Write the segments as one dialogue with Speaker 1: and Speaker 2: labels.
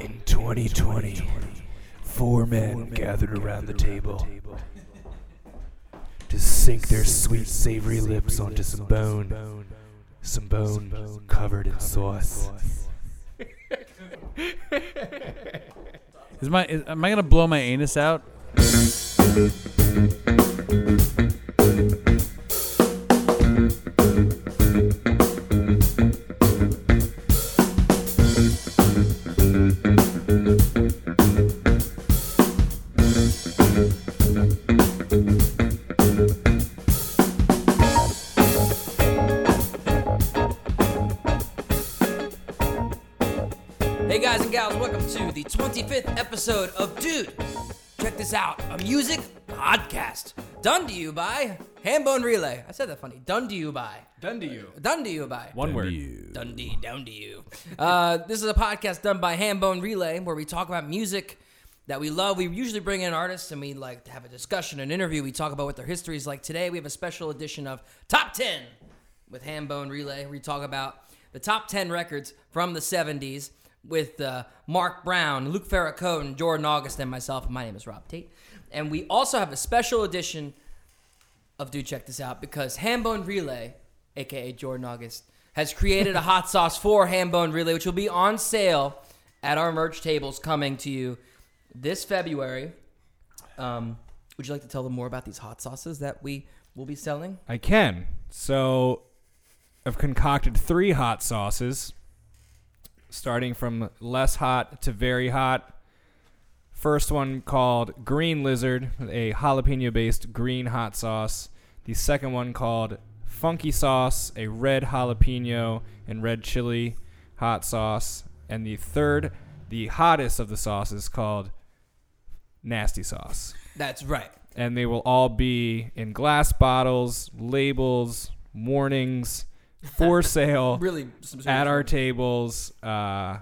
Speaker 1: In 2020, four men gathered around the table to sink their sweet, savory lips onto some bone. Some bone covered in sauce.
Speaker 2: Is my is, am I gonna blow my anus out?
Speaker 3: Hey guys and gals, welcome to the 25th episode of Dude. Check this out, a music podcast done to you by Hambone Relay. I said that funny. Done to you by.
Speaker 4: Done to you.
Speaker 3: Done to you by.
Speaker 2: One word.
Speaker 3: Dundee, down to you. Uh, this is a podcast done by Hambone Relay where we talk about music that we love. We usually bring in artists and we like to have a discussion, an interview. We talk about what their history is like. Today we have a special edition of Top 10 with Hambone Relay. We talk about the top 10 records from the 70s with uh, Mark Brown, Luke Farrakhan, Jordan August, and myself. My name is Rob Tate. And we also have a special edition of Do Check This Out because Hambone Relay, aka Jordan August, has created a hot sauce for Hambone Relay, which will be on sale at our merch tables coming to you this February. Um, would you like to tell them more about these hot sauces that we will be selling?
Speaker 4: I can. So I've concocted three hot sauces, starting from less hot to very hot. First one called Green Lizard, a jalapeno based green hot sauce. The second one called Funky Sauce, a red jalapeno and red chili hot sauce. And the third, the hottest of the sauces, called Nasty Sauce
Speaker 3: That's right.
Speaker 4: and they will all be in glass bottles, labels, warnings for sale
Speaker 3: Really, some
Speaker 4: at our tables. Uh,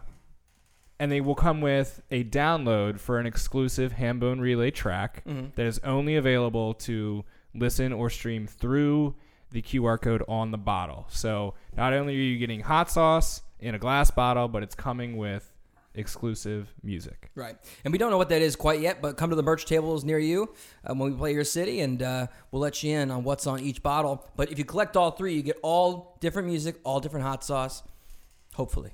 Speaker 4: and they will come with a download for an exclusive Hambone Relay track that is only available to listen or stream through the QR code on the bottle. So not only are you getting hot sauce in a glass bottle, but it's coming with exclusive music.
Speaker 3: Right. And we don't know what that is quite yet, but come to the merch tables near you um, when we play your city, and uh, we'll let you in on what's on each bottle. But if you collect all three, you get all different music, all different hot sauce, hopefully.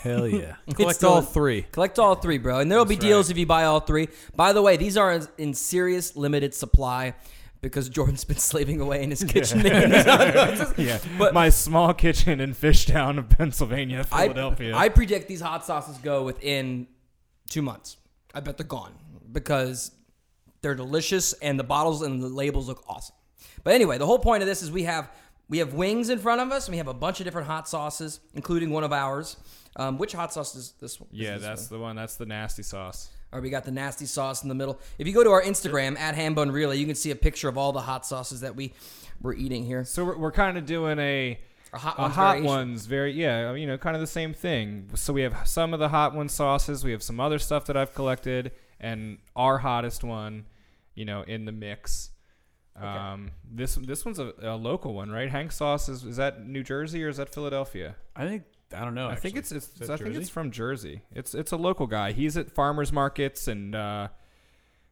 Speaker 2: Hell yeah!
Speaker 3: It's
Speaker 2: Collect
Speaker 3: still-
Speaker 2: all three.
Speaker 3: Collect all three, bro. And there'll be deals if you buy all three. By the way, these are in, in serious limited supply because Jordan's been slaving away in his kitchen making these hot sauces.
Speaker 4: Yeah.
Speaker 3: But-
Speaker 4: my small kitchen in Fishtown of Pennsylvania, Philadelphia.
Speaker 3: I, I predict these hot sauces go within two months. I bet they're gone because they're delicious and the bottles and the labels look awesome. But anyway, the whole point of this is we have we have wings in front of us. And we have a bunch of different hot sauces, including one of ours. Um, which hot sauce is this one? is
Speaker 4: yeah,
Speaker 3: this
Speaker 4: that's the one. That's the nasty sauce.
Speaker 3: or we got the nasty sauce in the middle. If you go to our Instagram at Hambone Relay, you can see a picture of all the hot sauces that we were eating here.
Speaker 4: So we're, we're kind of doing a
Speaker 3: A hot
Speaker 4: a
Speaker 3: ones
Speaker 4: hot
Speaker 3: variation.
Speaker 4: ones, very yeah, uh, you know, kind of the same thing. So we have some of the hot one sauces. We have some other stuff that I've collected, and our hottest one, you know, in the mix. Um, this this one's a, a local one, right? Hank sauce is, is that New Jersey or is that Philadelphia?
Speaker 2: I think I don't know.
Speaker 4: I think
Speaker 2: actually.
Speaker 4: it's, it's
Speaker 2: Is that
Speaker 4: I think
Speaker 2: Jersey?
Speaker 4: it's from Jersey. It's it's a local guy. He's at farmers markets and uh,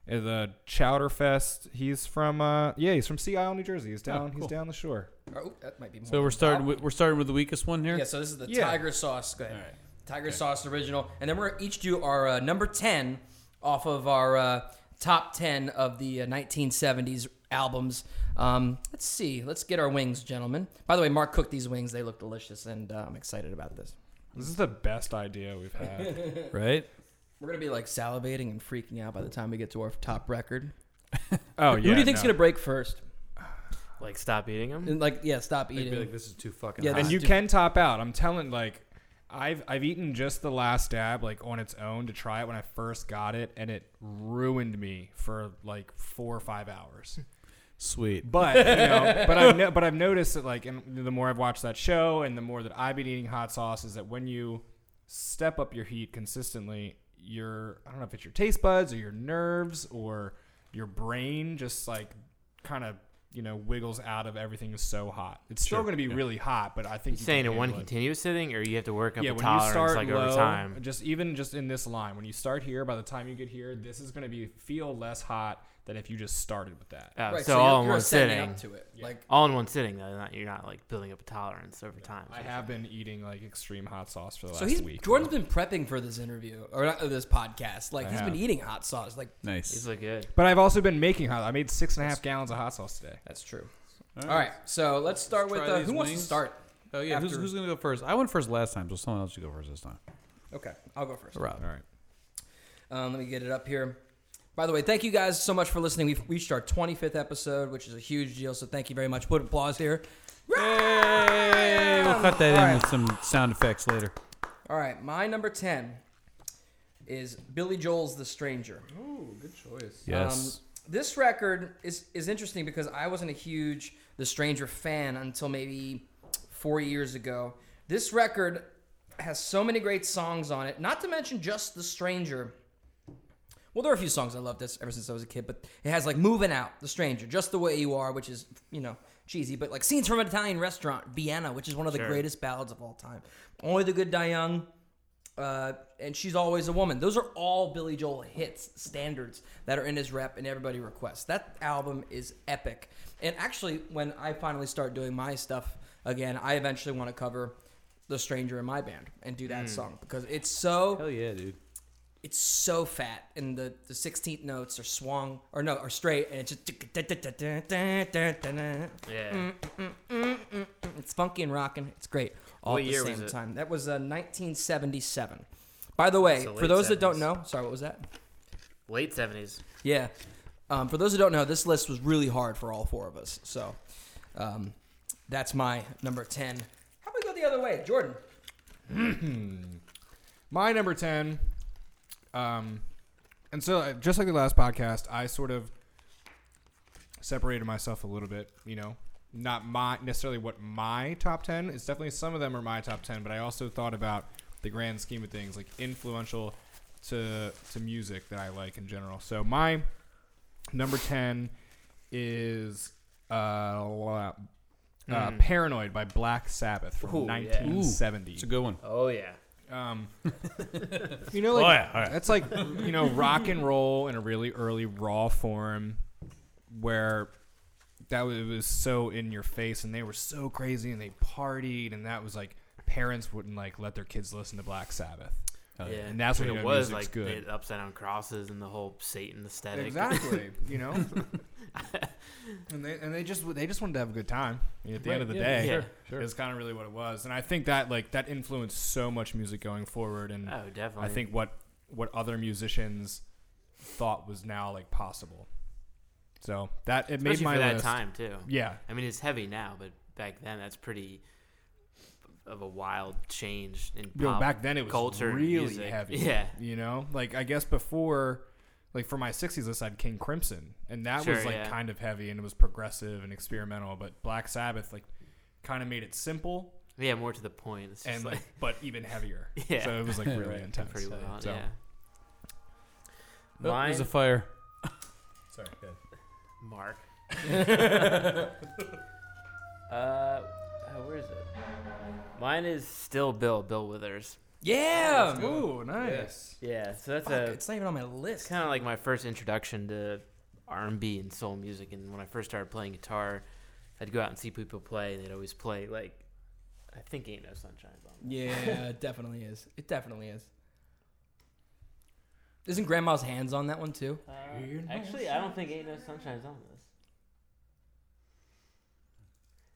Speaker 4: at the Chowder Fest. He's from uh, yeah, he's from Sea Isle, New Jersey. He's down he's
Speaker 2: cool.
Speaker 4: down the shore.
Speaker 3: Oh, that might be more
Speaker 2: so. We're starting. With, we're starting with the weakest one here.
Speaker 3: Yeah, so this is the
Speaker 4: Yeah.
Speaker 3: tiger sauce. Go ahead.
Speaker 2: right.
Speaker 3: Tiger sauce original, and then we're gonna each do our uh, number ten off of our uh, top ten of the uh, 1970s albums. Um, let's see. Let's get our wings, gentlemen. By the way, Mark cooked these wings. They look delicious, and uh, I'm excited about this.
Speaker 4: This is the best idea we've had.
Speaker 2: Right.
Speaker 3: We're gonna be like salivating and freaking out by the time we get to our top record.
Speaker 4: oh yeah.
Speaker 3: Who do you think's
Speaker 4: no.
Speaker 3: gonna break first?
Speaker 5: Like, stop eating them.
Speaker 3: And, like, yeah, stop
Speaker 6: They'd be
Speaker 3: eating.
Speaker 6: like, this is too fucking
Speaker 3: Yeah,
Speaker 6: yeah,
Speaker 4: And
Speaker 3: this is
Speaker 4: you
Speaker 3: do-
Speaker 4: can top out. I'm telling like I've I've eaten just the last dab like on its own to try it when I first got it and it ruined me for like 4 or 5 hours.
Speaker 2: Sweet.
Speaker 4: But you know, but I've no, but I've noticed that like, and the more I've watched that show, and the more that I've been eating hot sauce, is that when you step up your heat consistently, your I don't know if it's your taste buds or your nerves or your brain just like kind of you know, wiggles out of everything is so hot. It's still
Speaker 2: Sure,
Speaker 4: going to be
Speaker 2: yeah.
Speaker 4: really hot, but I think
Speaker 1: You saying
Speaker 4: can
Speaker 1: in one
Speaker 4: handle it.
Speaker 1: continuous sitting, or you have to work up
Speaker 4: yeah,
Speaker 1: a
Speaker 4: when
Speaker 1: tolerance
Speaker 4: you start
Speaker 1: like
Speaker 4: low,
Speaker 1: over time.
Speaker 4: just even just in this line, when you start here, by the time you get here, this is going to be feel less hot than if you just started with that.
Speaker 1: Oh,
Speaker 3: Right,
Speaker 1: so,
Speaker 3: you're-
Speaker 1: all in
Speaker 3: you're
Speaker 1: one
Speaker 3: ascending
Speaker 1: sitting.
Speaker 3: up to it. Like
Speaker 1: All in one sitting, though. Not, you're not like building up a tolerance over time.
Speaker 4: I have been eating like extreme hot sauce for the
Speaker 3: so
Speaker 4: last
Speaker 3: he's
Speaker 4: week.
Speaker 3: Jordan's been prepping for this interview or not, uh, this podcast. Like
Speaker 4: I
Speaker 3: he's
Speaker 4: have.
Speaker 3: been eating hot sauce. Like
Speaker 2: Nice.
Speaker 1: These look good.
Speaker 4: but I've also been making hot. I made six and a half gallons of hot sauce today.
Speaker 3: that's true. All right, so let's start with
Speaker 2: try
Speaker 3: uh,
Speaker 2: these
Speaker 3: who wants to
Speaker 2: wings.
Speaker 3: start.
Speaker 2: Oh yeah. Who's,
Speaker 3: After-
Speaker 2: who's gonna go first? I went first last time, so someone else should go first this time.
Speaker 3: Okay, I'll go first.
Speaker 2: Rob.
Speaker 4: All right.
Speaker 3: Um, let me get it up here. By the way, thank you guys so much for listening. We've reached our 25th episode, which is a huge deal. So thank you very much. Put applause here.
Speaker 2: Hey, we'll cut that
Speaker 3: All
Speaker 2: in
Speaker 3: right.
Speaker 2: with some sound effects later.
Speaker 3: All right, my number 10 is Billy Joel's The Stranger.
Speaker 4: Ooh, good choice.
Speaker 2: Yes.
Speaker 3: this record is, is interesting because I wasn't a huge The Stranger fan until maybe four years ago. This record has so many great songs on it, not to mention just The Stranger. Well, there are a few songs I love this ever since I was a kid, but it has like Moving Out, The Stranger, Just the Way You Are, which is, you know, cheesy, but like Scenes from an Italian Restaurant, Vienna, which is one of the
Speaker 1: Sure.
Speaker 3: greatest ballads of all time. Only the Good Die Young, uh, and She's Always a Woman. Those are all Billy Joel hits, standards that are in his rep and everybody requests. That album is epic. And actually, when I finally start doing my stuff again, I eventually want to cover The Stranger in my band and do that song because it's so
Speaker 2: Hell yeah, dude.
Speaker 3: it's so fat and the, the 16th notes are swung or no are straight and it's just
Speaker 1: Yeah.
Speaker 3: it's funky and rocking it's great all
Speaker 1: What
Speaker 3: at the
Speaker 1: year
Speaker 3: same
Speaker 1: was it?
Speaker 3: time that was uh, 1977 by the way
Speaker 1: That's the
Speaker 3: for
Speaker 1: late
Speaker 3: those that don't
Speaker 1: 70s.
Speaker 3: know sorry what was that
Speaker 1: Late seventies.
Speaker 3: yeah um, for those that don't know this list was really hard for all four of us so um, that's my number 10 how about we go the other way jordan
Speaker 4: My number 10. Um, and so, uh, just like the last podcast, I sort of separated myself a little bit, you know, not my necessarily what my top 10 is. Definitely some of them are my top 10, but I also thought about the grand scheme of things, like influential to, to music that I like in general. So, my number 10 is uh, uh, Paranoid by Black Sabbath from
Speaker 1: Mm-hmm. Ooh, yeah. Ooh.
Speaker 4: 1970.
Speaker 2: It's a good one.
Speaker 1: Oh yeah.
Speaker 4: Um, you know, like
Speaker 2: Oh, yeah, oh, yeah.
Speaker 4: that's like you know rock and roll in a really early raw form, where that was, it was so in your face, and they were so crazy, and they partied, and that was like parents wouldn't like let their kids listen to Black Sabbath.
Speaker 1: Oh, Yeah.
Speaker 4: And that's when
Speaker 1: it
Speaker 4: you know
Speaker 1: was
Speaker 4: music's
Speaker 1: like
Speaker 4: good.
Speaker 1: the upside down crosses and the whole Satan aesthetic.
Speaker 4: Exactly, you know. and they and they just they just wanted to have a good time. I mean, at the end of the day,
Speaker 1: sure,
Speaker 4: is kind of really what it was, and I think that like that influenced so much music going forward, and
Speaker 1: Oh, definitely.
Speaker 4: I think what what other musicians thought was now like possible. So that it made
Speaker 1: especially
Speaker 4: my
Speaker 1: for that
Speaker 4: list.
Speaker 1: time too.
Speaker 4: Yeah,
Speaker 1: I mean, it's heavy now, but back then that's pretty of a wild change in
Speaker 4: Yo,
Speaker 1: pop
Speaker 4: back then it was
Speaker 1: culture and
Speaker 4: really
Speaker 1: music.
Speaker 4: heavy.
Speaker 1: Yeah.
Speaker 4: you know, like I guess before, like for my '60s list, I had King Crimson, and that
Speaker 1: Sure,
Speaker 4: was like
Speaker 1: yeah.
Speaker 4: kind of heavy and it was progressive and experimental. But Black Sabbath like kind of made it simple
Speaker 1: Yeah, more to the point. It's just
Speaker 4: and
Speaker 1: like,
Speaker 4: like but even heavier.
Speaker 1: Yeah.
Speaker 4: so it was like really
Speaker 2: Right.
Speaker 4: intense.
Speaker 1: pretty well on.
Speaker 4: so,
Speaker 1: Yeah.
Speaker 2: Oh,
Speaker 1: Mine,
Speaker 2: there's a fire.
Speaker 4: Sorry, go ahead.
Speaker 1: Mark. uh, uh, where is it? Mine is still Bill, Bill Withers.
Speaker 3: yeah
Speaker 4: Ooh, nice.
Speaker 1: Yeah, so that's
Speaker 3: Fuck,
Speaker 1: a
Speaker 3: it's not even on my list
Speaker 1: kind of like my first introduction to R&B and soul music. And when I first started playing guitar, I'd go out and see people play, and they'd always play like, I think "Ain't No Sunshine's on."
Speaker 3: Yeah, it definitely is. It definitely is. Isn't Grandma's hands on that one too?
Speaker 1: Uh, actually, I don't think "Ain't No Sunshine's on this.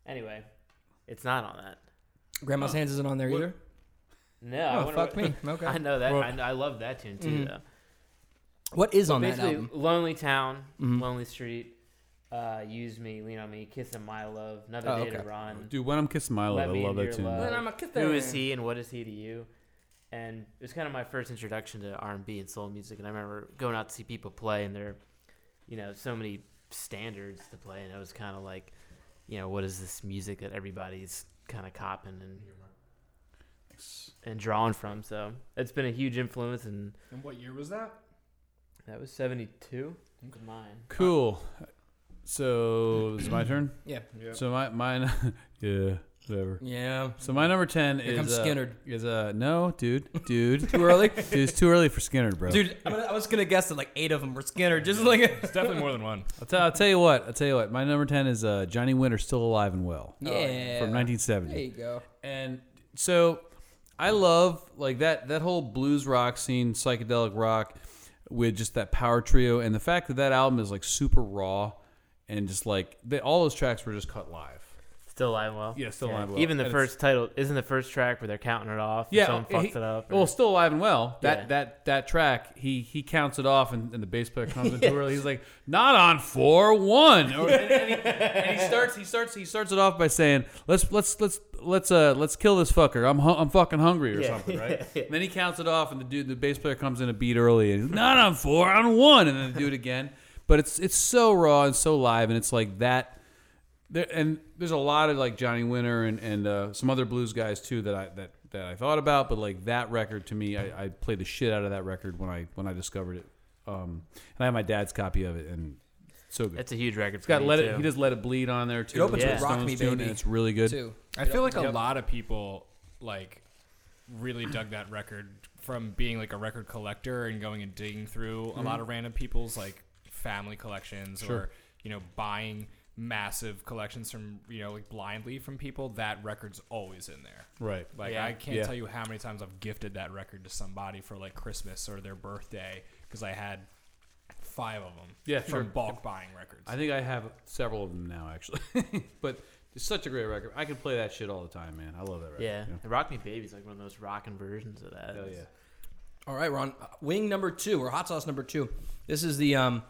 Speaker 1: Anyway, it's not on that.
Speaker 3: Grandma's hands isn't on there
Speaker 4: What-
Speaker 3: either.
Speaker 1: No, I
Speaker 3: oh
Speaker 1: wonder what-
Speaker 3: fuck me. Okay.
Speaker 1: I know that.
Speaker 4: Well-
Speaker 1: I, know, I love that tune too,
Speaker 3: Mhm.
Speaker 1: though.
Speaker 3: what is on that
Speaker 1: Basically,
Speaker 3: album?
Speaker 1: Lonely Town,
Speaker 3: Mhm.
Speaker 1: Lonely Street, uh, Use Me, Lean on Me, Kissing My Love, Another
Speaker 3: Oh,
Speaker 1: Day
Speaker 3: okay.
Speaker 1: to Run.
Speaker 2: Dude, when I'm kissing my
Speaker 1: Let
Speaker 2: love, I
Speaker 1: me into
Speaker 2: love that
Speaker 1: your
Speaker 2: tune.
Speaker 1: love.
Speaker 3: I'm a kid
Speaker 1: Who is
Speaker 3: there.
Speaker 1: he and what is he to you? And it was kind of my first introduction to R and B and soul music. And I remember going out to see people play, and there, are, you know, so many standards to play, and I was kind of like, you know, what is this music that everybody's kind of copying and and drawing from? So it's been a huge influence, and
Speaker 4: And what year was that?
Speaker 1: that was seventy two. Mine.
Speaker 2: Cool. So it's my turn.
Speaker 3: Yeah.
Speaker 2: So my mine. yeah. Whatever.
Speaker 3: Yeah.
Speaker 2: So my number ten
Speaker 3: Here
Speaker 2: is
Speaker 3: comes
Speaker 2: uh,
Speaker 3: Skinnerd.
Speaker 2: Is uh no, dude, dude, dude.
Speaker 3: Too early?
Speaker 2: It's too early for Skinner, bro.
Speaker 3: Dude, I'm gonna, I was gonna guess that like eight of them were Skinner. Just like
Speaker 4: It's definitely more than one.
Speaker 2: I'll, tell, I'll tell you what. I'll tell you what. My number ten is uh, Johnny Winter, still alive and well.
Speaker 3: Oh, Yeah.
Speaker 2: From 1970.
Speaker 3: There you go.
Speaker 2: and so I love like that that whole blues rock scene, psychedelic rock with just that power trio, and the fact that that album is like super raw and just like they, all those tracks were just cut live.
Speaker 1: Uh, Still alive well.
Speaker 2: Yeah, still alive well.
Speaker 1: Even the
Speaker 2: And it's-
Speaker 1: first title isn't the first track where they're counting it off. and someone
Speaker 2: he-
Speaker 1: fucks it up. or-
Speaker 2: Well, still alive and well. That
Speaker 1: Yeah.
Speaker 2: that that track, he he counts it off, and, and the bass player comes in too early. He's like, "Not on four one," Or- and, and he, and he starts he starts he starts it off by saying, "Let's let's let's let's uh let's kill this fucker. I'm hu- I'm fucking hungry or something, right?" And then he counts it off, and the dude the bass player comes in a beat early, and he's not on four on one, and then they do it again. But it's it's so raw and so live, and it's like that there and there's a lot of like Johnny Winter and and uh, some other blues guys too that I that that I thought about, but like that record to me, I, I played the shit out of that record when I when I discovered it, um, and I have my dad's copy of it, and so good.
Speaker 1: It's a huge record.
Speaker 2: it's got let it. He does let it bleed on there too.
Speaker 3: It opens
Speaker 2: the
Speaker 1: with
Speaker 2: Stones
Speaker 3: Rock Me
Speaker 2: tune,
Speaker 3: Baby,
Speaker 2: and it's really good.
Speaker 3: Two.
Speaker 4: I feel like a lot of people like really dug that record from being like a record collector and going and digging through a lot of random people's like family collections or you know buying massive collections from you know like blindly from people. That record's always in there.
Speaker 2: Right.
Speaker 4: Like
Speaker 1: Yeah.
Speaker 4: I can't
Speaker 2: Yeah.
Speaker 4: tell you how many times I've gifted that record to somebody for like Christmas or their birthday because I had five of them.
Speaker 2: Yeah,
Speaker 4: from
Speaker 2: sure.
Speaker 4: bulk buying records.
Speaker 2: I think I have several of them now actually, but it's such a great record. I can play that shit all the time, man. I love that record.
Speaker 1: Yeah. And Rock Me Baby's like one of the most rocking versions of that.
Speaker 2: Hell yeah.
Speaker 3: All right, Ron. Uh, Wing number two or hot sauce number two. This is the um,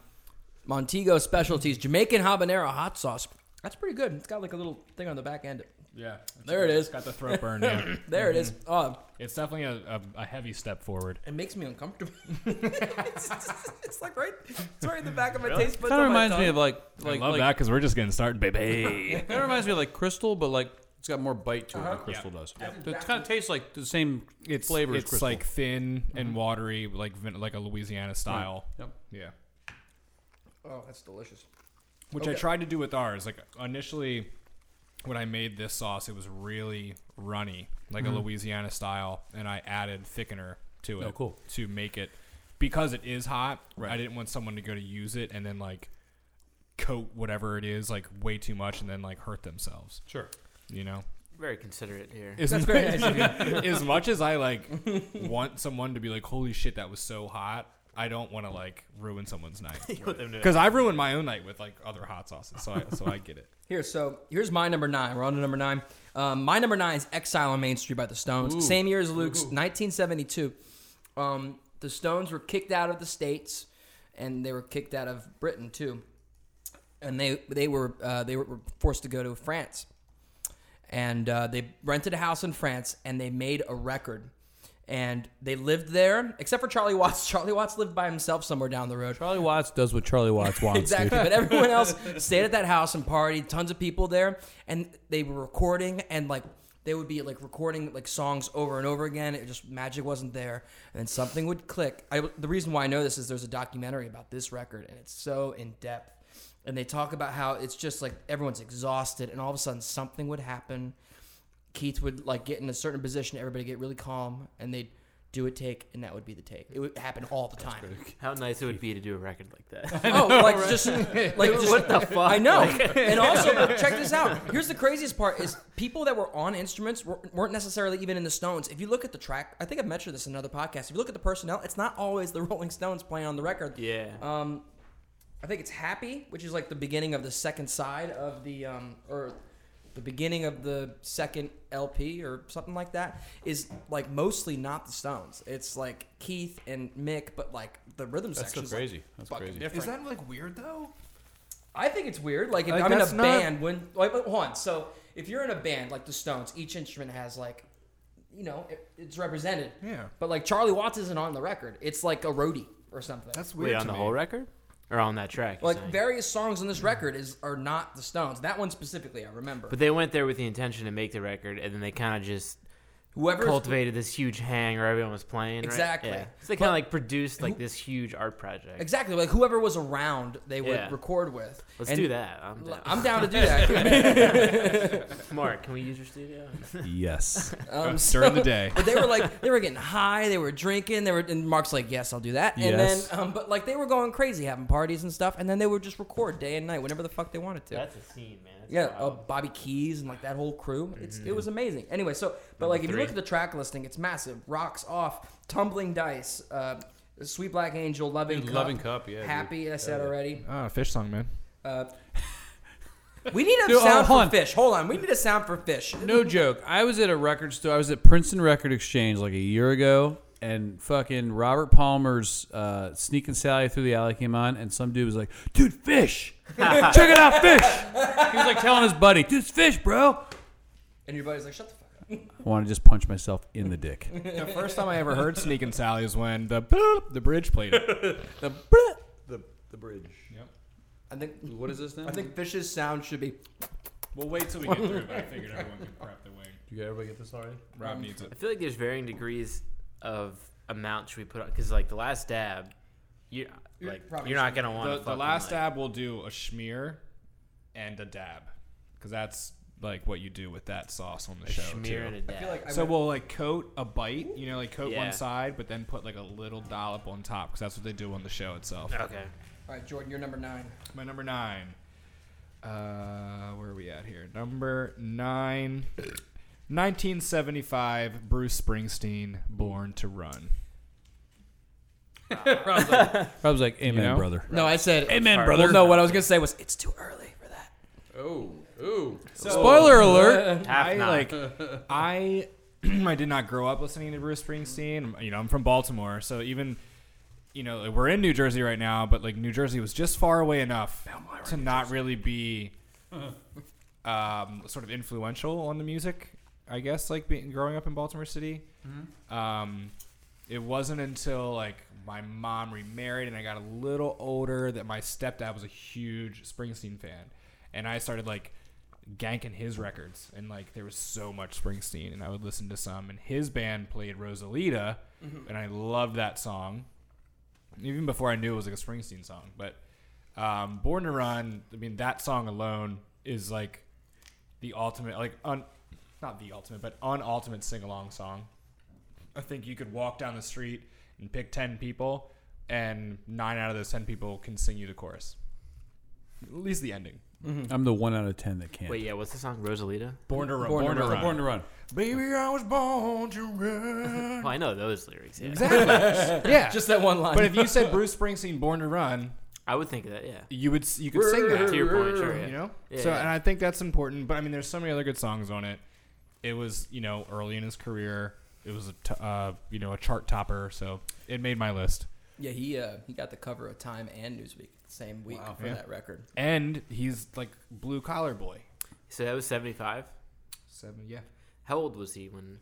Speaker 3: Montego Specialties Jamaican habanero hot sauce. That's pretty good. It's got like a little thing on the back end.
Speaker 4: yeah,
Speaker 3: There it is.
Speaker 4: Got the throat burn. Yeah.
Speaker 3: There it is. Oh,
Speaker 4: It's definitely a, a, a heavy step forward.
Speaker 3: it makes me uncomfortable. it's, like right, it's right in the back of my taste buds.
Speaker 2: Kind
Speaker 3: on
Speaker 2: of
Speaker 3: my
Speaker 2: reminds me
Speaker 3: tongue.
Speaker 2: of like like
Speaker 4: I love
Speaker 2: like,
Speaker 4: that because we're just getting started, baby.
Speaker 2: Kind of reminds me of like Crystal, but like it's got more bite to it than Crystal
Speaker 4: Yeah.
Speaker 2: does. It kind of tastes like the same
Speaker 4: it's
Speaker 2: flavor as
Speaker 4: it's
Speaker 2: Crystal. Mm-hmm. Mm.
Speaker 4: like thin and watery, like vin- like a Louisiana style.
Speaker 2: Yep.
Speaker 4: Yeah,
Speaker 3: Oh, that's delicious.
Speaker 4: which I
Speaker 3: Okay.
Speaker 4: tried to do with ours. Like initially, when I made this sauce, it was really runny, like a Louisiana style, and I added thickener to it.
Speaker 2: Mm-hmm. Oh, cool.
Speaker 4: To make it because it is hot. I didn't want someone to go to use it and then like coat whatever it is like way too much and then like hurt themselves.
Speaker 2: sure.
Speaker 4: You know.
Speaker 1: Very considerate here.
Speaker 4: As,
Speaker 3: That's very nice of
Speaker 4: as much as I like want someone to be like, "Holy shit, that was so hot," I don't want to like ruin someone's night because I ruined my own night with like other hot sauces. So I, so I get it.
Speaker 3: Here, so here's my number nine. We're on to number nine. Um, my number nine is Exile on Main Street by the Stones. Same year as Luke's, 1972. Um, the Stones were kicked out of the States and they were kicked out of Britain too. And they, they, were, uh, they were forced to go to France. And uh, they rented a house in France and they made a record. And they lived there, except for Charlie Watts. Charlie Watts lived by himself somewhere down the road.
Speaker 2: Charlie Watts does what Charlie Watts wants.
Speaker 3: Exactly. But everyone else stayed at that house and partied. Tons of people there, and they were recording and like they would be like recording like songs over and over again. It just magic wasn't there, and then something would click. I, the reason why I know this is there's a documentary about this record, and it's so in depth. And they talk about how it's just like everyone's exhausted, and all of a sudden something would happen. Keith would like get in a certain position, everybody get really calm, and they'd do a take, and that would be the take. It would happen all the time
Speaker 1: How nice it would be to do a record like that.
Speaker 3: oh, like just like just, what the fuck? I know. and also, check this out. Here's the craziest part: is people that were on instruments wer- weren't necessarily even in the Stones. If you look at the track, I think I've mentioned this in another podcast. If you look at the personnel, it's not always the Rolling Stones playing on the record.
Speaker 1: yeah.
Speaker 3: Um, I think it's Happy, which is like the beginning of the second side of the um, or the beginning of the second LP or something like that is like mostly not the Stones. It's like Keith and Mick, but like the rhythm
Speaker 2: That's so
Speaker 3: section's like,
Speaker 2: crazy. That's
Speaker 3: fucking
Speaker 2: crazy.
Speaker 3: different.
Speaker 4: that like weird though?
Speaker 3: I think it's weird. Like if
Speaker 4: Like,
Speaker 3: I'm in a
Speaker 4: that's not-
Speaker 3: band, when like but hold on. So if you're in a band like the Stones, each instrument has like, you know, it, it's represented.
Speaker 4: Yeah.
Speaker 3: But like Charlie Watts isn't on the record. It's like a roadie or something.
Speaker 4: That's weird.
Speaker 1: Wait, on
Speaker 4: to
Speaker 1: the
Speaker 4: me.
Speaker 1: whole record? Or on that track? you're
Speaker 3: like
Speaker 1: saying?
Speaker 3: various songs on this record is are not the Stones. That one specifically, I remember.
Speaker 1: But they went there with the intention to make the record, and then they kind of just
Speaker 3: Whoever
Speaker 1: cultivated this huge hang where everyone was playing. right?
Speaker 3: Exactly.
Speaker 1: Yeah. So they kind of like produced like this huge art project.
Speaker 3: exactly like whoever was around, they would
Speaker 1: Yeah.
Speaker 3: record with.
Speaker 1: Let's
Speaker 3: And
Speaker 1: do that. I'm down.
Speaker 3: I'm down to do that.
Speaker 1: Mark, can we use your studio?
Speaker 4: Yes.
Speaker 3: Um,
Speaker 4: During the day.
Speaker 3: But they were like, they were getting high, they were drinking, they were, and Mark's like, yes, I'll do that. And
Speaker 4: Yes.
Speaker 3: then, um, but like they were going crazy, having parties and stuff, and then they would just record day and night whenever the fuck they wanted to.
Speaker 1: That's a scene, man. That's
Speaker 3: yeah, uh,
Speaker 1: wild.
Speaker 3: Bobby Keys and like that whole crew. It's, It
Speaker 2: Mm-hmm.
Speaker 3: was amazing. Anyway, so but like if you
Speaker 1: three.
Speaker 3: look at the track listing, it's massive. Rocks off, tumbling dice, uh, sweet black angel, loving
Speaker 2: Dude,
Speaker 3: cup,
Speaker 2: Loving Cup, yeah, dude. Oh,
Speaker 3: happy. I said
Speaker 2: Yeah.
Speaker 3: already.
Speaker 4: Ah, fish song, man.
Speaker 3: Uh, we need a
Speaker 2: Dude, oh, hold
Speaker 3: sound for
Speaker 2: on.
Speaker 3: fish. Hold on, we need a sound for fish.
Speaker 2: No joke. I was at a record store. I was at Princeton Record Exchange like a year ago, and fucking Robert Palmer's uh, "Sneaking Sally Through the Alley" came on, and some dude was like, "Dude, fish! Check it out, fish!" He was like telling his buddy, "Dude, it's fish, bro."
Speaker 3: And your buddy's like, shut the fuck up.
Speaker 2: I want to just punch myself in the dick.
Speaker 4: The first time I ever heard Sneakin' Sally was when the boop, the bridge played it.
Speaker 2: the, the the bridge.
Speaker 3: I think
Speaker 2: What is this now?
Speaker 3: I think fish's sound should be.
Speaker 4: We'll wait till we get through, but I figured everyone can prep their way.
Speaker 2: you everybody get this already?
Speaker 4: Rob needs it.
Speaker 1: I feel like there's varying degrees of amount should we put on because like the last dab, you
Speaker 3: You're
Speaker 1: like
Speaker 3: probably
Speaker 1: you're not gonna want
Speaker 4: The,
Speaker 1: to
Speaker 4: the last dab will do a schmear and a dab, because that's like what you do with that sauce on the show
Speaker 1: smear and
Speaker 4: too.
Speaker 1: a dab.
Speaker 3: I feel like I
Speaker 4: so
Speaker 3: would-
Speaker 4: we'll like coat a bite, you know, like coat
Speaker 1: Yeah.
Speaker 4: one side, but then put like a little dollop on top, because that's what they do on the show itself.
Speaker 1: okay.
Speaker 3: All right, Jordan, you're number nine.
Speaker 4: My number nine. Uh, where are we at here? Number nine. 1975, Bruce Springsteen, Born to Run.
Speaker 2: Rob's like, Rob's like "Amen,
Speaker 4: know?
Speaker 2: brother."
Speaker 3: No, I said.
Speaker 2: Amen,
Speaker 3: Well, no, what I was gonna say was it's too early for that.
Speaker 2: Oh, ooh.
Speaker 4: Spoiler
Speaker 2: alert.
Speaker 1: Half
Speaker 4: I
Speaker 1: knot.
Speaker 4: like I I did not grow up listening to Bruce Springsteen. You know, I'm from Baltimore, so even you know we're in New Jersey right now, but like New Jersey was just far away enough to not really be um, sort of influential on the music. I guess like being growing up in Baltimore City. Um, it wasn't until like my mom remarried and I got a little older that my stepdad was a huge Springsteen fan, and I started like ganking his records and like there was so much Springsteen and I would listen to some and his band played Rosalita and I loved that song even before I knew it was like a Springsteen song but um, Born to Run I mean that song alone is like the ultimate like un not the ultimate but an ultimate sing along song I think you could walk down the street and pick 10 people, and nine out of those 10 people can sing you the chorus. At least the ending.
Speaker 2: I'm the one out of ten that can't.
Speaker 1: Wait, yeah, what's the song? Rosalita.
Speaker 4: Born to run.
Speaker 3: Born
Speaker 4: Born,
Speaker 3: to
Speaker 4: to, run.
Speaker 2: Born to run.
Speaker 4: Baby, I was born to run.
Speaker 1: Well, I know those lyrics. Yeah,
Speaker 4: exactly. yeah.
Speaker 3: Just that one line.
Speaker 4: but if you said Bruce Springsteen, "Born to Run,"
Speaker 1: I would think of that. Yeah.
Speaker 4: you would s- you could sing that.
Speaker 1: To your point, sure. Yeah.
Speaker 4: you know
Speaker 1: Yeah,
Speaker 4: so
Speaker 1: yeah.
Speaker 4: and i think that's important but i mean there's so many other good songs on it it was you know early in his career it was a t- uh, you know a chart topper so it made my list
Speaker 3: yeah, he uh, he got the cover of Time and Newsweek the same week for
Speaker 4: Yeah.
Speaker 3: that record.
Speaker 4: and he's like blue collar boy
Speaker 1: So that was seventy-five.
Speaker 4: seven yeah
Speaker 1: How old was he when?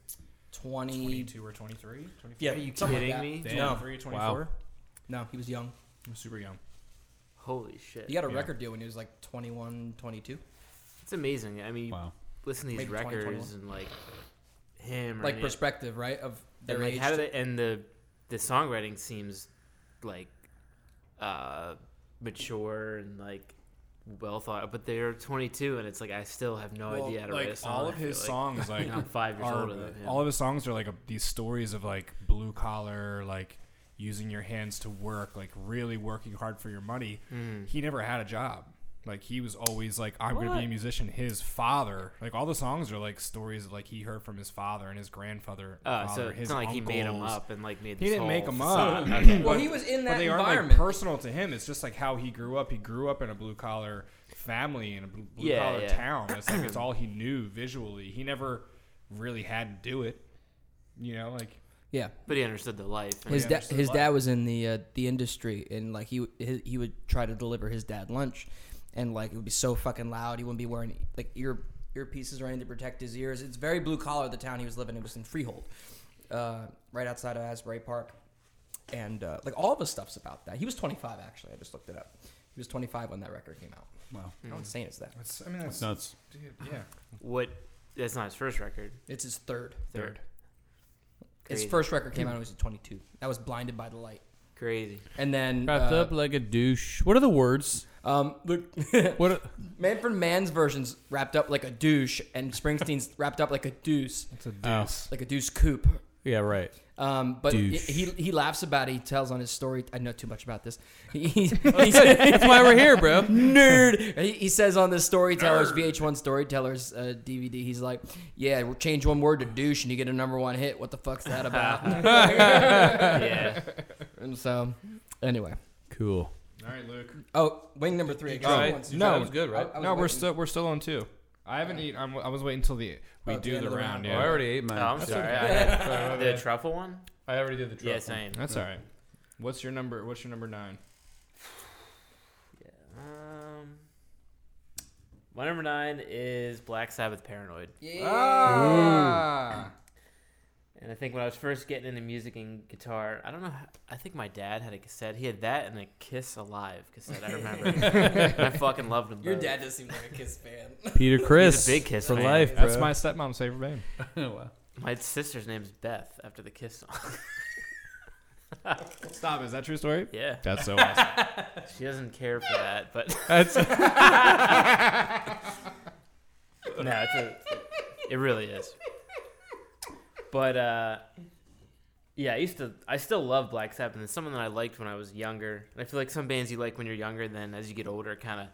Speaker 3: Twenty.
Speaker 4: 22 or 23 24
Speaker 3: Yeah,
Speaker 1: Are you
Speaker 3: something like
Speaker 1: kidding
Speaker 3: that.
Speaker 1: me?
Speaker 4: Damn,
Speaker 3: No.
Speaker 4: 23 24
Speaker 3: No, he was young.
Speaker 4: i'm super young
Speaker 1: Holy shit!
Speaker 3: He got a
Speaker 4: Yeah.
Speaker 3: record deal when he was like 21, 22.
Speaker 1: It's amazing. I mean, you
Speaker 2: Wow.
Speaker 1: listen to these
Speaker 3: Maybe
Speaker 1: records
Speaker 3: 2021.
Speaker 1: and like him or
Speaker 3: Like
Speaker 1: any-
Speaker 3: perspective, right? Of their
Speaker 1: and like,
Speaker 3: age.
Speaker 1: how do they, and the the songwriting seems like uh mature and like well thought but they're 22 and it's like i still have no
Speaker 4: Well,
Speaker 1: idea how to
Speaker 4: like
Speaker 1: write a song
Speaker 4: all
Speaker 1: I
Speaker 4: of his
Speaker 1: feel like.
Speaker 4: songs like
Speaker 1: And i'm five years
Speaker 4: are-
Speaker 1: older than him
Speaker 4: all of his songs are like a, these stories of like blue collar like using your hands to work like really working hard for your money
Speaker 1: Hmm.
Speaker 4: he never had a job like he was always like i'm going to be a musician his father like all the songs are like stories of like he heard from his father and his grandfather
Speaker 1: uh,
Speaker 4: father,
Speaker 1: so
Speaker 4: his
Speaker 1: it's not like he made them
Speaker 4: uncles.
Speaker 1: up and like made
Speaker 4: He
Speaker 1: this
Speaker 4: didn't make
Speaker 1: whole
Speaker 4: 'em up.
Speaker 1: facade. Okay.
Speaker 3: Well, he was in
Speaker 4: but
Speaker 3: that
Speaker 4: they aren't like
Speaker 3: environment.
Speaker 4: personal to him. It's just like how he grew up. He grew up in a blue collar family in a blue
Speaker 1: Yeah,
Speaker 4: collar
Speaker 1: yeah.
Speaker 4: town. It's like it's all he knew visually. He never really had to do it. You know, like
Speaker 3: yeah,
Speaker 1: but he understood the life and
Speaker 3: his
Speaker 4: Yeah,
Speaker 3: dad
Speaker 4: understood
Speaker 3: his
Speaker 4: why.
Speaker 3: dad was in the uh, the industry and like he w- his, he would try to deliver his dad lunch and like it would be so fucking loud he wouldn't be wearing like ear earpieces or anything to protect his ears it's very blue collar the town he was living in was in freehold uh, right outside of asbury park and uh, like all of his stuff's about that he was 25 actually i just looked it up he was 25 when that record came out
Speaker 2: Wow.
Speaker 3: how insane is that
Speaker 4: it's, I mean, that's,
Speaker 2: Nuts.
Speaker 4: dude, yeah.
Speaker 1: what that's not his first record
Speaker 3: it's his third
Speaker 1: third
Speaker 3: His
Speaker 1: Crazy.
Speaker 3: first record came out when he was 22. That was Blinded by the Light.
Speaker 1: Crazy.
Speaker 3: And then
Speaker 2: Wrapped
Speaker 3: uh,
Speaker 2: up like a douche. What are the words?
Speaker 3: um, look,
Speaker 2: What? Are,
Speaker 3: Manfred Mann's version's wrapped up like a douche, and Springsteen's wrapped up like a deuce,
Speaker 7: It's a
Speaker 2: Oh.
Speaker 7: deuce.
Speaker 3: like a deuce coupe.
Speaker 2: yeah, right.
Speaker 3: Um, but he,
Speaker 2: Douche.
Speaker 3: he he laughs about it. He tells on his story. I know too much about this. He, he-
Speaker 2: That's good. That's why we're here, bro.
Speaker 3: nerd. He, he says on the storytellers VH1 storytellers uh, DVD, he's like, "Yeah, we'll change one word to douche, and you get a number one hit. What the fuck's that about?"
Speaker 1: Yeah.
Speaker 3: and so, anyway,
Speaker 2: Cool.
Speaker 7: All right, Luke.
Speaker 3: oh, wing number three.
Speaker 7: All right.
Speaker 3: Once.
Speaker 7: No.
Speaker 2: that was good, right?
Speaker 3: I- I was
Speaker 7: No, we're
Speaker 3: waiting.
Speaker 7: still we're still on two. I haven't eaten. I'm, I was waiting until the we
Speaker 3: Oh, at
Speaker 7: do
Speaker 3: the
Speaker 7: the,
Speaker 3: end of the
Speaker 7: round.
Speaker 3: round.
Speaker 2: Oh, I
Speaker 7: Yeah,
Speaker 2: already ate mine.
Speaker 1: Oh, I'm sorry. I had the truffle one.
Speaker 2: I already did the
Speaker 1: Yeah, same.
Speaker 7: that's all right. What's your number? What's your number nine?
Speaker 1: Um, my number nine is Black Sabbath Paranoid.
Speaker 7: Ah.
Speaker 1: And I think when I was first getting into music and guitar, I don't know. h- I think my dad had a cassette. He had that and a Kiss Alive cassette. I remember. And I fucking loved them.
Speaker 3: Your
Speaker 1: both.
Speaker 3: dad does seem like a Kiss fan.
Speaker 2: Peter Chris.
Speaker 1: big Kiss
Speaker 2: for
Speaker 1: fan.
Speaker 2: life, bro.
Speaker 7: That's my stepmom's favorite band.
Speaker 2: Wow.
Speaker 1: My sister's name's Beth after the Kiss song.
Speaker 7: Stop. Is that true story?
Speaker 1: yeah,
Speaker 7: That's so awesome.
Speaker 1: she doesn't care for that, but
Speaker 2: That's
Speaker 1: no, it's a, it really is. But uh, yeah, I used to. I still love Black Sabbath, and it's something that I liked when I was younger. And I feel like some bands you like when you're younger, then as you get older, it kind of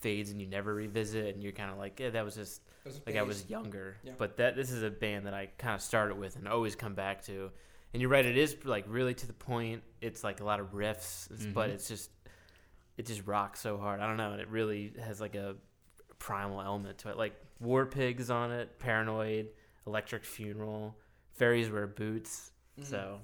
Speaker 1: fades and you never revisit, and you're kind of like, yeah, that was just like I was younger.
Speaker 3: Yeah.
Speaker 1: But that this is a band that I kind of started with and always come back to. And you're right, it is like really to the point. It's like a lot of riffs,
Speaker 3: Mm-hmm.
Speaker 1: it's- but it's just it just rocks so hard. I don't know, and it really has like a primal element to it. Like War Pigs on it, Paranoid, Electric Funeral, Fairies Wear Boots.
Speaker 3: Mm-hmm.
Speaker 1: So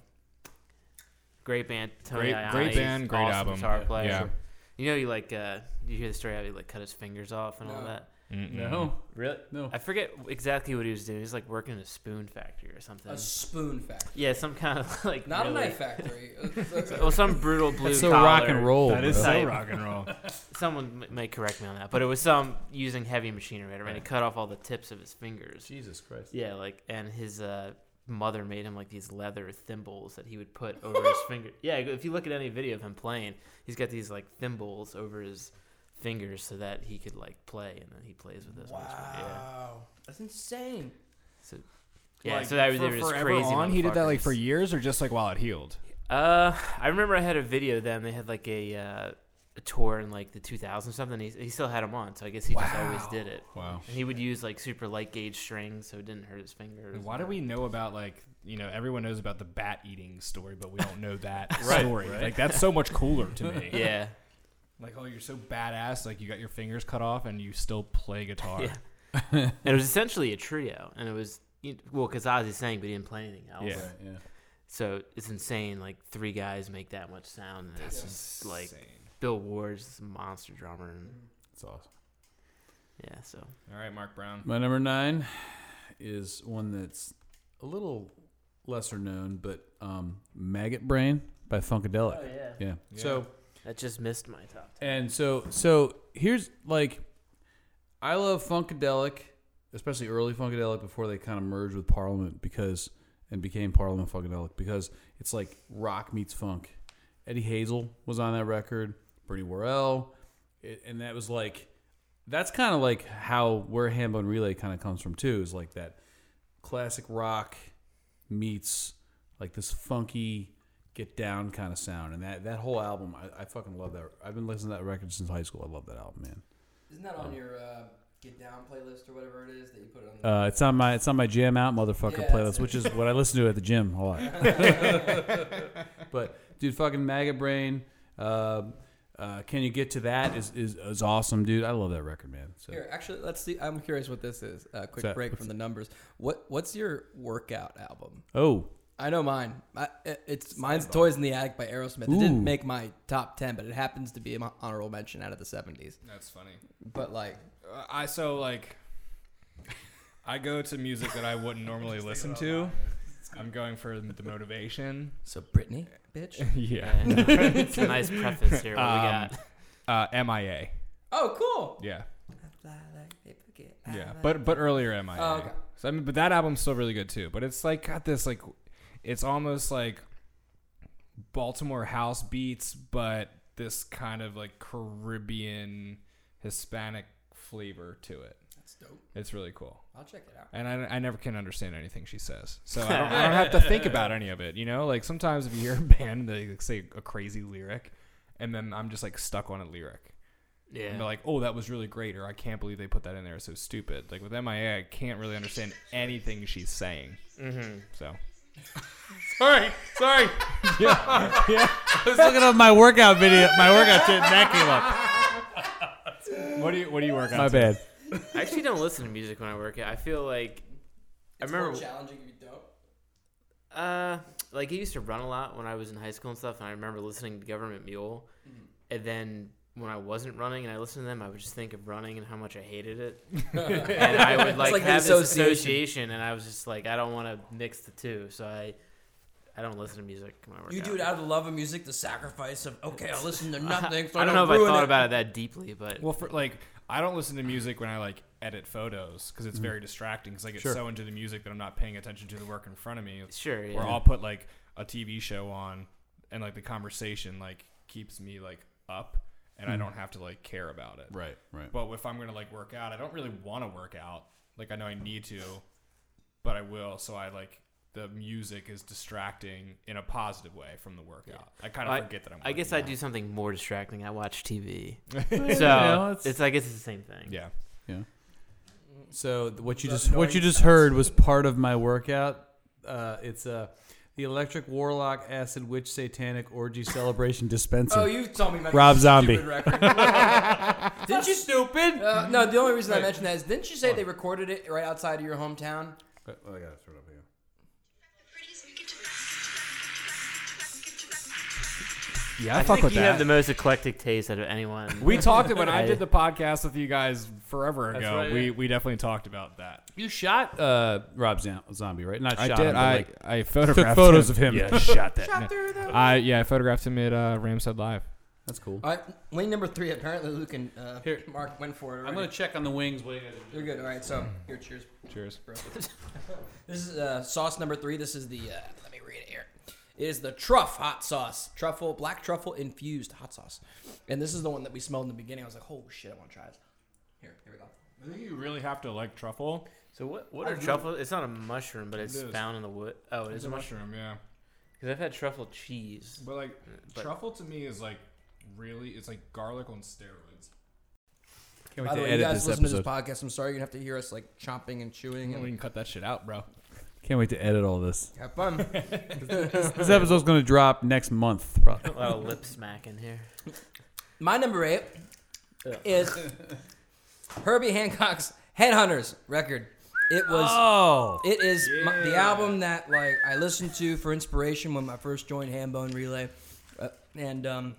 Speaker 1: great band, Tony
Speaker 7: Great-
Speaker 1: Iommi,
Speaker 7: great band, great
Speaker 1: awesome
Speaker 7: album.
Speaker 1: guitar
Speaker 7: Yeah.
Speaker 1: player.
Speaker 7: Yeah.
Speaker 1: You know, you like uh, you hear the story how he like cut his fingers off and all
Speaker 3: No.
Speaker 1: that.
Speaker 2: no,
Speaker 1: Really?
Speaker 2: no.
Speaker 1: I forget exactly what he was doing. He's like working in a spoon factory or something.
Speaker 3: a spoon factory,
Speaker 1: yeah, some kind of like
Speaker 3: not
Speaker 1: really-
Speaker 3: a knife factory.
Speaker 1: Well, some brutal blue
Speaker 2: It's so
Speaker 1: collar-
Speaker 2: rock and
Speaker 1: Oh,
Speaker 2: roll.
Speaker 7: That is
Speaker 2: bro.
Speaker 7: so
Speaker 1: Type.
Speaker 7: rock and roll.
Speaker 1: Someone m- may correct me on that, but it was some using heavy machinery, right? And he cut off all the tips of his fingers.
Speaker 2: Jesus Christ.
Speaker 1: Yeah, like and his uh, mother made him like these leather thimbles that he would put over his finger. Yeah, if you look at any video of him playing, he's got these like thimbles over his fingers so that he could like play, and then he plays with those. on his finger. Yeah.
Speaker 3: that's insane.
Speaker 1: So, yeah, so that was
Speaker 7: for
Speaker 1: they were just
Speaker 7: forever
Speaker 1: crazy.
Speaker 7: on. He did that like
Speaker 1: motherfuckers.
Speaker 7: for years, or just like while it healed.
Speaker 1: Uh, I remember I had a video then. They had like a uh, a tour in like the 2000s or something. He, he still had them on, so I guess he just always did it.
Speaker 7: Wow.
Speaker 1: And he would use like super light gauge strings, so it didn't hurt his fingers.
Speaker 7: Why do we know about like you know everyone knows about the bat eating story, but we don't know that story. Like that's so much cooler to me.
Speaker 1: Yeah,
Speaker 7: Like oh, you're so badass. Like you got your fingers cut off and you still play guitar.
Speaker 1: Yeah. and it was essentially a trio, and it was you- well because Ozzy sang, but he didn't play anything else.
Speaker 7: Yeah.
Speaker 2: Yeah.
Speaker 1: So it's insane. Like three guys make that much sound. And it's just like Bill Ward's this monster drummer, and
Speaker 2: That's awesome.
Speaker 1: yeah. So
Speaker 7: All right, Mark Brown.
Speaker 2: My number nine is one that's a little lesser known, but um, Maggot Brain by Funkadelic.
Speaker 1: Oh, yeah,
Speaker 2: Oh, yeah. So
Speaker 1: that just missed my top.
Speaker 2: and so so here's like, I love Funkadelic, especially early Funkadelic before they kind of merged with Parliament because and became Parliament Funkadelic because it's like rock meets funk. Eddie Hazel was on that record, Bernie Worrell, it, and that was like that's kind of like how where Hambone Relay kind of comes from too is like that classic rock meets like this funky get down kind of sound and that that whole album I, I fucking love that I've been listening to that record since high school I love that album man
Speaker 3: Isn't that on your uh, get down playlist or whatever it is that you put on? The-
Speaker 2: uh, it's on my it's on my jam out motherfucker
Speaker 3: Yeah,
Speaker 2: playlist
Speaker 3: that's
Speaker 2: which is what I listen to at the gym a lot but dude fucking maggot brain uh, uh, can you get to that is, is is awesome dude I love that record man so
Speaker 3: Here, actually, let's see. I'm curious what this is. A quick
Speaker 2: that?
Speaker 3: break from the numbers. What What's your workout album?
Speaker 2: oh
Speaker 3: I know mine. I, it- it's mine's "Toys in the Attic" by Aerosmith. It
Speaker 2: Ooh.
Speaker 3: didn't make my top ten, but it happens to be my honorable mention out of the '70s.
Speaker 7: That's funny.
Speaker 3: But like,
Speaker 7: Uh, I so like I go to music that I wouldn't normally listen to. I'm going for the motivation.
Speaker 3: so Britney, bitch.
Speaker 7: Yeah.
Speaker 1: And it's a nice preface here. What we
Speaker 7: Um,
Speaker 1: got?
Speaker 7: Uh, MIA.
Speaker 3: Oh, cool.
Speaker 7: Yeah.
Speaker 3: Fly like a bucket.
Speaker 7: Yeah, but but earlier MIA.
Speaker 3: Oh, okay.
Speaker 7: So I mean, but that album's still really good too. But it's like got this like,
Speaker 4: it's almost like Baltimore house beats, but this kind of like Caribbean Hispanic flavor to it.
Speaker 3: That's dope.
Speaker 4: It's really cool.
Speaker 3: I'll check it out.
Speaker 4: And I, I never can understand anything she says. So I don't, I don't have to think about any of it. You know, like sometimes if you hear a band and they like, say a crazy lyric, and then I'm just like stuck on a lyric. And
Speaker 1: Yeah.
Speaker 4: they're like, oh, that was really great, or I can't believe they put that in there. It's so stupid. Like with MIA, I can't really understand anything she's saying.
Speaker 1: mm-hmm.
Speaker 4: So
Speaker 2: Sorry, sorry. Yeah, I was looking up my workout video, my workout shit, and that came up.
Speaker 4: what do you what do you work on?
Speaker 2: My
Speaker 4: to?
Speaker 2: bad.
Speaker 1: I actually don't listen to music when I work out. I feel like I remember
Speaker 3: challenging if you don't.
Speaker 1: uh like I used to run a lot when I was in high school and stuff, and I remember listening to Government Mule,
Speaker 3: Mm-hmm.
Speaker 1: and then when I wasn't running and I listened to them, I would just think of running and how much I hated it, and I would like,
Speaker 3: like the
Speaker 1: have this
Speaker 3: association.
Speaker 1: association, and I was just like, I don't want to mix the two, so I I don't listen to music when I work
Speaker 3: You do it out of the love of music, the sacrifice of okay, I'll listen to nothing. So
Speaker 1: I don't know if I
Speaker 3: ruin
Speaker 1: thought
Speaker 3: it.
Speaker 1: about it that deeply, but
Speaker 4: Well, for like I don't listen to music when I like edit photos because
Speaker 1: Mm.
Speaker 4: it's very distracting. Because I get so into the music that I'm not paying attention to the work in front of me.
Speaker 1: sure, yeah.
Speaker 4: Or I'll put like a TV show on, and like the conversation like keeps me like up, and
Speaker 1: Mm-hmm.
Speaker 4: I don't have to like care about it.
Speaker 2: Right, right.
Speaker 4: But if I'm gonna like work out, I don't really want to work out. Like I know I need to, but I will. So I like the music is distracting in a positive way from the workout. I kind of
Speaker 1: I-
Speaker 4: forget that I'm.
Speaker 1: I guess I
Speaker 4: working
Speaker 1: do
Speaker 4: out.
Speaker 1: something more distracting. I watch TV,
Speaker 2: So
Speaker 1: so it's I guess it's the same thing.
Speaker 4: Yeah.
Speaker 2: So th- what you
Speaker 3: Without
Speaker 2: just what
Speaker 3: knowing
Speaker 2: you just
Speaker 3: facts.
Speaker 2: heard was part of my workout. Uh, it's uh, the Electric Warlock Acid Witch Satanic Orgy Celebration Dispenser.
Speaker 3: Oh, you told me about
Speaker 2: Rob
Speaker 3: this
Speaker 2: Zombie.
Speaker 3: stupid record. didn't you?
Speaker 2: stupid!
Speaker 3: Uh, no, the only reason I mentioned that is didn't you say they recorded it right outside of your hometown?
Speaker 4: Yeah, I,
Speaker 1: I
Speaker 4: fuck
Speaker 1: think
Speaker 4: with
Speaker 1: you
Speaker 4: that.
Speaker 1: have the most eclectic taste out of anyone.
Speaker 4: we talked when I did the podcast with you guys forever
Speaker 1: That's
Speaker 4: ago.
Speaker 1: right,
Speaker 4: we
Speaker 1: yeah.
Speaker 4: we definitely talked about that.
Speaker 2: You shot uh, Rob Zam- Zombie, right? Not shot him, but,
Speaker 4: I
Speaker 2: like,
Speaker 4: I
Speaker 2: took
Speaker 4: photographed
Speaker 2: photos of him.
Speaker 4: Yeah, shot that. I yeah, I photographed him at uh, Ramshead Live.
Speaker 2: that's cool.
Speaker 3: All right, lane number three. Apparently, Luke and uh,
Speaker 2: Here.
Speaker 3: Mark went for it.
Speaker 2: I'm
Speaker 3: Already.
Speaker 2: gonna check on the wings. What do you guys
Speaker 3: You're good. All right, so here, cheers.
Speaker 4: Cheers.
Speaker 3: bro. this is uh, sauce number three. This is the. Uh, let me read it here. It is the truff hot sauce, truffle, black truffle infused hot sauce, and this is the one that we smelled in the beginning. I was like, "Oh shit, I want to try this." Here, here we go.
Speaker 4: I think you really have to like truffle.
Speaker 1: So what? What are truffle? It's not a mushroom, but it's
Speaker 4: is.
Speaker 1: found in the wood. Oh, it is
Speaker 4: It's
Speaker 1: a
Speaker 4: a
Speaker 1: mushroom.
Speaker 4: mushroom, yeah. Uh,
Speaker 1: Because I've had truffle cheese.
Speaker 4: But like
Speaker 1: But-
Speaker 4: truffle to me is like really it's like garlic on steroids.
Speaker 2: do? Can't wait
Speaker 3: By the
Speaker 2: to
Speaker 3: way, you
Speaker 2: edit
Speaker 3: guys
Speaker 2: this
Speaker 3: listen
Speaker 2: episode.
Speaker 3: to this podcast. I'm sorry you're gonna have to hear us like chomping and chewing and
Speaker 4: can cut that shit out, bro.
Speaker 2: Can't wait to edit all this.
Speaker 3: have fun.
Speaker 2: This episode's gonna drop next month. Probably.
Speaker 1: A lot of lip smack in here.
Speaker 3: My number eight
Speaker 1: Ugh.
Speaker 3: is Herbie Hancock's Headhunters record. It was.
Speaker 2: Oh,
Speaker 3: It is my, the album that like I listened to for inspiration when I first joined Hambone Relay, uh, and um,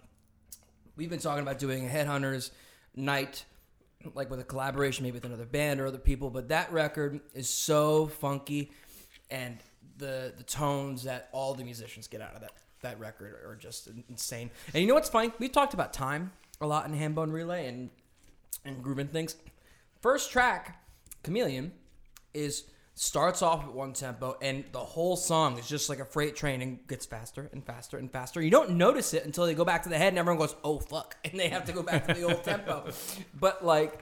Speaker 3: we've been talking about doing a Headhunters night, like with a collaboration, maybe with another band or other people. But that record is so funky, and the the tones that all the musicians get out of that that record are just insane. And you know what's funny? We talked about time a lot in Hambone Relay and and grooving things. First track, Chameleon, is starts off at one tempo and the whole song is just like a freight train and gets faster and faster and faster. You don't notice it until they go back to the head and everyone goes, "Oh fuck," and they have to go back to the old tempo. But like,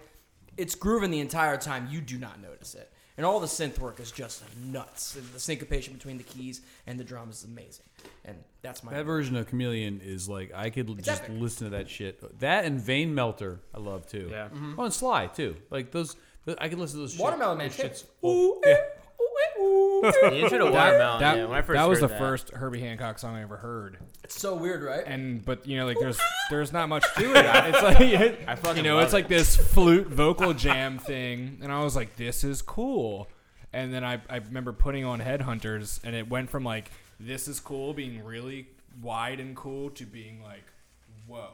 Speaker 3: it's grooving the entire time. You do not notice it, and all the synth work is just nuts. And the syncopation between the keys and the drums is amazing, and that's my.
Speaker 2: that version of Chameleon is like I could l- just
Speaker 3: epic.
Speaker 2: listen to that shit. That and Vein Melter, I love too.
Speaker 1: Yeah.
Speaker 2: Oh, and Sly too. Like those, th- I could listen to those. shit-
Speaker 3: Mm-hmm. Watermelon Man
Speaker 2: those
Speaker 3: too.
Speaker 2: shits- Oh, yeah.
Speaker 1: The intro to watermelon.
Speaker 4: That,
Speaker 1: Oh, yeah, when I first
Speaker 4: that was the
Speaker 1: heard
Speaker 4: first Herbie Hancock song I ever heard.
Speaker 3: It's so weird, right?
Speaker 4: And but you know like there's there's not much to it. It's like it,
Speaker 1: I fucking
Speaker 4: you know
Speaker 1: love
Speaker 4: it's like this flute vocal jam thing, and I was like this is cool. And then I I remember putting on Headhunters, and it went from like this is cool being really wide and cool to being like whoa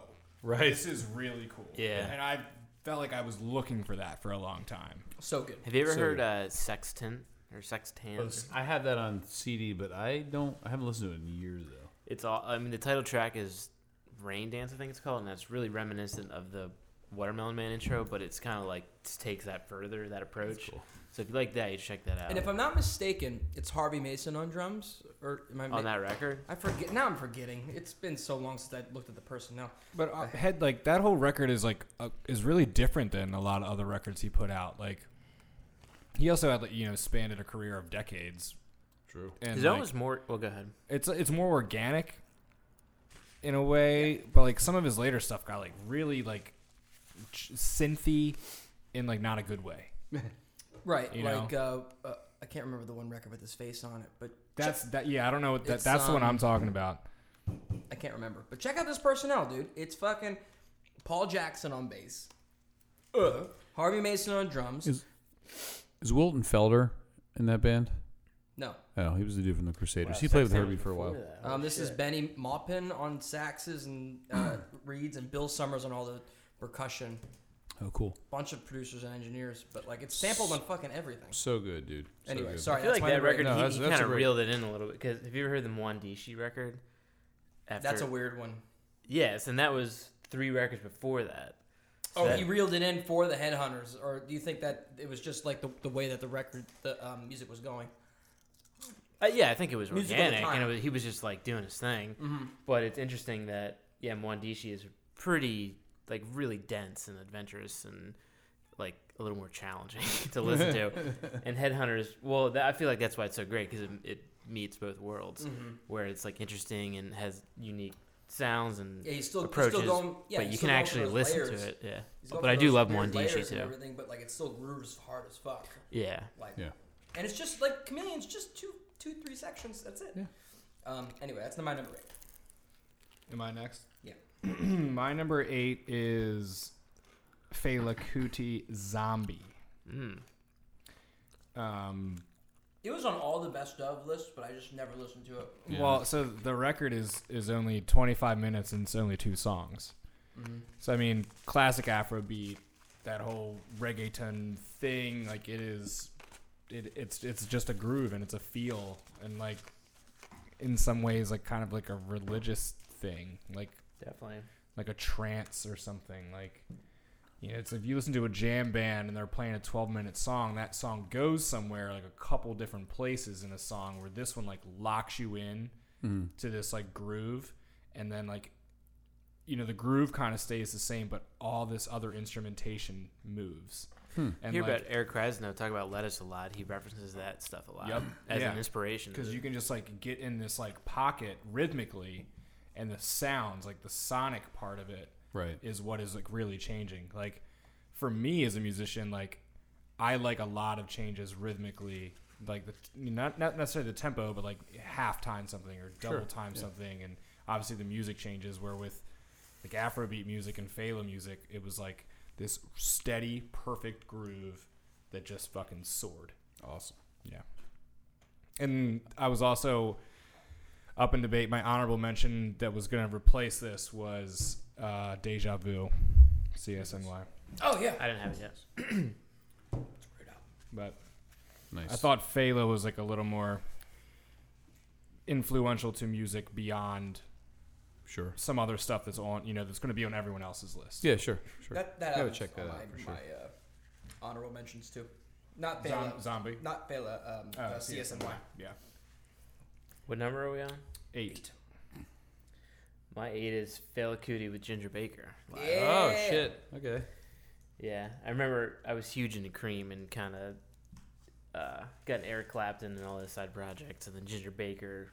Speaker 2: Right.
Speaker 4: this is really cool
Speaker 1: Yeah.
Speaker 4: and I felt like I was looking for that for a long time.
Speaker 3: So good.
Speaker 1: Have you ever
Speaker 2: So-
Speaker 1: heard uh, sextant or sextant?
Speaker 2: I have that on CD, but I don't. I haven't listened to it in years though.
Speaker 1: It's all. I mean, the title track is Rain Dance, I think it's called, and that's really reminiscent of the Watermelon Man intro, but it's kind of like just takes that further, that approach. So if you like that, you should check that out.
Speaker 3: And if I'm not mistaken, it's Harvey Mason on drums, Or am I
Speaker 1: on
Speaker 3: ma-
Speaker 1: that record.
Speaker 3: I forget now. I'm forgetting. It's been so long since I looked at the personnel.
Speaker 4: But uh, head like that whole record is like uh, is really different than a lot of other records he put out. Like he also had like, you know spanned a career of decades.
Speaker 2: True.
Speaker 4: And
Speaker 1: His
Speaker 4: like,
Speaker 1: own was more. Well, go ahead.
Speaker 4: it's it's more organic in a way, but like some of his later stuff got like really like ch- synthy in like not a good way.
Speaker 3: Right,
Speaker 4: You
Speaker 3: like uh, uh, I can't remember the one record with his face on it, but
Speaker 4: That's that yeah, I don't know what that,
Speaker 3: It's,
Speaker 4: that's the one
Speaker 3: um,
Speaker 4: I'm talking about.
Speaker 3: I can't remember. But check out this personnel, dude. It's fucking Paul Jackson on bass, uh, Harvey Mason on drums.
Speaker 2: Is- Is Wilton Felder in that band?
Speaker 3: no,
Speaker 2: Oh, he was the dude from the Crusaders. he played with Herbie for a while.
Speaker 3: um, this is Benny Maupin on saxes and uh, reeds, and Bill Summers on all the percussion.
Speaker 2: Oh, cool.
Speaker 3: Bunch of producers and engineers, but like it's sampled on fucking everything.
Speaker 2: So good, dude. So
Speaker 3: Anyway,
Speaker 2: good.
Speaker 1: I
Speaker 3: sorry.
Speaker 1: feel
Speaker 3: that's
Speaker 1: like
Speaker 3: my
Speaker 1: that
Speaker 3: number eight.
Speaker 1: record.
Speaker 2: No,
Speaker 1: he
Speaker 2: that's- that's
Speaker 1: kind
Speaker 2: a
Speaker 1: of
Speaker 2: great-
Speaker 1: reeled it in a little bit because have you ever heard the Mwandishi record? After,
Speaker 3: That's a weird one.
Speaker 1: yes, and that was three records before that.
Speaker 3: Oh,
Speaker 1: that-
Speaker 3: he reeled it in for the headhunters, or do you think that it was just like the, the way that the record, the um, music was going?
Speaker 1: Uh, yeah, I think it was
Speaker 3: Music of the
Speaker 1: organic, and it
Speaker 3: time.
Speaker 1: was, he was just like doing his thing.
Speaker 3: Mm-hmm,
Speaker 1: But it's interesting that yeah, Mwandishi is pretty like really dense and adventurous and like a little more challenging to listen to. and Headhunters, well, that, I feel like that's why it's so great because it, it meets both worlds,
Speaker 3: Mm. mm-hmm.
Speaker 1: where it's like interesting and has unique sounds and
Speaker 3: Yeah, he's still he's
Speaker 1: approaches,
Speaker 3: still going. Yeah,
Speaker 1: but
Speaker 3: he's
Speaker 1: you can
Speaker 3: still going
Speaker 1: actually
Speaker 3: for those
Speaker 1: listen
Speaker 3: layers.
Speaker 1: to it. Yeah,
Speaker 3: He's going
Speaker 1: but
Speaker 3: for
Speaker 1: I do
Speaker 3: those
Speaker 1: love
Speaker 3: weird layers
Speaker 1: Mwandishi
Speaker 3: and
Speaker 1: too.
Speaker 3: Everything, but like it still grooves hard as fuck.
Speaker 1: Yeah.
Speaker 3: Like,
Speaker 2: Yeah.
Speaker 3: and it's just like Chameleon's just two, two, three sections. That's it.
Speaker 2: Yeah.
Speaker 3: Um. Anyway, that's my number eight.
Speaker 4: Am I next?
Speaker 3: Yeah.
Speaker 4: My number 8 is Fela Kuti Zombie.
Speaker 1: Mm.
Speaker 4: Um
Speaker 3: It was on all the best of lists, but I just never listened to it.
Speaker 2: Yeah.
Speaker 4: Well, so the record is is only 25 minutes and it's only two songs. So I mean, classic Afrobeat, that whole reggaeton thing, like it is, it, it's it's just a groove and it's a feel and like, in some ways, like kind of like a religious thing, like
Speaker 1: Definitely.
Speaker 4: like a trance or something like you know it's if you listen to a jam band and they're playing a 12 minute song that song goes somewhere like a couple different places in a song where this one like locks you in
Speaker 2: Mm-hmm.
Speaker 4: to this like groove and then like you know the groove kind of stays the same but all this other instrumentation moves and
Speaker 1: hear
Speaker 4: like,
Speaker 1: about Eric Krasno talk about lettuce a lot. He references that stuff a lot
Speaker 4: Yep.
Speaker 1: as
Speaker 4: Yeah.
Speaker 1: an inspiration.
Speaker 4: because you can just like get in this like pocket rhythmically and the sounds like the sonic part of it
Speaker 2: Right.
Speaker 4: is what is like really changing like for me as a musician like i like a lot of changes rhythmically like the not, not necessarily the tempo but like half time something or double time something and obviously the music changes where with like afrobeat music and fela music it was like this steady perfect groove that just fucking soared
Speaker 2: Awesome.
Speaker 4: yeah. And I was also up in debate. My honorable mention that was going to replace this was uh, Deja Vu, CSNY.
Speaker 3: Oh yeah.
Speaker 1: I didn't have it yet.
Speaker 4: But
Speaker 2: Nice.
Speaker 4: I thought Fela was like a little more influential to music beyond
Speaker 2: sure.
Speaker 4: some other stuff that's on, you know, that's going to be on everyone else's list.
Speaker 2: Yeah, sure. Sure.
Speaker 3: That that
Speaker 2: Gotta
Speaker 3: was
Speaker 2: check
Speaker 3: on
Speaker 2: that
Speaker 3: my,
Speaker 2: out for sure.
Speaker 3: My uh, honorable mentions too. Not
Speaker 4: Zom-
Speaker 3: Bela.
Speaker 4: zombie.
Speaker 3: Not Bela. Um,
Speaker 4: Uh,
Speaker 3: uh, CSNY.
Speaker 4: Yeah.
Speaker 1: What number are we on?
Speaker 4: Eight.
Speaker 1: My eight is Fela Kuti with Ginger Baker.
Speaker 2: Oh
Speaker 3: Yeah.
Speaker 2: shit. Okay.
Speaker 1: Yeah, I remember I was huge into Cream and kind of uh, got Eric Clapton and all those side projects, and then Ginger Baker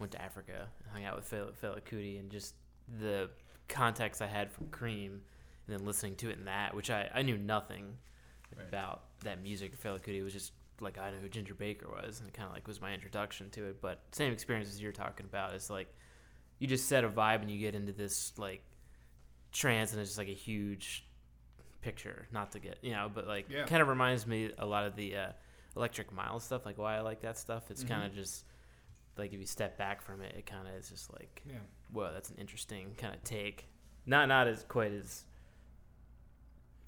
Speaker 1: went to Africa and hung out with Fela, Fela Kuti, and just the context I had from Cream, and then listening to it in that, which I, I knew nothing about that music. Fela Kuti was just like I know who Ginger Baker was, and it kind of like was my introduction to it. But same experience as you're talking about is like you just set a vibe and you get into this like trance, and it's just like a huge picture. Not to get you know, but like
Speaker 4: Yeah.
Speaker 1: kind of reminds me a lot of the uh, Electric Mile stuff. Like why I like that stuff. It's kind of just like if you step back from it, it kind of is just like
Speaker 4: Yeah.
Speaker 1: whoa, that's an interesting kind of take. Not not as quite as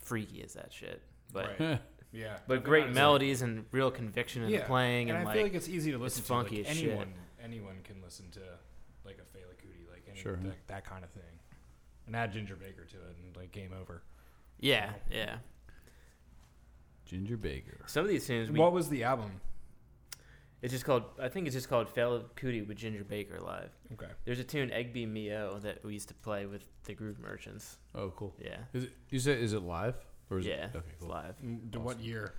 Speaker 1: freaky as that shit, but
Speaker 4: Right. Yeah. I
Speaker 1: but
Speaker 4: think
Speaker 1: great
Speaker 4: honestly-
Speaker 1: melodies and real conviction in the playing and,
Speaker 4: I
Speaker 1: like,
Speaker 4: feel like it's easy to listen to.
Speaker 1: funky
Speaker 4: like,
Speaker 1: as shit.
Speaker 4: anyone, anyone can listen to like a Fela Kuti, like any,
Speaker 2: Sure.
Speaker 4: that, that kind of thing. And add Ginger Baker to it, and like game over.
Speaker 1: yeah, yeah.
Speaker 2: Ginger Baker.
Speaker 1: Some of these tunes we
Speaker 4: what was the album?
Speaker 1: It's just called. I think it's just called "Fella Cootie" with Ginger Baker live.
Speaker 7: Okay.
Speaker 1: There's a tune "Egg Be Mio" that we used to play with the Groove Merchants.
Speaker 2: Oh, cool.
Speaker 1: Yeah,
Speaker 2: Is it, you said is it live or is
Speaker 1: yeah,
Speaker 2: it okay? Cool.
Speaker 1: live.
Speaker 4: To Mm, what year?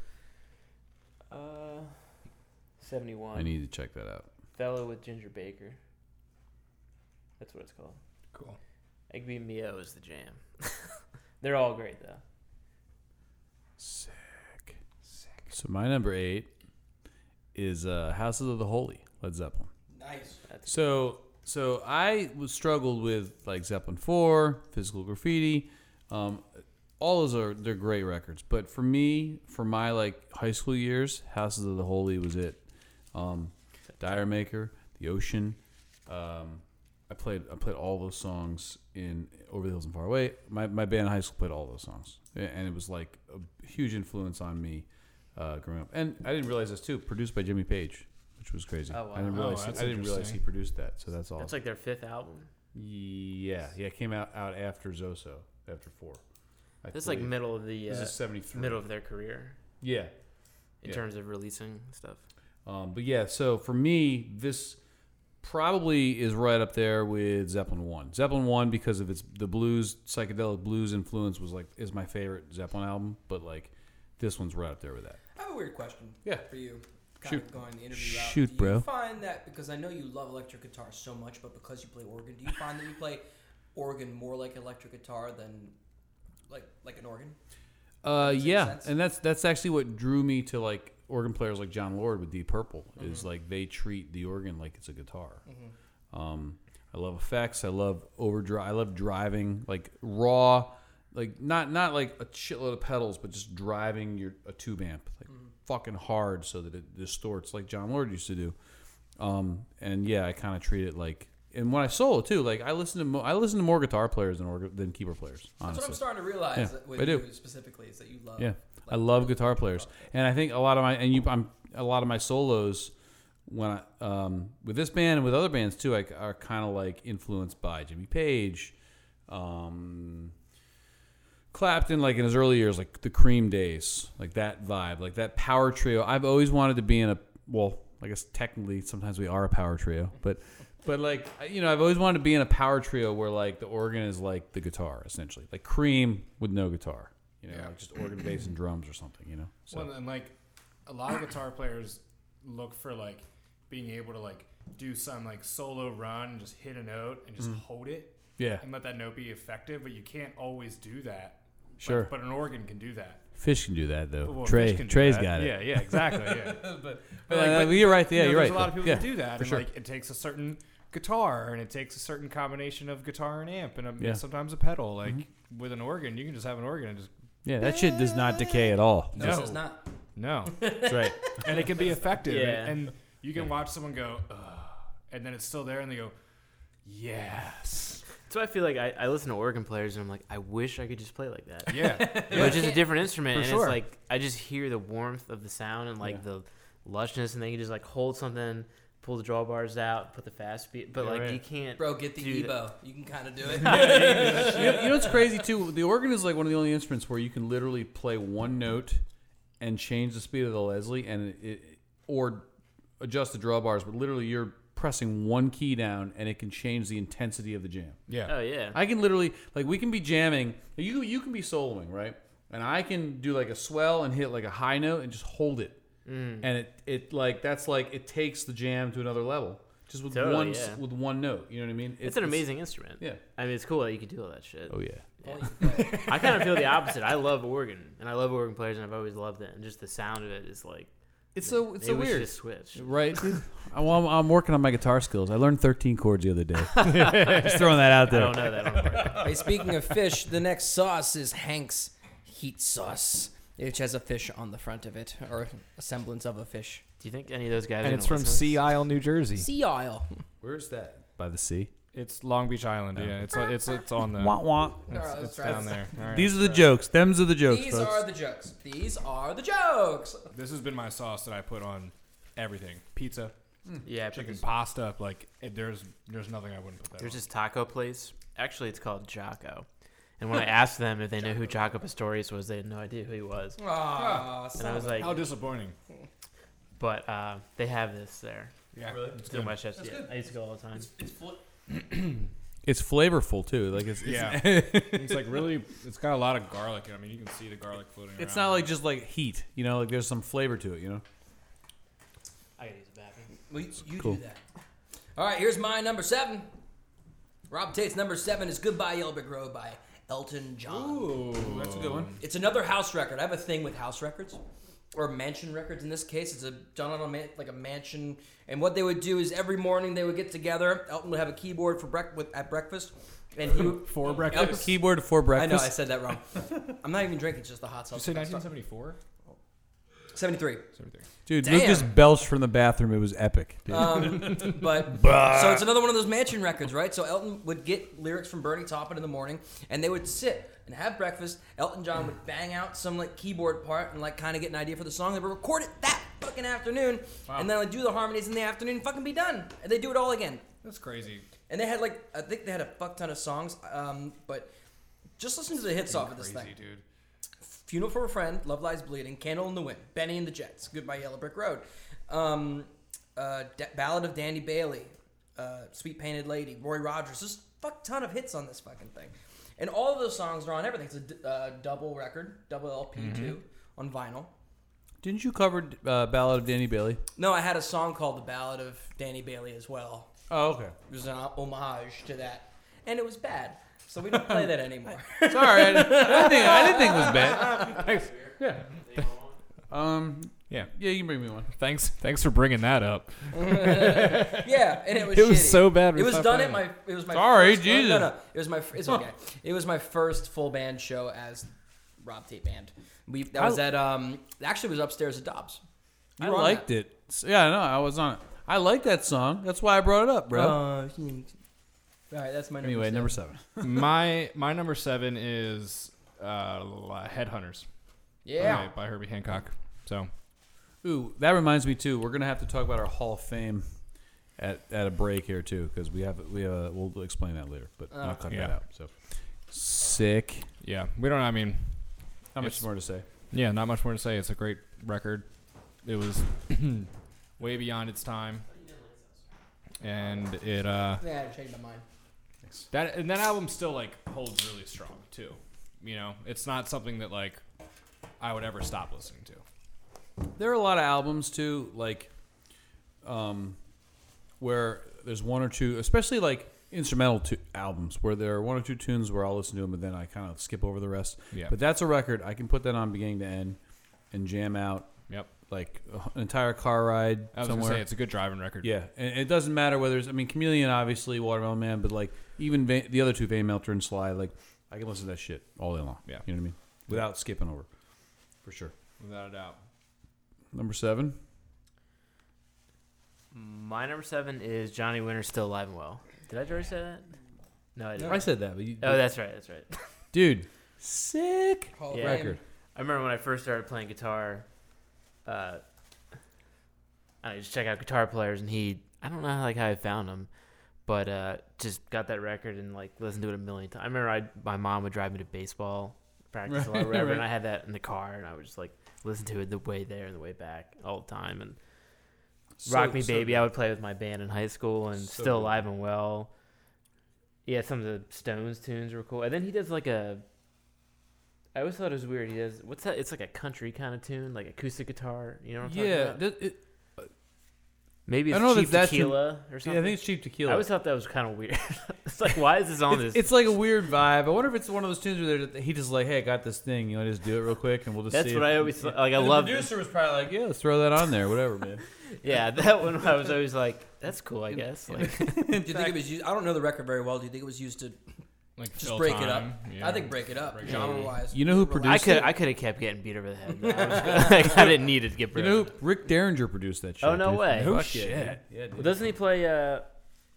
Speaker 1: Uh, seventy-one.
Speaker 2: I need to check that out.
Speaker 1: Fellow with Ginger Baker. That's what it's called.
Speaker 4: Cool.
Speaker 1: Egg Bean Mio is the jam. They're all great though.
Speaker 2: Sick. Sick. So my number eight is uh, Houses of the Holy, Led Zeppelin.
Speaker 3: Nice.
Speaker 2: So so I was struggled with like Zeppelin Four, Physical Graffiti. Um, all those are they're great records, but for me, for my like high school years, Houses of the Holy was it. Um, Dire Maker, The Ocean. Um, I played I played all those songs in Over the Hills and Far Away. My my band in high school played all those songs, A- and it was like a huge influence on me uh, growing up. And I didn't realize this too. Produced by Jimmy Page, which was crazy.
Speaker 1: Oh, wow.
Speaker 2: I didn't
Speaker 7: Oh,
Speaker 2: realize
Speaker 7: that's
Speaker 2: I didn't realize
Speaker 7: interesting.
Speaker 2: he produced that. So that's all.
Speaker 1: That's like their fifth album.
Speaker 2: yeah, yeah. It came out out after Zoso, after four. I
Speaker 1: That's like
Speaker 2: believe.
Speaker 1: middle of the
Speaker 2: this
Speaker 1: uh,
Speaker 2: is seventy three.
Speaker 1: middle of their career
Speaker 2: Yeah,
Speaker 1: in
Speaker 2: Yeah.
Speaker 1: terms of releasing stuff.
Speaker 2: Um, but yeah, so for me, this probably is right up there with Zeppelin One. Zeppelin One because of its the blues psychedelic blues influence was like is my favorite Zeppelin album, but like this one's right up there with that.
Speaker 3: I have a weird question.
Speaker 2: Yeah.
Speaker 3: For you, kind
Speaker 2: Shoot.
Speaker 3: of going the interview route.
Speaker 2: Shoot,
Speaker 3: do you
Speaker 2: bro.
Speaker 3: Find that because I know you love electric guitar so much, but because you play organ, do you find that you play organ more like electric guitar than like like an organ?
Speaker 2: Uh,
Speaker 3: makes
Speaker 2: yeah,
Speaker 3: sense.
Speaker 2: and that's that's actually what drew me to like organ players like John Lord with Deep Purple
Speaker 3: Mm-hmm.
Speaker 2: is like they treat the organ like it's a guitar. Um, I love effects. I love overdrive. I love driving like raw, like not not like a shitload of pedals, but just driving your a tube amp like
Speaker 3: Mm-hmm.
Speaker 2: fucking hard so that it distorts like John Lord used to do. Um, and yeah, I kind of treat it like. And when I solo too, like I listen to mo- I listen to more guitar players than organ than keyboard players. Honestly,
Speaker 3: That's what I'm starting to realize
Speaker 2: Yeah,
Speaker 3: that with
Speaker 2: I do.
Speaker 3: you specifically is that you love.
Speaker 2: yeah,
Speaker 3: like,
Speaker 2: I love guitar players, and I think a lot of my and you, I'm a lot of my solos when I um, with this band and with other bands too, I, are kind of like influenced by Jimmy Page, um, Clapton, like in his early years, like the Cream days, like that vibe, like that power trio. I've always wanted to be in a well, I guess technically sometimes we are a power trio, but. But like I- you know, I've always wanted to be in a power trio where like the organ is like the guitar essentially, like Cream with no guitar, you know,
Speaker 4: Yeah.
Speaker 2: like just organ, bass, and drums or something, you know. So
Speaker 4: Well, and like a lot of guitar players look for like being able to like do some like solo run, and just hit a note and just hold it
Speaker 2: Mm-hmm. yeah,
Speaker 4: and let that note be effective, but you can't always do that. But-
Speaker 2: Sure.
Speaker 4: But, an organ can do that.
Speaker 2: Fish can do that though.
Speaker 4: Well,
Speaker 2: Trey,
Speaker 4: Fish can do
Speaker 2: Trey's
Speaker 4: that.
Speaker 2: got it.
Speaker 4: Yeah, yeah, exactly. Yeah. but,
Speaker 2: Uh, you're right. Yeah,
Speaker 4: you know,
Speaker 2: you're
Speaker 4: there's
Speaker 2: right.
Speaker 4: a lot of
Speaker 2: though.
Speaker 4: people
Speaker 2: yeah.
Speaker 4: that do that,
Speaker 2: for
Speaker 4: and
Speaker 2: sure.
Speaker 4: like it takes a certain guitar, and it takes a certain combination of guitar and amp, and, a,
Speaker 2: Yeah. Mm-hmm.
Speaker 4: sometimes a pedal. Like with an organ, you can just have an organ and just
Speaker 2: Yeah, that shit does not decay at all.
Speaker 3: No,
Speaker 4: No.
Speaker 3: this is not.
Speaker 4: no,
Speaker 2: That's right.
Speaker 4: and it can be effective. and-
Speaker 1: Yeah.
Speaker 4: And, you can watch someone go, Ugh, and then it's still there, and they go, yes,
Speaker 1: So I feel like I, I listen to organ players and I'm like, I wish I could just play like that.
Speaker 4: yeah,
Speaker 1: But it's just a different instrument,
Speaker 4: For
Speaker 1: and
Speaker 4: sure.
Speaker 1: it's like I just hear the warmth of the sound and like the lushness, and then you just like hold something, pull the drawbars out, put the fast beat, but
Speaker 4: Yeah,
Speaker 1: like
Speaker 4: right.
Speaker 1: you can't.
Speaker 3: Bro, get the
Speaker 1: Dude.
Speaker 3: Ebo. You can kind of do it.
Speaker 2: you, know, you know what's crazy too? The organ is like one of the only instruments where you can literally play one note and change the speed of the Leslie and it, or adjust the drawbars, but literally you're pressing one key down and it can change the intensity of the jam.
Speaker 4: yeah,
Speaker 1: Oh yeah.
Speaker 2: I can literally like we can be jamming. You you can be soloing right, and I can do like a swell and hit like a high note and just hold it,
Speaker 1: Mm.
Speaker 2: and it it like that's like it takes the jam to another level just with
Speaker 1: Totally,
Speaker 2: one s-
Speaker 1: yeah.
Speaker 2: with one note. You know what I mean?
Speaker 1: it's an amazing instrument.
Speaker 2: yeah.
Speaker 1: I mean, it's cool that you can do all that shit.
Speaker 2: Oh yeah.
Speaker 1: I kind of feel the opposite. I love organ, and I love organ players, and I've always loved it. And just the sound of it is like
Speaker 2: It's so Oh, it's
Speaker 1: maybe
Speaker 2: so
Speaker 1: we should
Speaker 2: weird.
Speaker 1: just switch.
Speaker 2: Right. I, well, I'm, I'm working on my guitar skills. I learned 13 chords the other day. Just throwing that out
Speaker 1: I
Speaker 2: there.
Speaker 1: don't know that. On organ.
Speaker 3: hey, speaking of fish, the next sauce is Hank's heat sauce, which has a fish on the front of it or a semblance of a fish.
Speaker 1: Do you think any of those guys?
Speaker 7: And
Speaker 1: are
Speaker 7: it's
Speaker 1: gonna
Speaker 7: from
Speaker 1: listen
Speaker 7: Sea Isle, New Jersey.
Speaker 3: Sea oil.
Speaker 2: Where's that? By the sea.
Speaker 7: It's Long Beach Island. Yeah,
Speaker 4: uh,
Speaker 7: it's it's it's on the
Speaker 2: Wah, wah.
Speaker 3: All right,
Speaker 7: it's,
Speaker 3: let's
Speaker 7: it's
Speaker 3: try
Speaker 7: down
Speaker 3: this.
Speaker 7: there. All right.
Speaker 2: These are the jokes. Them's are the jokes,
Speaker 3: These
Speaker 2: folks.
Speaker 3: are the jokes. These are the jokes.
Speaker 4: this has been my sauce that I put on everything: pizza,
Speaker 1: to this? Yeah, I put
Speaker 4: chicken
Speaker 1: this-
Speaker 4: pasta. Like it, there's there's nothing I wouldn't put that.
Speaker 1: There's
Speaker 4: on.
Speaker 1: this taco place. Actually, it's called Jocko. And when I asked them if they knew who Jocko Pastorius was, they had no idea who he was.
Speaker 3: Aw,
Speaker 1: And I was like,
Speaker 4: How disappointing!
Speaker 1: But uh, they have this there.
Speaker 4: Yeah.
Speaker 2: Really?
Speaker 1: It's in Westchester.
Speaker 2: That's
Speaker 1: yeah.
Speaker 2: good.
Speaker 1: I used to go all the time.
Speaker 2: It's, it's flavorful too. Like it's, it's
Speaker 4: Yeah. it's like really, it's got a lot of garlic. in it. I mean, you can see the garlic floating
Speaker 2: It's
Speaker 4: around.
Speaker 2: not like just like heat, you know. Like there's some flavor to it, you know.
Speaker 1: I gotta use the bathroom.
Speaker 3: Well, you, you
Speaker 2: Cool.
Speaker 3: do that. All right, here's my number seven. Rob Tate's number seven is "Goodbye Yellow Brick Road" by Elton John.
Speaker 4: Ooh,
Speaker 2: That's a good one.
Speaker 3: It's another house record. I have a thing with house records or mansion records. In this case, it's a done on a man, like a mansion. And what they would do is every morning they would get together. Elton would have a keyboard for break with, at breakfast, and he would,
Speaker 4: for
Speaker 3: Elton-
Speaker 4: breakfast.
Speaker 2: Keyboard for
Speaker 3: I know I
Speaker 2: breakfast.
Speaker 3: said that wrong. I'm not even drinking; it's just the hot
Speaker 4: You
Speaker 3: sauce.
Speaker 4: say 1974?
Speaker 3: Seventy-three.
Speaker 2: Dude,
Speaker 3: Damn.
Speaker 2: Lucas belched from the bathroom. It was epic. dude.
Speaker 3: Um, but so it's another one of those mansion records, right? So Elton would get lyrics from Bernie Taupin in the morning, and they would sit and have breakfast. Elton John would bang out some like keyboard part and like kind of get an idea for the song. They would record it that fucking afternoon, and then like, do the harmonies in the afternoon, and fucking be done. And they do it all again.
Speaker 4: That's crazy.
Speaker 3: And they had like I think they had a fuck ton of songs, um, but just listen to the hits off of this thing.
Speaker 4: Crazy, dude.
Speaker 3: Funeral for a Friend, Love Lies Bleeding, Candle in the Wind, Benny and the Jets, Goodbye Yellow Brick Road, um, uh, D- Ballad of Dandy Bailey, uh, Sweet Painted Lady, Roy Rogers. There's a fuck ton of hits on this fucking thing. And all of those songs are on everything. It's a d- uh, double record, double LP too, on vinyl.
Speaker 2: Didn't you cover uh, Ballad of Danny Bailey?
Speaker 3: No, I had a song called The Ballad of Danny Bailey as well.
Speaker 2: Oh, okay.
Speaker 3: It was an homage to that. And it was bad. So we don't play that anymore.
Speaker 2: Sorry, I, I, think, I didn't think it was bad.
Speaker 7: Thanks. Yeah.
Speaker 2: Um,
Speaker 7: Yeah.
Speaker 2: yeah, you can bring me one.
Speaker 7: Thanks. Thanks for bringing that up.
Speaker 3: yeah, and it was
Speaker 7: It was
Speaker 3: shitty.
Speaker 7: so bad. we
Speaker 3: It was
Speaker 7: stopped
Speaker 3: done
Speaker 7: playing
Speaker 3: at
Speaker 7: it.
Speaker 3: my. It was my.
Speaker 2: Sorry,
Speaker 3: first, no,
Speaker 2: Jesus.
Speaker 3: No, no, it was my. It's okay. it was my first full band show as Rob Tate Band. We that was
Speaker 7: I-
Speaker 3: at um. Actually, it was upstairs at Dobbs. You
Speaker 2: I
Speaker 3: were on
Speaker 2: liked it. S- Yeah, no, I was on it. I like that song. That's why I brought it up,
Speaker 3: that.
Speaker 2: bro.
Speaker 3: Uh, hmm. all right, that's my number
Speaker 2: anyway,
Speaker 3: seven.
Speaker 2: number seven.
Speaker 7: my my number seven is uh, Headhunters.
Speaker 3: Yeah.
Speaker 7: By, by Herbie Hancock. So
Speaker 2: Ooh, that reminds me too. We're gonna have to talk about our Hall of Fame at, at a break here too, because we have we uh, we'll explain that later. But I'll cut
Speaker 7: Uh,
Speaker 2: that
Speaker 7: Yeah.
Speaker 2: out. So sick.
Speaker 7: yeah, we don't. I mean,
Speaker 2: How much
Speaker 7: It's-
Speaker 2: more to say?
Speaker 7: yeah, not much more to say. It's a great record. It was way beyond its time, and it uh
Speaker 3: Yeah, I changed my mind.
Speaker 7: that and that album still like holds really strong too. You know, it's not something that like I would ever stop listening to.
Speaker 2: There are a lot of albums too, like um, where there's one or two, especially like instrumental tu- albums, where there are one or two tunes where I'll listen to them, but then I kind of skip over the rest.
Speaker 7: Yeah.
Speaker 2: But that's a record I can put that on beginning to end and jam out
Speaker 7: Yep.
Speaker 2: like an entire car ride
Speaker 7: I was
Speaker 2: somewhere.
Speaker 7: gonna say it's a good driving record.
Speaker 2: Yeah, and it doesn't matter whether it's I mean Chameleon, obviously Watermelon Man, but like even Va- the other two, Van Melter and Sly, like I can listen to that shit all day long.
Speaker 7: Yeah.
Speaker 2: you know what I mean, without skipping over, for sure.
Speaker 7: without a doubt.
Speaker 2: Number seven.
Speaker 1: My number seven is Johnny Winter still alive and well. Did I already say that? No, I didn't.
Speaker 2: I said that, but you,
Speaker 1: Oh, that's right. That's right.
Speaker 2: dude, sick
Speaker 3: Hall
Speaker 1: Yeah.
Speaker 3: of Fame.
Speaker 2: record.
Speaker 1: I remember when I first started playing guitar. Uh, I just check out guitar players, and he. I don't know how, like how I found him, but uh, just got that record and like listened to it a million times. I remember I my mom would drive me to baseball practice a lot, or whatever, and I had that in the car, and I would just like listen to it the way there and the way back all the time, and
Speaker 2: So-
Speaker 1: Rock Me
Speaker 2: so
Speaker 1: Baby.
Speaker 2: good.
Speaker 1: I would play with my band in high school and
Speaker 2: So
Speaker 1: Still
Speaker 2: good.
Speaker 1: Alive and Well. Yeah, some of the Stones tunes were cool. And then he does like a. I always thought it was weird. He does. What's that? It's like a country kind of tune, like acoustic guitar. You know what I'm talking
Speaker 2: yeah,
Speaker 1: about?
Speaker 2: that- it-
Speaker 1: Maybe
Speaker 2: I
Speaker 1: it's
Speaker 2: don't know
Speaker 1: Cheap
Speaker 2: if that's in-
Speaker 1: Tequila or
Speaker 2: yeah,
Speaker 1: something.
Speaker 2: I think it's cheap
Speaker 1: I
Speaker 2: tequila.
Speaker 1: always thought that was kind of weird. it's like, why is this on
Speaker 2: it's,
Speaker 1: this?
Speaker 2: it's like a weird vibe. I wonder if it's one of those tunes where they're- he just like, hey, I got this thing. You want to just do it real quick, and we'll just.
Speaker 1: That's
Speaker 2: see
Speaker 1: what
Speaker 2: if-
Speaker 1: I always thought- like. I
Speaker 2: And
Speaker 1: love.
Speaker 2: The producer was probably like, yeah, let's throw that on there, whatever, man.
Speaker 1: Yeah, that one I was always like, that's cool. I guess. Like,
Speaker 3: Do you think it was used? I don't know the record very well. Do you think it was used to
Speaker 7: Like
Speaker 3: just
Speaker 7: fill
Speaker 3: break it up?
Speaker 7: time. Yeah.
Speaker 3: I think break it up,
Speaker 7: Break it up.
Speaker 3: genre wise.
Speaker 2: You know who produced
Speaker 1: I could.
Speaker 2: it?
Speaker 1: I could have kept getting beat over the head. but I, was- like, I didn't need it to get.
Speaker 2: You
Speaker 1: broken.
Speaker 2: know, Rick Derringer produced that shit.
Speaker 1: Oh, no
Speaker 2: dude.
Speaker 1: way. No
Speaker 2: Fuck yeah,
Speaker 7: shit.
Speaker 2: dude. Yeah, dude.
Speaker 1: Well, doesn't he play? uh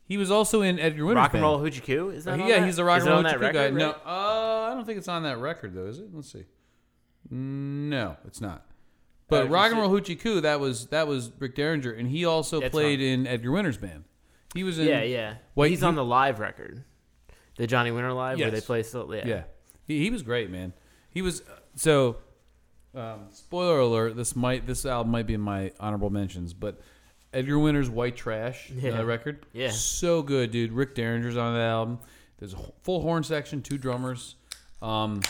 Speaker 2: He was also in Edgar Winter's
Speaker 1: rock and
Speaker 2: band.
Speaker 1: roll hoochie coo is that
Speaker 2: He-
Speaker 1: on
Speaker 2: yeah,
Speaker 1: that?
Speaker 2: he's the rock
Speaker 1: Is
Speaker 2: and
Speaker 1: it
Speaker 2: roll
Speaker 1: on that
Speaker 2: Hoochie Coo guy.
Speaker 1: record,
Speaker 2: No,
Speaker 1: right?
Speaker 2: uh, I don't think it's on that record though, is it? Let's see. No, it's not.
Speaker 1: Uh,
Speaker 2: But
Speaker 1: if you
Speaker 2: rock and roll hoochie coo that was that was Rick Derringer, and he also
Speaker 1: That's
Speaker 2: played
Speaker 1: fine.
Speaker 2: in Edgar Winter's band. He was in
Speaker 1: yeah yeah
Speaker 2: Wait,
Speaker 1: he's
Speaker 2: who-
Speaker 1: on the live record the johnny winter live where they
Speaker 2: Yes.
Speaker 1: play still yeah
Speaker 2: yeah. He, he was great, man. He was uh, so Um, spoiler alert: This might this album might be in my honorable mentions, but Edgar Winter's "White Trash"
Speaker 1: Yeah.
Speaker 2: uh, record,
Speaker 1: Yeah.
Speaker 2: so good, dude. Rick Derringer's on that album. There's a wh- full horn section, two drummers. Um,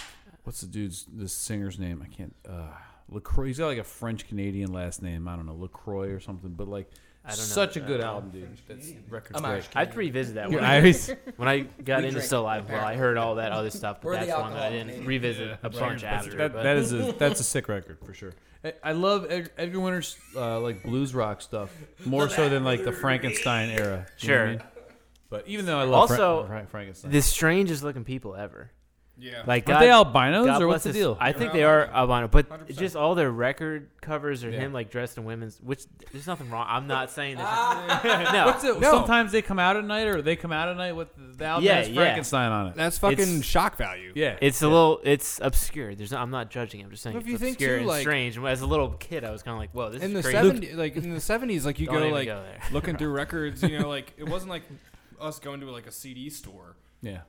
Speaker 2: what's the dude's the singer's name? I can't. Uh, Lacroix. He's got like a French Canadian last name. I don't know Lacroix or something, but like.
Speaker 1: I don't know
Speaker 2: Such a
Speaker 1: that
Speaker 2: good
Speaker 1: at all.
Speaker 2: album, dude. That's record's
Speaker 3: I'm
Speaker 2: great.
Speaker 3: Irish.
Speaker 1: I have to revisit that one.
Speaker 7: Iris.
Speaker 1: when I got
Speaker 3: We
Speaker 1: into
Speaker 3: drink,
Speaker 1: Still Live, well, I
Speaker 3: apparently.
Speaker 1: heard all that other stuff, but
Speaker 3: We're the
Speaker 1: that's one that I
Speaker 3: alcohol
Speaker 1: didn't
Speaker 3: Canadians.
Speaker 1: revisit a bunch
Speaker 2: That's-
Speaker 1: after.
Speaker 2: that-
Speaker 1: but
Speaker 2: that is a that's a sick record for sure. I, I love Ed, Edgar Winter's uh, like blues rock stuff more so than like the Frankenstein era. you know what I
Speaker 1: Sure.
Speaker 2: mean? But even though I love Fra-
Speaker 1: Also,
Speaker 2: Fra- Frankenstein,
Speaker 1: the strangest looking people ever.
Speaker 4: Yeah.
Speaker 1: Like
Speaker 2: are
Speaker 1: God,
Speaker 2: they albinos
Speaker 1: God
Speaker 2: or what's the
Speaker 1: bless his-
Speaker 2: deal?
Speaker 1: I
Speaker 4: They're
Speaker 1: think they are
Speaker 4: albino.
Speaker 1: albino, but
Speaker 4: 100%.
Speaker 1: just all their record covers are
Speaker 2: Yeah.
Speaker 1: him like dressed in women's. Which there's nothing wrong. I'm not saying this. no,
Speaker 2: What's it-
Speaker 7: No.
Speaker 2: Sometimes they come out at night, or they come out at night with the album
Speaker 1: Yeah,
Speaker 2: has
Speaker 1: yeah.
Speaker 2: Frankenstein on it.
Speaker 7: That's fucking
Speaker 1: It's-
Speaker 7: shock value.
Speaker 2: Yeah,
Speaker 1: it's a little. It's obscure. There's. No, I'm not judging. I'm just saying
Speaker 7: Well,
Speaker 1: it's
Speaker 7: if you think
Speaker 1: obscure
Speaker 7: too,
Speaker 1: and
Speaker 7: like-
Speaker 1: strange. As a little kid, I was kind of like, "Whoa, this
Speaker 7: in the
Speaker 1: is crazy."
Speaker 7: 70s, like in the seventies, like you
Speaker 1: Don't
Speaker 7: go
Speaker 1: even
Speaker 7: like
Speaker 1: go there.
Speaker 7: looking through records, you know, like
Speaker 4: it wasn't like us going to like a CD store.
Speaker 2: yeah.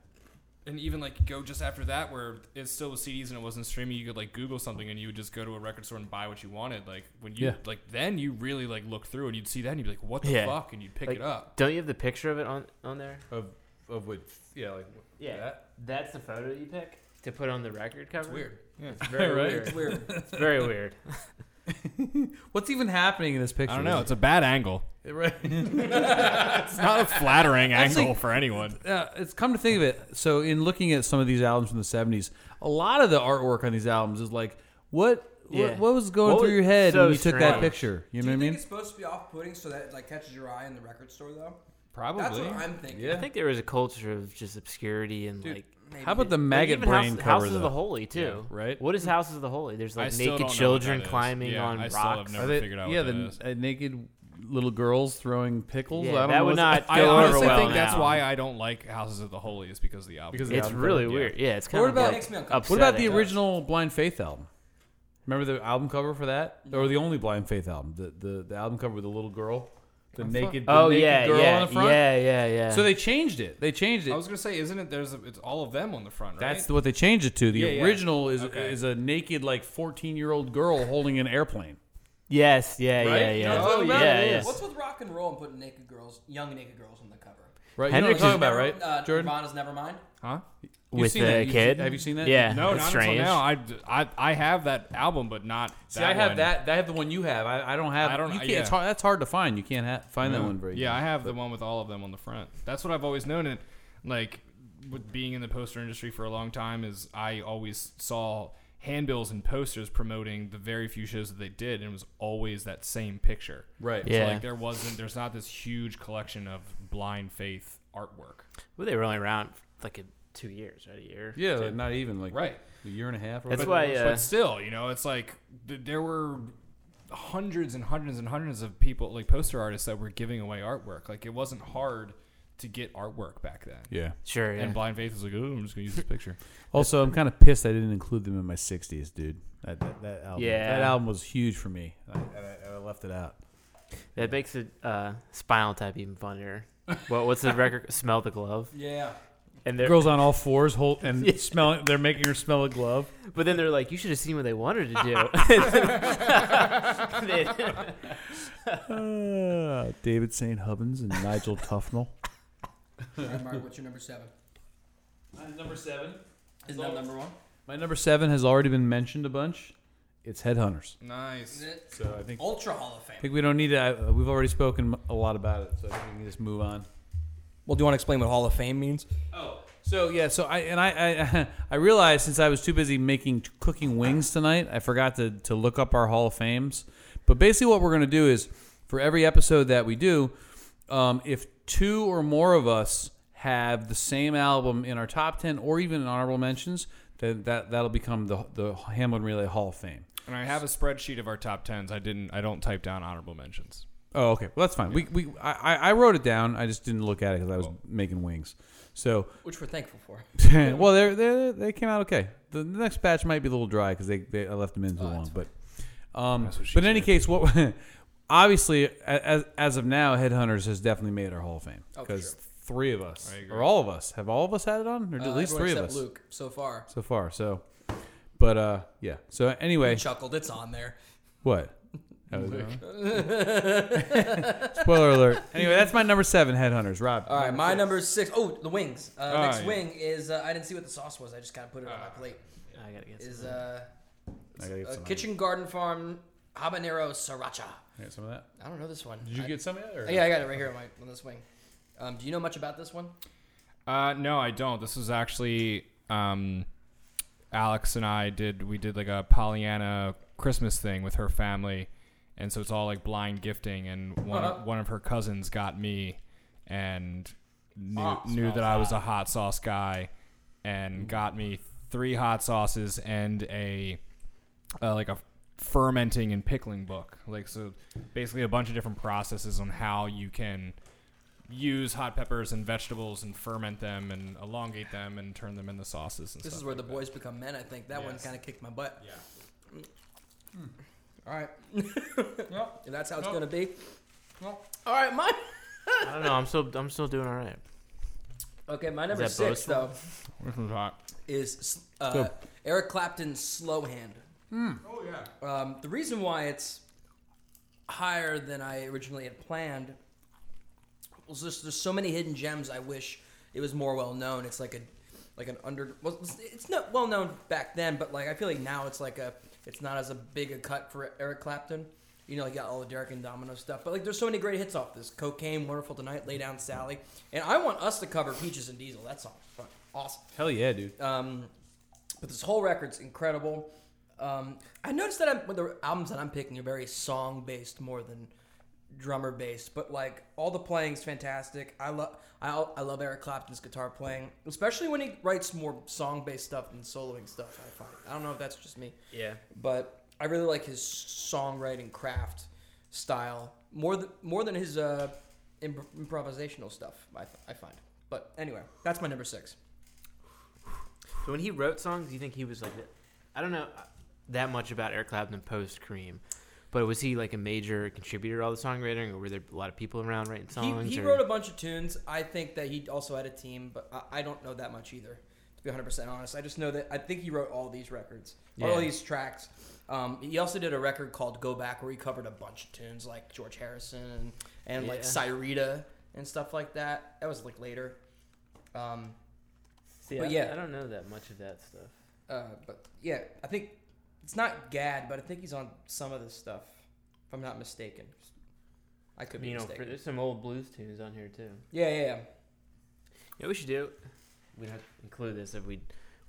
Speaker 4: And even like go just after that, where it still was CDs and it wasn't streaming, you could like Google something and you would just go to a record store and buy what you wanted. Like when you
Speaker 2: Yeah.
Speaker 4: like then you really like look through and you'd see that and you'd be like, what the
Speaker 1: Yeah.
Speaker 4: fuck, and you'd pick
Speaker 1: Like-
Speaker 4: it up.
Speaker 1: Don't you have the picture of it on on there?
Speaker 2: Of of what? Yeah, like
Speaker 1: Yeah. That's the photo you pick to put on the record cover.
Speaker 4: It's weird.
Speaker 1: It's very
Speaker 2: Right?
Speaker 1: weird.
Speaker 3: It's weird.
Speaker 1: It's very weird.
Speaker 2: What's even happening in this picture?
Speaker 7: I don't know, it's a bad angle.
Speaker 2: right.
Speaker 7: It's not a flattering
Speaker 2: Actually-
Speaker 7: angle for anyone.
Speaker 2: uh, it's come to think of it. So, in looking at some of these albums from the '70s, a lot of the artwork on these albums is like, what,
Speaker 1: Yeah.
Speaker 2: what, what was going
Speaker 1: What
Speaker 2: through
Speaker 1: was-
Speaker 2: your head
Speaker 1: so
Speaker 2: when you took that
Speaker 1: strange.
Speaker 2: picture? You know what I
Speaker 3: Do you think
Speaker 2: mean?
Speaker 3: it's supposed to be off-putting so that it like catches your eye in the record store though? That's
Speaker 4: Probably.
Speaker 3: what I'm thinking.
Speaker 2: Yeah.
Speaker 1: I think there was a culture of just obscurity and like.
Speaker 3: Maybe
Speaker 2: How about
Speaker 3: they-
Speaker 2: the maggot
Speaker 1: even
Speaker 2: brain
Speaker 1: House,
Speaker 2: cover?
Speaker 1: Houses of
Speaker 2: though?
Speaker 1: the Holy too,
Speaker 2: right?
Speaker 1: What is Houses of the Holy? There's
Speaker 4: I
Speaker 1: like
Speaker 4: still don't know
Speaker 1: naked
Speaker 4: what
Speaker 1: children
Speaker 4: that is.
Speaker 1: climbing
Speaker 4: Yeah,
Speaker 1: on
Speaker 4: I still have
Speaker 1: rocks.
Speaker 4: never-
Speaker 2: Are they-
Speaker 4: figured out
Speaker 2: yeah,
Speaker 4: what that
Speaker 2: the
Speaker 4: is.
Speaker 2: uh, naked little girls throwing pickles.
Speaker 1: Yeah,
Speaker 2: I don't
Speaker 1: that
Speaker 2: know
Speaker 1: would
Speaker 2: what's-
Speaker 1: not
Speaker 4: I
Speaker 1: go over
Speaker 4: honestly
Speaker 1: well
Speaker 4: think that's
Speaker 1: now.
Speaker 4: why I don't like Houses of the Holy is because of the album.
Speaker 2: Because of the
Speaker 1: It's
Speaker 2: album
Speaker 1: really
Speaker 2: cover, yeah.
Speaker 1: weird. Yeah, it's
Speaker 3: What
Speaker 1: kind
Speaker 3: about
Speaker 1: of like
Speaker 3: X Men?
Speaker 1: upsetting.
Speaker 2: What about the original Blind Faith album? Remember the album cover for that, or the only Blind Faith album? The the, the album cover with the little girl, the naked, the
Speaker 1: Oh
Speaker 2: naked
Speaker 1: yeah,
Speaker 2: girl
Speaker 1: yeah,
Speaker 2: on the front.
Speaker 1: yeah, yeah, yeah.
Speaker 2: So they changed it. They changed it.
Speaker 4: I was gonna say, isn't it? There's a, it's all of them on the front, right?
Speaker 2: That's the- what they changed it to. The
Speaker 4: Yeah, yeah.
Speaker 2: original is
Speaker 4: Okay.
Speaker 2: is a naked like fourteen year old girl holding an airplane.
Speaker 1: yes, yeah,
Speaker 2: Right?
Speaker 1: yeah,
Speaker 2: You
Speaker 1: yeah.
Speaker 2: know what I'm
Speaker 1: Oh,
Speaker 2: talking
Speaker 1: yeah,
Speaker 2: about?
Speaker 1: yeah.
Speaker 3: What's with rock and roll and putting naked girls, young naked girls on the cover?
Speaker 2: Right,
Speaker 1: Hendrix
Speaker 2: you know what I'm
Speaker 1: is-
Speaker 2: talking about, right,
Speaker 3: Uh,
Speaker 2: Jordan?
Speaker 3: Nirvana's Nevermind.
Speaker 4: huh?
Speaker 2: You've
Speaker 1: With
Speaker 2: seen
Speaker 1: the
Speaker 2: that. You've
Speaker 1: kid?
Speaker 2: seen- have you seen that?
Speaker 1: Yeah.
Speaker 4: No,
Speaker 1: That's
Speaker 4: not
Speaker 1: strange.
Speaker 4: until now. I, I I have that album, but not.
Speaker 2: See,
Speaker 4: that
Speaker 2: I have
Speaker 4: one.
Speaker 2: that. I have the one you have. I, I don't have.
Speaker 4: I don't-
Speaker 2: You can't,
Speaker 4: yeah.
Speaker 2: it's hard, that's hard to find. You can't ha- find that one very.
Speaker 4: Yeah, I
Speaker 2: easily.
Speaker 4: have the one with all of them on the front. That's what I've always known. And like with being in the poster industry for a long time, is I always saw handbills and posters promoting the very few shows that they did, and it was always that same picture.
Speaker 2: Right.
Speaker 4: So,
Speaker 1: Yeah.
Speaker 4: like there wasn't. There's not this huge collection of blind faith artwork.
Speaker 1: Well, they were only around for, like a, two years, right? A year.
Speaker 2: Yeah, like, not even like
Speaker 4: Right.
Speaker 2: a year and a half. Or
Speaker 1: That's
Speaker 2: whatever.
Speaker 1: why. Uh,
Speaker 4: but still, you know, it's like th- there were hundreds and hundreds and hundreds of people, like poster artists, that were giving away artwork. Like it wasn't hard to get artwork back then.
Speaker 2: Yeah.
Speaker 1: sure. Yeah.
Speaker 4: And Blind Faith was like, oh, I'm just gonna use this picture.
Speaker 2: Also, I'm kind of pissed I didn't include them in my '60s, dude. That that, that album.
Speaker 1: Yeah.
Speaker 2: That album was huge for me. I, I, I left it out.
Speaker 1: That makes it uh, Spinal Tap even funnier. What what's the record? Smell the glove.
Speaker 3: Yeah.
Speaker 1: And they're,
Speaker 2: Girls on all fours, hold and smelling. They're making her smell a glove.
Speaker 1: but then they're like, you should have seen what they wanted to do. They-
Speaker 2: Uh, David St. Hubbins and Nigel Tufnell.
Speaker 3: All right, Mark, what's your number seven?
Speaker 2: Number seven.
Speaker 3: Isn't that number one?
Speaker 2: My number seven has already been mentioned a bunch. It's Headhunters.
Speaker 4: Nice.
Speaker 2: So I think I
Speaker 3: Ultra Hall of Fame.
Speaker 2: think we don't need to. Uh, we've already spoken a lot about it, so I think we can just move on.
Speaker 3: Well, do you want to explain what Hall of Fame means?
Speaker 2: Oh, so yeah, so I and I I, I realized since I was too busy making cooking wings tonight, I forgot to to look up our Hall of Fames. But basically, what we're gonna do is for every episode that we do, um, if two or more of us have the same album in our top ten or even in honorable mentions, then that that'll become the the Hamlin Relay Hall of Fame.
Speaker 4: And I have a spreadsheet of our top tens. I didn't. I don't type down honorable mentions.
Speaker 2: Oh, okay. Well, that's fine. We, we I, I I wrote it down. I just didn't look at it because I was making wings. So
Speaker 3: Which we're thankful for.
Speaker 2: well, they they they came out okay. The the next batch might be a little dry because they, they I left them in too long. But um, but in any case, what obviously as as of now, Headhunters has definitely made our Hall of Fame
Speaker 3: Oh, for
Speaker 2: because
Speaker 3: sure.
Speaker 2: three of us
Speaker 4: I agree.
Speaker 2: or all of us have all of us had it on, or at
Speaker 3: Uh,
Speaker 2: least
Speaker 3: everyone
Speaker 2: three of
Speaker 3: except
Speaker 2: us
Speaker 3: Luke so far.
Speaker 2: so far. So, But uh, yeah. So anyway,
Speaker 3: chuckled. It's on there.
Speaker 2: what? That was- Spoiler alert. Anyway, that's my number seven, Headhunters. Rob.
Speaker 3: All right, my number six. Oh, the wings. Uh,
Speaker 4: Oh,
Speaker 3: next
Speaker 4: yeah.
Speaker 3: wing is uh, I didn't see what the sauce was. I just kind of put it on
Speaker 2: Ah.
Speaker 3: my plate.
Speaker 1: I gotta get
Speaker 3: Is
Speaker 1: some.
Speaker 3: uh,
Speaker 2: I gotta get
Speaker 3: a
Speaker 2: some,
Speaker 3: kitchen garden farm habanero sriracha.
Speaker 2: I got some of that.
Speaker 3: I don't know this one.
Speaker 2: Did you
Speaker 3: I-
Speaker 2: get some of that? Or?
Speaker 3: Uh, Oh, Yeah, I got it right here on my on this wing. Um, do you know much about this one?
Speaker 4: Uh, no, I don't. This was actually um, Alex and I did. We did like a Pollyanna Christmas thing with her family, and so it's all like blind gifting. And one
Speaker 3: Uh-huh.
Speaker 4: of, one of her cousins got me, and knew,
Speaker 1: Ah,
Speaker 4: knew
Speaker 1: smells
Speaker 4: that I was a
Speaker 1: hot.
Speaker 4: hot sauce guy, and got me three hot sauces and a uh, like a fermenting and pickling book. Like so, basically a bunch of different processes on how you can use hot peppers and vegetables and ferment them and elongate them and turn them into sauces and
Speaker 3: This
Speaker 4: stuff
Speaker 3: is where
Speaker 4: like
Speaker 3: the boys become men. I think that one
Speaker 4: Yes.
Speaker 3: kind of kicked my butt.
Speaker 4: that.
Speaker 3: All right. If that's how it's gonna be.
Speaker 4: Hmm. Nope.
Speaker 3: All right, my
Speaker 1: I don't know. I'm still I'm still doing all right.
Speaker 3: okay. My number
Speaker 1: that
Speaker 3: six though
Speaker 1: boastful?
Speaker 4: Yeah. This one's hot.
Speaker 3: is uh, Eric Clapton's "Slow Hand."
Speaker 4: Oh yeah.
Speaker 3: Um, the reason why it's higher than I originally had planned was just there's so many hidden gems. I wish it was more well known. It's like a like an under. Well, it's- it's not well known back then, but like I feel like now it's like a it's not as a big a cut for Eric Clapton. You know, like yeah, all the Derek and Domino stuff. But like, there's so many great hits off this: "Cocaine," "Wonderful Tonight," "Lay Down Sally," and I want us to cover "Peaches and Diesel." That song is fucking awesome.
Speaker 2: Hell yeah, dude.
Speaker 3: Um, but this whole record's incredible. Um, I noticed that I'm, with the albums that I'm picking are very song based more than drummer based, but like all the playing's fantastic. I love I, al- I love Eric Clapton's guitar playing, especially when he writes more song based stuff than soloing stuff. I find I don't know if that's just me,
Speaker 1: Yeah.
Speaker 3: but I really like his songwriting craft style more than more than his uh, imp- improvisational stuff. I, I find, but anyway, that's my number six.
Speaker 1: So when he wrote songs, do you think he was like, the- I don't know uh, that much about Eric Clapton post Cream, but was he like a major contributor to all the songwriting, or were there a lot of people around writing songs?
Speaker 3: He, he
Speaker 1: or-
Speaker 3: wrote a bunch of tunes. I think that he also had a team, but I, I don't know that much either. To be 100 percent honest, I just know that I think he wrote all these records, or all
Speaker 1: Yeah.
Speaker 3: these tracks. Um, he also did a record called "Go Back" where he covered a bunch of tunes like George Harrison and, and like
Speaker 1: Yeah.
Speaker 3: Cyrita and stuff like that. That was like later. Um,
Speaker 1: See,
Speaker 3: but
Speaker 1: I-
Speaker 3: yeah.
Speaker 1: I don't know that much of that stuff.
Speaker 3: uh, but yeah, I think it's not Gad, but I think he's on some of this stuff, if I'm not mistaken. I could be
Speaker 1: You know, for,
Speaker 3: mistaken.
Speaker 1: there's some old blues tunes on here too.
Speaker 3: yeah, yeah, yeah.
Speaker 1: Yeah, we should do. We don't have to include this if we.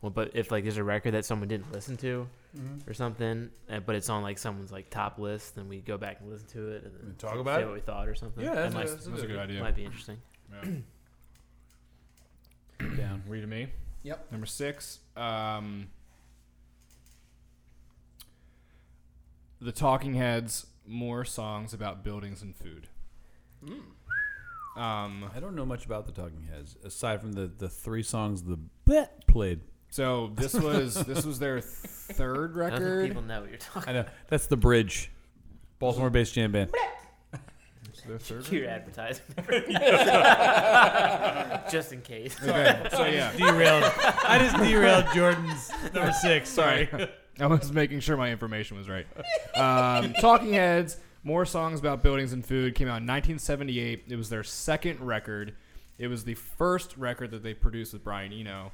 Speaker 1: Well, but if like there's a record that someone didn't listen to
Speaker 2: Mm-hmm.
Speaker 1: or something, uh, but it's on like someone's like top list, then we go back and listen to it and then
Speaker 2: We talk about
Speaker 1: say
Speaker 2: it?
Speaker 1: what we thought or something.
Speaker 2: Yeah,
Speaker 1: that
Speaker 2: that's a-
Speaker 1: might,
Speaker 2: that's a
Speaker 4: That's a good idea.
Speaker 1: might be interesting.
Speaker 4: Down. Read to me.
Speaker 3: Yep.
Speaker 4: Number six. Um, the Talking Heads. More songs about buildings and food.
Speaker 3: Hmm.
Speaker 4: Um,
Speaker 8: I don't know much about the Talking Heads aside from the the three songs the bet played.
Speaker 4: so this was this was their third
Speaker 1: I don't think
Speaker 4: record.
Speaker 1: people know what you're talking.
Speaker 8: I know that's the bridge, Baltimore-based jam band.
Speaker 4: Their third
Speaker 1: Cute advertising. Just in case.
Speaker 4: Okay, so yeah,
Speaker 8: Derailed. I just derailed Jordan's number six. Sorry.
Speaker 4: I was making sure my information was right. Um, Talking Heads, more songs about buildings and food came out in 1978. It was their second record. It was the first record that they produced with Brian Eno.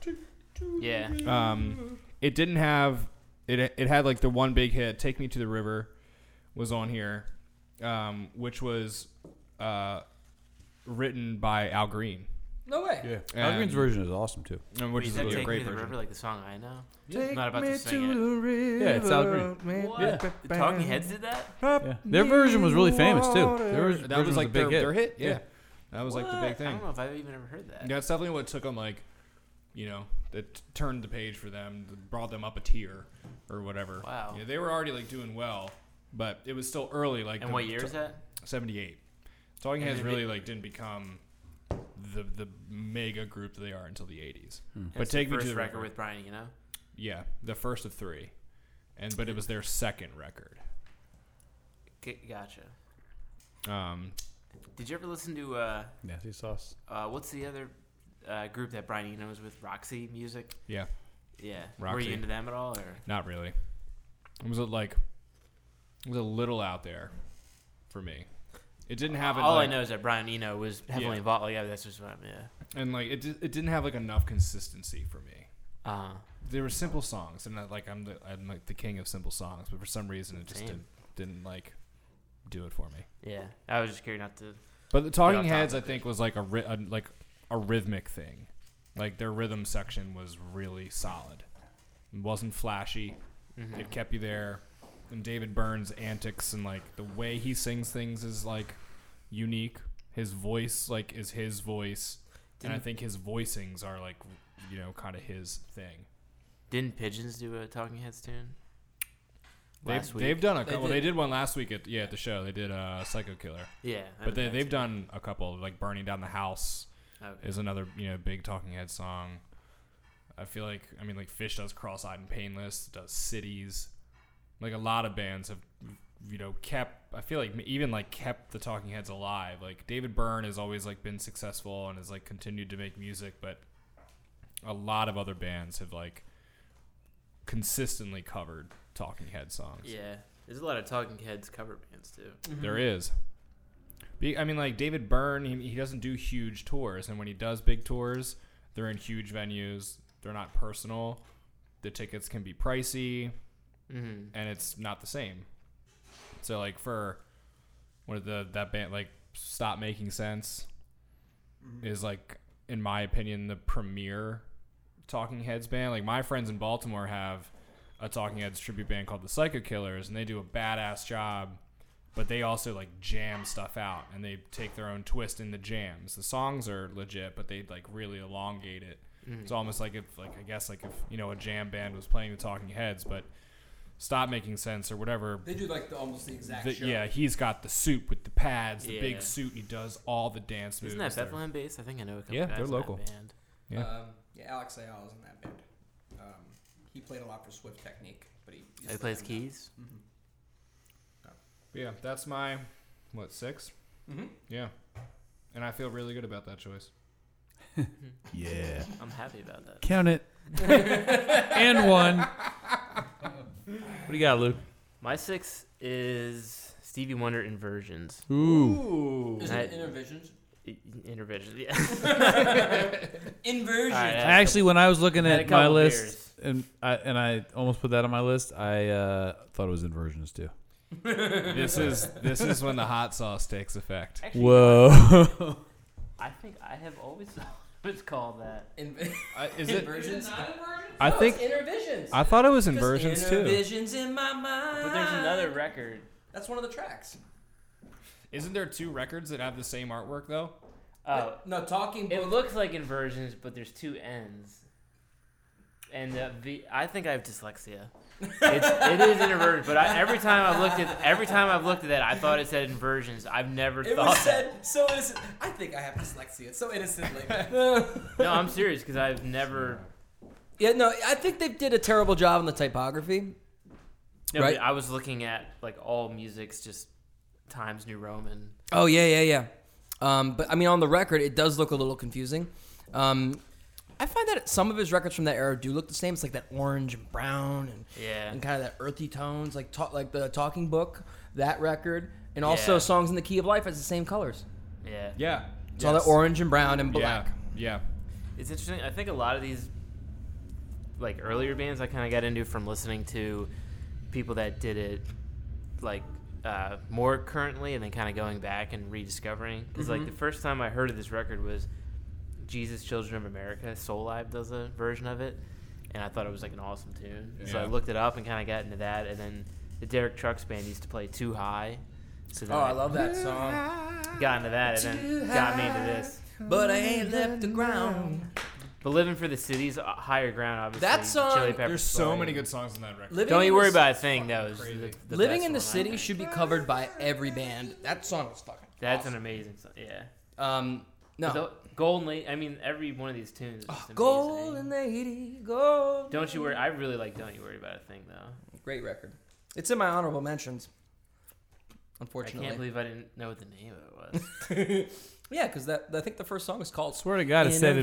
Speaker 1: Yeah.
Speaker 4: Um, it didn't have it. It had like the one big hit, "Take Me to the River," was on here, um, which was uh, written by Al Green,
Speaker 3: No way.
Speaker 8: Yeah.
Speaker 4: Um,
Speaker 8: Al Green's version is awesome too.
Speaker 4: um, which
Speaker 1: Wait,
Speaker 4: is
Speaker 1: that
Speaker 4: really a
Speaker 1: Take Me
Speaker 4: great
Speaker 1: to the
Speaker 4: version.
Speaker 1: river like the song I know. I'm not about to sing it.
Speaker 4: the river.
Speaker 8: Yeah, it's Al Green.
Speaker 1: What? The Talking Heads did that?
Speaker 8: Yeah. Their version was really famous too. Their ver-
Speaker 4: That
Speaker 8: version
Speaker 4: was like
Speaker 8: a
Speaker 4: their,
Speaker 8: big
Speaker 4: their
Speaker 8: hit.
Speaker 4: hit. Yeah.
Speaker 8: Yeah.
Speaker 4: That was like the big
Speaker 1: What? I
Speaker 4: thing.
Speaker 1: don't know if I've even ever heard that.
Speaker 4: That's definitely what took them like, you know, that turned the page for them, that brought them up a tier or whatever.
Speaker 1: Wow.
Speaker 4: Yeah, they were already like doing well, but it was still early. Like,
Speaker 1: And
Speaker 4: the-
Speaker 1: what year is that?
Speaker 4: Seventy-eight. Talking
Speaker 1: And
Speaker 4: Heads
Speaker 1: then
Speaker 4: really like didn't become the the mega group that they are until the '80s. But
Speaker 1: That's
Speaker 4: take
Speaker 1: the
Speaker 4: me
Speaker 1: first
Speaker 4: to the
Speaker 1: record
Speaker 4: river.
Speaker 1: with Brian, you know?
Speaker 4: Yeah, the first of three, and but it was their second record.
Speaker 1: G- gotcha.
Speaker 4: Um,
Speaker 1: Did you ever listen to uh,
Speaker 8: Nasty sauce.
Speaker 1: uh, what's the other uh, group that Brian Eno was with? Roxy Music.
Speaker 4: yeah,
Speaker 1: Yeah. Were
Speaker 4: Roxy.
Speaker 1: you into them at all? Or
Speaker 4: Not really. It was a, like it was a little out there for me. It didn't have it,
Speaker 1: all
Speaker 4: like,
Speaker 1: I know is that Brian Eno was heavily
Speaker 4: Yeah.
Speaker 1: involved. Like, yeah, that's just what I'm. Yeah.
Speaker 4: and like it, di- it didn't have like enough consistency for me.
Speaker 1: Uh,
Speaker 4: There were simple songs, and I, like I'm the I'm like the king of simple songs, but for some reason it just
Speaker 1: Same.
Speaker 4: didn't, didn't like do it for me.
Speaker 1: yeah. I was just curious not to.
Speaker 4: But the
Speaker 1: off
Speaker 4: Talking
Speaker 1: topic,
Speaker 4: Heads, I think, was like a, ri- a like a rhythmic thing. Like their rhythm section was really solid. It wasn't flashy.
Speaker 1: Mm-hmm.
Speaker 4: It kept you there. And David Burns' antics and like the way he sings things is like unique. His voice like is his voice, and I think his voicings are like you know kind of his thing.
Speaker 1: Didn't Pigeons do a Talking Heads tune?
Speaker 4: They've,
Speaker 1: Last week.
Speaker 4: they've done a
Speaker 3: They
Speaker 4: couple. They
Speaker 3: did.
Speaker 4: did one last week at yeah at the show. They did uh, Psycho Killer,
Speaker 1: yeah. I
Speaker 4: but
Speaker 1: would
Speaker 4: they,
Speaker 1: think
Speaker 4: they've
Speaker 1: so.
Speaker 4: done a couple like Burning Down the House.
Speaker 1: Okay.
Speaker 4: is another you know big Talking Head song. I feel like I mean like Fish does Cross Eyed and Painless, does Cities, like a lot of bands have you know kept. I feel like even like kept the Talking Heads alive. Like David Byrne has always like been successful and has like continued to make music, but a lot of other bands have like consistently covered Talking Head songs.
Speaker 1: Oh, Yeah. There's a lot of Talking Heads cover bands too.
Speaker 4: There is. Be- I mean, like David Byrne, he, he doesn't do huge tours, and when he does big tours, they're in huge venues. They're not personal. The tickets can be pricey,
Speaker 1: Mm-hmm.
Speaker 4: and it's not the same. So, like for one of the that band, like Stop Making Sense, is like in my opinion the premier Talking Heads band. Like my friends in Baltimore have a Talking Heads tribute band called the Psycho Killers, and they do a badass job. But they also like jam stuff out, and they take their own twist in the jams. The songs are legit, but they like really elongate it.
Speaker 1: Mm-hmm.
Speaker 4: It's almost like if like I guess like if you know a jam band was playing the Talking Heads, but stop making sense or whatever.
Speaker 3: They do like the, almost the exact
Speaker 4: The-
Speaker 3: show.
Speaker 4: yeah, he's got the suit with the pads, the
Speaker 1: Yeah.
Speaker 4: big suit. He does all the dance moves.
Speaker 1: Isn't that
Speaker 4: They're-
Speaker 1: Bethlehem based? I think I know a couple
Speaker 4: Yeah,
Speaker 1: guys
Speaker 4: they're
Speaker 1: in that
Speaker 4: local.
Speaker 1: band.
Speaker 4: Yeah.
Speaker 3: Um, yeah, Alex Ayala is in that band. Um, he played a lot for Swift Technique, but he he's
Speaker 1: He
Speaker 3: still
Speaker 1: plays
Speaker 3: in
Speaker 1: keys.
Speaker 4: Yeah, that's my what six?
Speaker 3: Mhm.
Speaker 4: Yeah, and I feel really good about that choice.
Speaker 8: Yeah.
Speaker 1: I'm happy about that.
Speaker 2: Count it. and one. What do you got, Luke?
Speaker 1: My six is Stevie Wonder inversions.
Speaker 2: Ooh.
Speaker 3: that. Is it
Speaker 1: I-
Speaker 3: Intervisions?
Speaker 1: I- Intervisions, yeah.
Speaker 3: Inversions.
Speaker 1: Alright, I-
Speaker 2: Actually, when I was looking
Speaker 1: I had a
Speaker 2: at my
Speaker 1: couple
Speaker 2: list,
Speaker 1: beers.
Speaker 8: And I and I almost put that on my list. I uh, thought it was inversions too.
Speaker 4: this is this is when the hot sauce takes effect.
Speaker 1: Actually,
Speaker 8: Whoa.
Speaker 1: I think I have always it's called that.
Speaker 3: Inver-
Speaker 4: I, is it?
Speaker 3: inversions.
Speaker 4: I
Speaker 3: No,
Speaker 4: think
Speaker 3: it's Intervisions.
Speaker 4: I thought it was
Speaker 3: Just
Speaker 4: inversions too.
Speaker 3: Intervisions in my mind.
Speaker 1: But there's another record.
Speaker 3: That's one of the tracks.
Speaker 4: Isn't there two records that have the same artwork though?
Speaker 1: Oh,
Speaker 3: No, talking.
Speaker 1: it
Speaker 3: Book.
Speaker 1: looks like inversions, but there's two N's. And uh, the I think I have dyslexia. It's, it is an inversion, but I, every time I've looked at every time I've looked at that, I thought it said inversions. I've never
Speaker 3: It
Speaker 1: thought.
Speaker 3: was said so innocent. I think I have dyslexia so innocently.
Speaker 1: No, I'm serious because I've never.
Speaker 3: yeah, no, I think they did a terrible job on the typography.
Speaker 1: No,
Speaker 3: Right.
Speaker 1: but I was looking at like all music's just Times New Roman.
Speaker 3: Oh yeah, yeah, yeah. Um, but I mean, on the record, it does look a little confusing. Um, I find that some of his records from that era do look the same. It's like that orange and brown and
Speaker 1: Yeah.
Speaker 3: and kind of that earthy tones, like ta- like the Talking Book, that record, and also
Speaker 1: Yeah.
Speaker 3: songs in the Key of Life has the same colors.
Speaker 1: Yeah.
Speaker 4: Yeah.
Speaker 3: It's all that orange and brown and black.
Speaker 4: Yeah. Yeah.
Speaker 1: It's interesting. I think a lot of these, like earlier bands, I kind of got into from listening to people that did it, like uh, more currently, and then kind of going back and rediscovering. Because
Speaker 3: Mm-hmm.
Speaker 1: like the first time I heard of this record was Jesus Children of America. Soul Live does a version of it, and I thought it was like an awesome tune. So I
Speaker 4: Yeah.
Speaker 1: looked it up and kind of got into that, and then the Derek Trucks band used to play Too High. So then
Speaker 3: Oh, I love that song.
Speaker 1: Got into that, and then got me into this.
Speaker 3: But I ain't left the ground.
Speaker 1: But living for the cities, uh, higher ground, obviously.
Speaker 3: That song-
Speaker 1: Chili Pepper
Speaker 4: There's so
Speaker 1: Spray.
Speaker 4: many good songs in that record.
Speaker 3: Living
Speaker 1: Don't
Speaker 3: in
Speaker 1: you
Speaker 3: the
Speaker 1: worry
Speaker 3: c-
Speaker 1: about a thing. That was
Speaker 4: crazy.
Speaker 1: the, the
Speaker 3: Living
Speaker 1: best
Speaker 3: in
Speaker 1: one,
Speaker 3: the
Speaker 1: I
Speaker 3: city
Speaker 1: think.
Speaker 3: should be covered by every band. That song is fucking.
Speaker 1: That's an
Speaker 3: awesome.
Speaker 1: amazing song. Yeah.
Speaker 3: Um, no.
Speaker 1: The Golden Lady. I mean, every one of these tunes. Is just
Speaker 3: Golden
Speaker 1: amazing.
Speaker 3: Lady, Gold.
Speaker 1: Don't you worry. I really like Don't You Worry About a Thing though.
Speaker 3: Great record. It's in my honorable mentions.
Speaker 1: I
Speaker 3: unfortunately.
Speaker 1: can't believe I didn't know what the name of it was.
Speaker 3: yeah, because that I think the first song is called
Speaker 9: Swear to God, it said
Speaker 3: Inner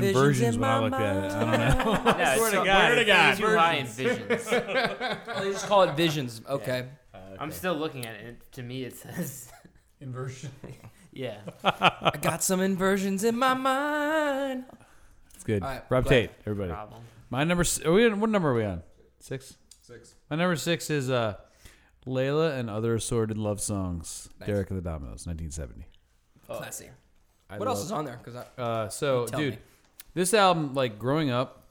Speaker 9: inversions
Speaker 3: visions in
Speaker 9: when I
Speaker 3: my
Speaker 9: looked at it. I don't know.
Speaker 1: no, it's
Speaker 2: Swear to
Speaker 1: so-
Speaker 2: God.
Speaker 1: Swear to God. Too high in
Speaker 2: Versions.
Speaker 1: visions.
Speaker 3: Oh, they just call it Visions. Okay.
Speaker 1: I'm still looking at it. and To me, it says,
Speaker 2: Inversion.
Speaker 1: yeah.
Speaker 3: I got some inversions in my mind.
Speaker 9: It's good.
Speaker 3: All right,
Speaker 9: Rob
Speaker 3: glad-
Speaker 9: Tate, everybody.
Speaker 1: Problem.
Speaker 2: My number. s- Are we on, what number are we on? Six. Six. My number six is uh, Layla and other assorted love songs.
Speaker 3: Nice.
Speaker 9: Derek of the Dominoes, 1970.
Speaker 3: Classy. what else is on there? Because
Speaker 2: Uh, so,
Speaker 3: Tell
Speaker 2: dude,
Speaker 3: me.
Speaker 2: this album, like growing up,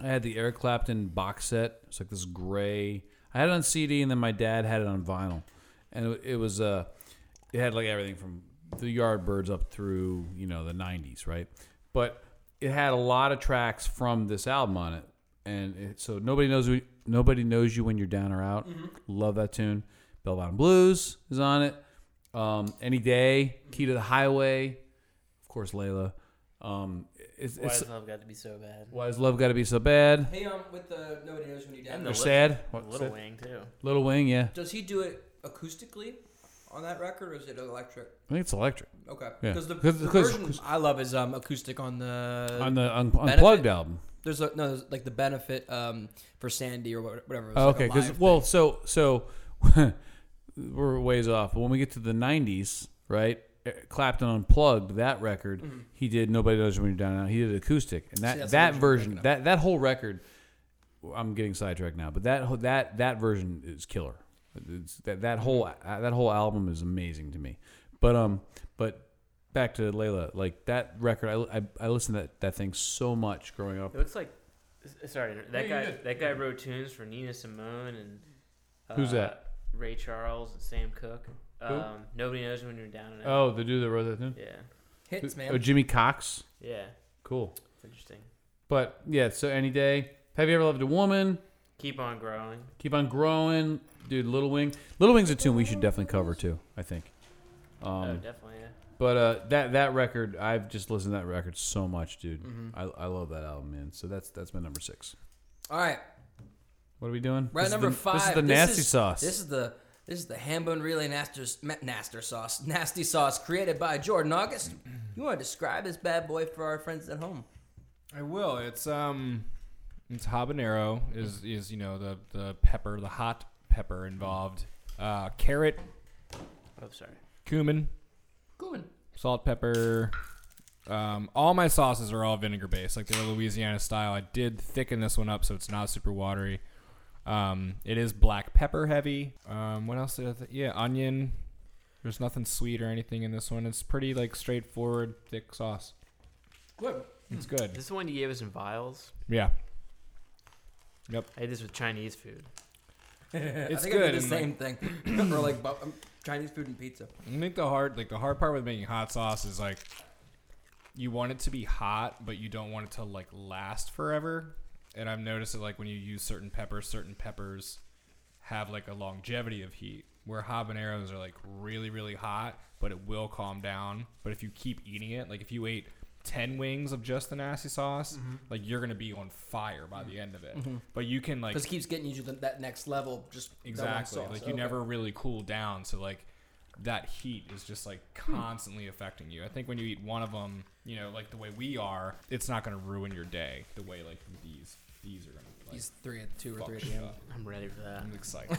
Speaker 2: I had the Eric Clapton box set. It's like this gray. I had it on CD, and then my dad had it on vinyl, and it, it was uh, it had like everything from the Yardbirds up through you know the '90s, right? But it had a lot of tracks from this album on it, and it, so nobody knows who, nobody knows you when you're down or out. Love that tune. Bell Bottom Blues is on it. Um, Any day, Key to the Highway, of course, Layla. Um, it's,
Speaker 1: Why
Speaker 2: it's,
Speaker 1: does love got to be so bad?
Speaker 2: why has love got to be so bad?
Speaker 3: hey, um, with the nobody knows when you
Speaker 1: And
Speaker 3: down.
Speaker 1: the
Speaker 2: Or
Speaker 1: Little-
Speaker 2: sad? What,
Speaker 1: Little
Speaker 2: sad?
Speaker 1: Wing too.
Speaker 2: Little Wing, yeah.
Speaker 3: Does he do it acoustically on that record, or is it electric?
Speaker 2: I think it's electric
Speaker 3: Okay.
Speaker 2: Yeah.
Speaker 3: Because the,
Speaker 2: 'Cause-
Speaker 3: the
Speaker 2: 'cause-
Speaker 3: version I love is um acoustic on
Speaker 1: Uh,
Speaker 3: the
Speaker 2: on the un- unplugged album.
Speaker 3: there's a, no there's like the benefit um for Sandy or wha- whatever. It was
Speaker 2: Oh,
Speaker 3: like a
Speaker 2: okay, because
Speaker 3: live
Speaker 2: well, so so we're ways off. But when we get to the '90s, right? Eh, Clapton unplugged that record. He did "Nobody Knows When You're Down." and Out. He did acoustic, and that
Speaker 3: Mm-hmm. that's the
Speaker 2: that
Speaker 3: version I'm
Speaker 2: version,
Speaker 3: thinking of.
Speaker 2: that that whole record. I'm getting sidetracked now, but that whole- that that version is killer. It's, that that whole
Speaker 3: Mm-hmm.
Speaker 2: uh, that whole album is amazing to me. But um, but back to Layla, like that record, I, I, I listened to that, that thing so much growing up.
Speaker 1: It looks like, s- sorry, that guy. That guy wrote tunes for Nina Simone and uh,
Speaker 2: Whoth's that?
Speaker 1: Ray Charles and Sam Cooke. Um, nobody knows when you're down and out.
Speaker 2: Oh, the dude that wrote that tune.
Speaker 1: Yeah,
Speaker 3: thing. hits
Speaker 2: Oh,
Speaker 3: man.
Speaker 2: Jimmy Cox.
Speaker 1: yeah.
Speaker 2: Cool.
Speaker 1: It's interesting.
Speaker 2: But yeah, so any day. Have you ever loved a woman?
Speaker 1: Keep on growing.
Speaker 2: Keep on growing, dude. Little Wing. Little Wing's a tune we should definitely cover too. I think.
Speaker 1: oh,
Speaker 2: Um,
Speaker 1: definitely. Yeah.
Speaker 2: but uh, that that record, I've just listened to that record so much, dude.
Speaker 3: Mm-hmm.
Speaker 2: I, I love that album, man. So that's that's my number six.
Speaker 3: All right,
Speaker 2: What are we doing?
Speaker 3: we're at
Speaker 2: This is
Speaker 3: number
Speaker 2: the-
Speaker 3: five.
Speaker 2: This is the nasty sauce.
Speaker 3: This is the this is the Hambone Relay Naster Naster sauce nasty sauce created by Jordan August. You want to describe this bad boy for our friends at home?
Speaker 4: I will. It's um, it's habanero is is you know the the pepper, the hot pepper involved. Uh, carrot,
Speaker 1: Oh, sorry.
Speaker 4: cumin,
Speaker 3: Good.
Speaker 4: salt, pepper. Um, all my sauces are all vinegar based, like they're Louisiana style. I did thicken this one up so it's not super watery. Um, it is black pepper heavy. Um, what else? Did I th- yeah, onion. There's nothing sweet or anything in this one. It's pretty like straightforward, thick sauce.
Speaker 3: Good.
Speaker 4: It's good.
Speaker 1: This is the one you gave us in vials.
Speaker 4: Yeah,
Speaker 1: I had this with Chinese food.
Speaker 4: it's
Speaker 3: I think
Speaker 4: good.
Speaker 3: I
Speaker 4: and,
Speaker 3: did the
Speaker 4: like,
Speaker 3: same thing. or like bu- um, Chinese food and pizza.
Speaker 4: I think the hard like the hard part with making hot sauce is like you want it to be hot, but you don't want it to like last forever. And I've noticed that like when you use certain peppers, certain peppers have like a longevity of heat. Where habaneros are like really, really hot, but it will calm down. But if you keep eating it, like if you ate ten wings of just the nasty sauce, like you're gonna be on fire by the end of it. But you can like
Speaker 3: Because it keeps getting you to the, that next level. Just that one
Speaker 4: Exactly.
Speaker 3: sauce.
Speaker 4: Like you
Speaker 3: Okay.
Speaker 4: never really cool down, so like that heat is just like
Speaker 3: Hmm.
Speaker 4: constantly affecting you. I think when you eat one of them, you know, like the way we are, it's not going to ruin your day the way like these these are going to like
Speaker 3: He's three at two or
Speaker 4: fuck
Speaker 3: three at the
Speaker 4: shit
Speaker 3: end.
Speaker 4: up.
Speaker 1: I'm ready for that.
Speaker 4: I'm excited.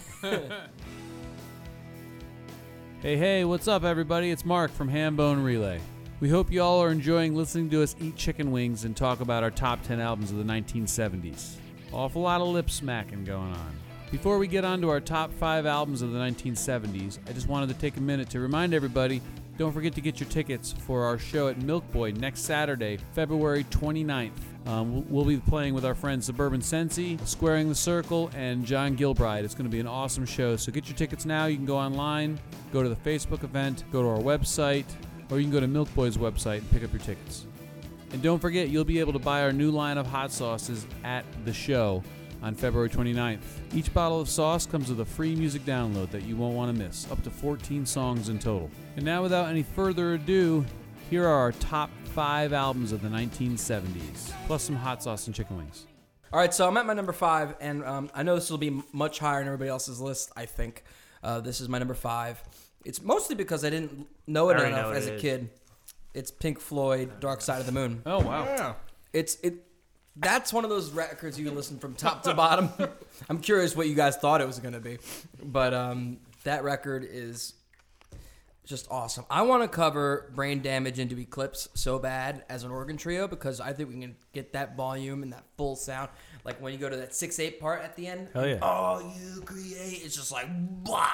Speaker 2: Hey, hey, what's up, everybody? It's Mark from Hambone Relay. We hope you all are enjoying listening to us eat chicken wings and talk about our top 10 albums of the 1970s. Awful lot of lip smacking going on. Before we get on to our top 5 albums of the 1970s, I just wanted to take a minute to remind everybody don't forget to get your tickets for our show at Milk Boy next Saturday, February 29th. Um, we'll- we'll be playing with our friends Suburban Sensi, Squaring the Circle, and John Gilbride. It's going to be an awesome show, so get your tickets now. You can go online, go to the Facebook event, go to our website, or you can go to Milk Boy's website and pick up your tickets. And don't forget, you'll be able to buy our new line of hot sauces at the show on February 29th. Each bottle of sauce comes with a free music download that you won't want to miss, up to 14 songs in total. And now, without any further ado, here are our top five albums of the 1970s, plus some hot sauce and chicken wings.
Speaker 3: All right, so I'm at my number five, and um, I know this will be m- much higher in everybody else's list. I think uh, this is my number five, It's mostly because I didn't know it
Speaker 1: I already know
Speaker 3: enough
Speaker 1: what
Speaker 3: as
Speaker 1: it
Speaker 3: a
Speaker 1: is.
Speaker 3: kid. It's Pink Floyd, Dark Side of the Moon.
Speaker 2: Oh wow.
Speaker 3: It's it. That's one of those records you can listen from top to bottom. I'm curious what you guys thought it was going to be, but um, that record is just awesome. I want to cover Brain Damage into Eclipse so bad as an organ trio because I think we can get that volume and that full sound. Like when you go to that six eight part at the end.
Speaker 2: Hell yeah.
Speaker 3: Oh, you create. It's just like blah.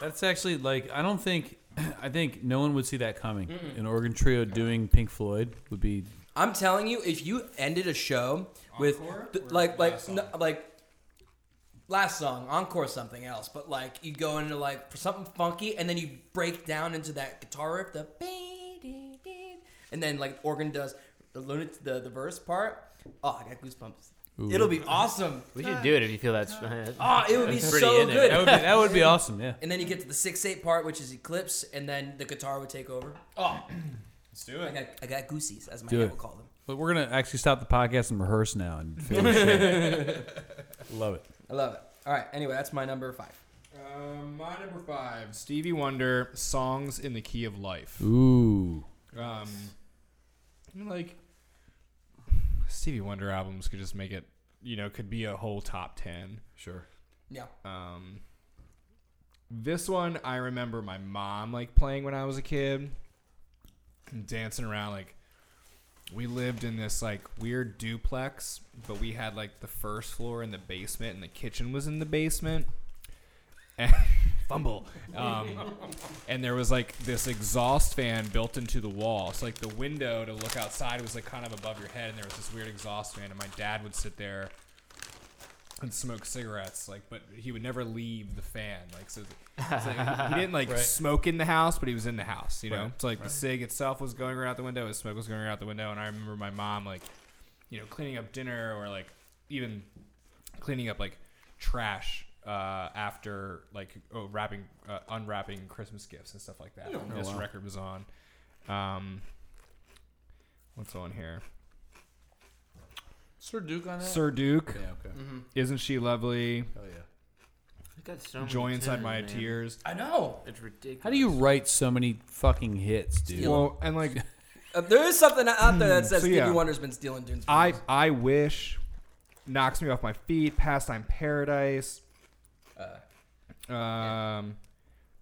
Speaker 2: That's actually like I don't think I think no one would see that coming. An organ trio doing Pink Floyd would be
Speaker 3: I'm telling you, if you ended a show with th- like like no, like last song, encore, something else, but like you go into like for something funky, and then you break down into that guitar riff, the ba-dee-dee, and then like organ does the lunatic the, the verse part. Oh, I got goosebumps. It'll be awesome.
Speaker 1: We should do it if you feel that's.
Speaker 3: Oh, it would be
Speaker 1: That's pretty
Speaker 3: so
Speaker 1: in it.
Speaker 3: good.
Speaker 2: that would be, that would be awesome. Yeah.
Speaker 3: and then you get to the six eight part, which is Eclipse, and then the guitar would take over. Oh,
Speaker 4: Let's do
Speaker 3: I got I got goosies, as my
Speaker 2: Do
Speaker 3: dad
Speaker 2: it.
Speaker 3: would call them.
Speaker 2: But we're gonna actually stop the podcast and rehearse now and figure shit. Love it.
Speaker 3: I love it. All right. Anyway, that's my number five.
Speaker 4: Um, my number five, Stevie Wonder, "Songs in the Key of Life."
Speaker 2: Ooh.
Speaker 4: Um, I mean, like Stevie Wonder albums could just make it, you know, could be a whole top ten.
Speaker 8: Sure.
Speaker 3: Yeah.
Speaker 4: Um, this one I remember my mom like playing when I was a kid, and dancing around. Like we lived in this like weird duplex, but we had like the first floor and the basement, and the kitchen was in the basement. And fumble. Um, and there was like this exhaust fan built into the wall. So like the window to look outside was like kind of above your head, and there was this weird exhaust fan. And my dad would sit there and smoke cigarettes, like, but he would never leave the fan, like, so. it's like, he didn't like smoke in the house, but he was in the house, you know. So like the cig itself was going right out the window, his smoke was going right out the window, and I remember my mom like, you know, cleaning up dinner or like even cleaning up like trash uh, after like oh, wrapping, uh, unwrapping Christmas gifts and stuff like that. this record was on. Um, what's on here?
Speaker 2: Sir Duke on
Speaker 4: Sir Duke,
Speaker 8: Yeah. Okay.
Speaker 4: isn't she lovely?
Speaker 8: Hell yeah.
Speaker 1: got so many
Speaker 4: Joy inside
Speaker 1: tunes,
Speaker 4: my
Speaker 1: man.
Speaker 4: tears.
Speaker 3: I know.
Speaker 1: It's ridiculous.
Speaker 2: How do you write so many fucking hits, dude?
Speaker 4: Well, and like
Speaker 3: Uh, there is something out there that says
Speaker 4: Hmm, So,
Speaker 3: Stevie
Speaker 4: yeah.
Speaker 3: Wonder's been stealing tunes. from
Speaker 4: I
Speaker 3: us.
Speaker 4: I wish knocks me off my feet. Pastime Paradise. um,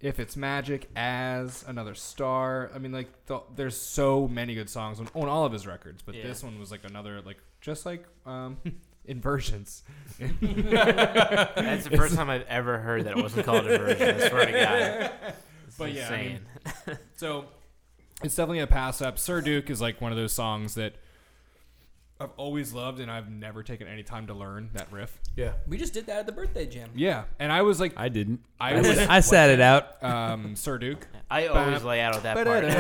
Speaker 4: if it's magic, as another star. I mean, like the, there's so many good songs on, on all of his records, but
Speaker 1: Yeah.
Speaker 4: this one was like another like just like um inversions.
Speaker 1: That's the first time I've ever heard that it wasn't called a version. I swear to God. It's
Speaker 4: But yeah, I
Speaker 1: insane.
Speaker 4: mean, So it's definitely a pass up. Sir Duke is like one of those songs that I've always loved, and I've never taken any time to learn that riff.
Speaker 8: Yeah.
Speaker 3: we just did that at the birthday jam.
Speaker 4: Yeah, and I was like,
Speaker 2: I didn't.
Speaker 4: I
Speaker 2: I,
Speaker 4: was
Speaker 2: I sat it out.
Speaker 4: um, Sir Duke.
Speaker 1: I always lay out that part. always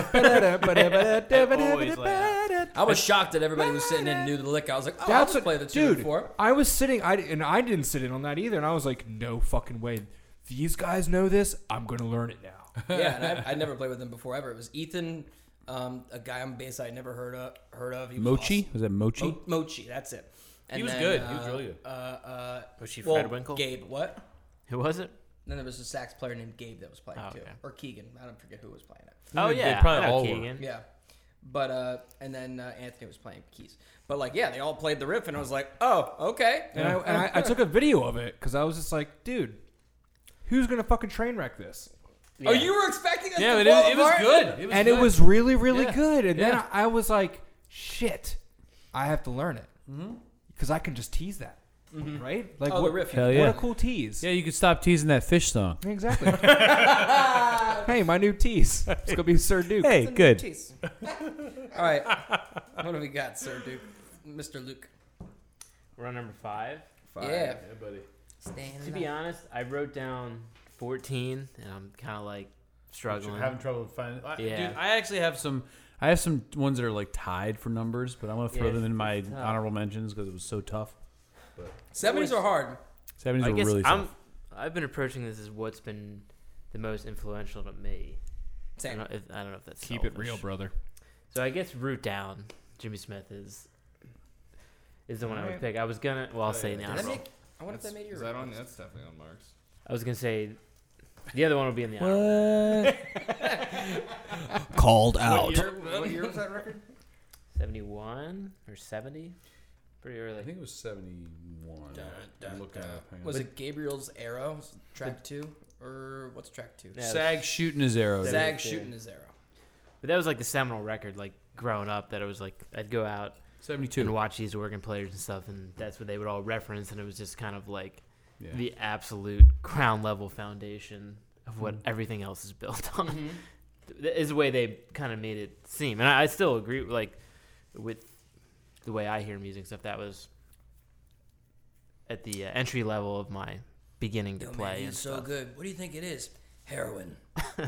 Speaker 1: lay out.
Speaker 4: That's
Speaker 3: I was shocked that everybody was sitting in and knew the lick. I was like, oh, I'll just
Speaker 4: what,
Speaker 3: play the tune
Speaker 4: dude.
Speaker 3: before.
Speaker 4: I was sitting, I and I didn't sit in on that either, and I was like, no fucking way. These guys know this. I'm gonna learn it now.
Speaker 3: Yeah, and I, I never played with him before ever. It was Ethan, um, a guy on bass I never heard of. Heard of. He was
Speaker 2: Mochi? Was that Mochi?
Speaker 3: awesome. Mo- Mochi, that's it. And
Speaker 2: was
Speaker 3: then,
Speaker 2: good.
Speaker 3: Uh,
Speaker 2: He was really good.
Speaker 3: Uh, uh,
Speaker 1: Mochi
Speaker 3: well,
Speaker 1: Fredwinkle?
Speaker 3: Gabe, what?
Speaker 1: Who was it?
Speaker 3: Then there was a sax player named Gabe that was playing
Speaker 1: Oh,
Speaker 3: too,
Speaker 1: okay.
Speaker 3: or Keegan. I don't forget who was playing it.
Speaker 1: Oh
Speaker 2: They- they
Speaker 1: yeah,
Speaker 2: probably
Speaker 1: I know
Speaker 2: all were.
Speaker 1: Keegan.
Speaker 3: Yeah. But uh, and then uh, Anthony was playing keys. But like, yeah, they all played the riff, and I was like, oh, okay.
Speaker 4: And, I, and I, I took a video of it because I was just like, dude, who's gonna fucking train wreck this?
Speaker 3: Oh, you were expecting us
Speaker 2: yeah,
Speaker 3: to
Speaker 2: but it,
Speaker 3: fall
Speaker 2: it was
Speaker 3: apart?
Speaker 2: good. It was
Speaker 4: and
Speaker 2: good.
Speaker 4: it was really, really
Speaker 2: Yeah.
Speaker 4: good. And then
Speaker 2: Yeah.
Speaker 4: I I was like, shit, I have to learn it because I can just tease that, right? Like
Speaker 3: Oh, the
Speaker 4: what,
Speaker 3: riff.
Speaker 2: Hell
Speaker 4: what
Speaker 2: yeah.
Speaker 4: a cool tease.
Speaker 2: Yeah, you could stop teasing that fish song.
Speaker 4: Exactly. hey, my new tease. It's gonna be Sir Duke.
Speaker 2: Hey, good.
Speaker 3: Jeez. All right. What do we got, Sir Duke? Mr. Luke.
Speaker 1: We're on number five.
Speaker 3: Yeah.
Speaker 8: buddy.
Speaker 3: Stand
Speaker 1: To be honest, I wrote down 14, and I'm kind of like struggling.
Speaker 8: Having trouble finding. I-
Speaker 1: Yeah.
Speaker 2: Dude, I actually have some. I have some ones that are like tied for numbers, but I'm gonna throw
Speaker 1: Yeah,
Speaker 2: them in
Speaker 1: it's-
Speaker 2: my
Speaker 1: it's tough.
Speaker 2: honorable mentions because it was so tough.
Speaker 3: 70s are hard.
Speaker 2: Seventies
Speaker 1: I
Speaker 2: were
Speaker 1: guess
Speaker 2: really
Speaker 1: I'm.
Speaker 2: tough.
Speaker 1: I've been approaching this as what's been the most influential to me. I don't
Speaker 3: Same.
Speaker 1: know if, I don't know if that's
Speaker 4: Keep it
Speaker 1: selfish.
Speaker 4: real, brother.
Speaker 1: So I guess root down Jimmy Smith is is the one I would
Speaker 4: Alright.
Speaker 1: pick. I was gonna. Well, I'll say
Speaker 3: Did
Speaker 1: now.
Speaker 3: I, make, I wonder if they made your.
Speaker 4: That's definitely on Mark's.
Speaker 1: I was gonna say The other one will be in the hour.
Speaker 8: What? Called
Speaker 4: What
Speaker 8: out.
Speaker 4: year, what year was that record?
Speaker 1: 71 or 70? Pretty
Speaker 8: I
Speaker 1: early.
Speaker 8: think it was 71. I'm looking up. hang on.
Speaker 3: Was it Gabriel's Arrow, track two, or what's track two?
Speaker 1: Yeah,
Speaker 2: Sag shooting his arrows.
Speaker 1: Sag-
Speaker 3: Zag
Speaker 1: yeah.
Speaker 3: shooting his arrow.
Speaker 1: But that was like the seminal record, like growing up, that it was like I'd go out and
Speaker 2: Seventy-two.
Speaker 1: watch these Oregon players and stuff, and that's what they would all reference, and it was just kind of like
Speaker 8: Yeah.
Speaker 1: the absolute ground level foundation of what everything else is built on.
Speaker 3: Mm-hmm.
Speaker 1: Th- Is the way they kind of made it seem, and I, I still agree. Like with the way I hear music and stuff, that was at the uh, entry level of my beginning to
Speaker 3: Yo,
Speaker 1: play.
Speaker 3: man,
Speaker 1: and
Speaker 3: he's so
Speaker 1: stuff.
Speaker 3: good. What do you think it is? Heroin.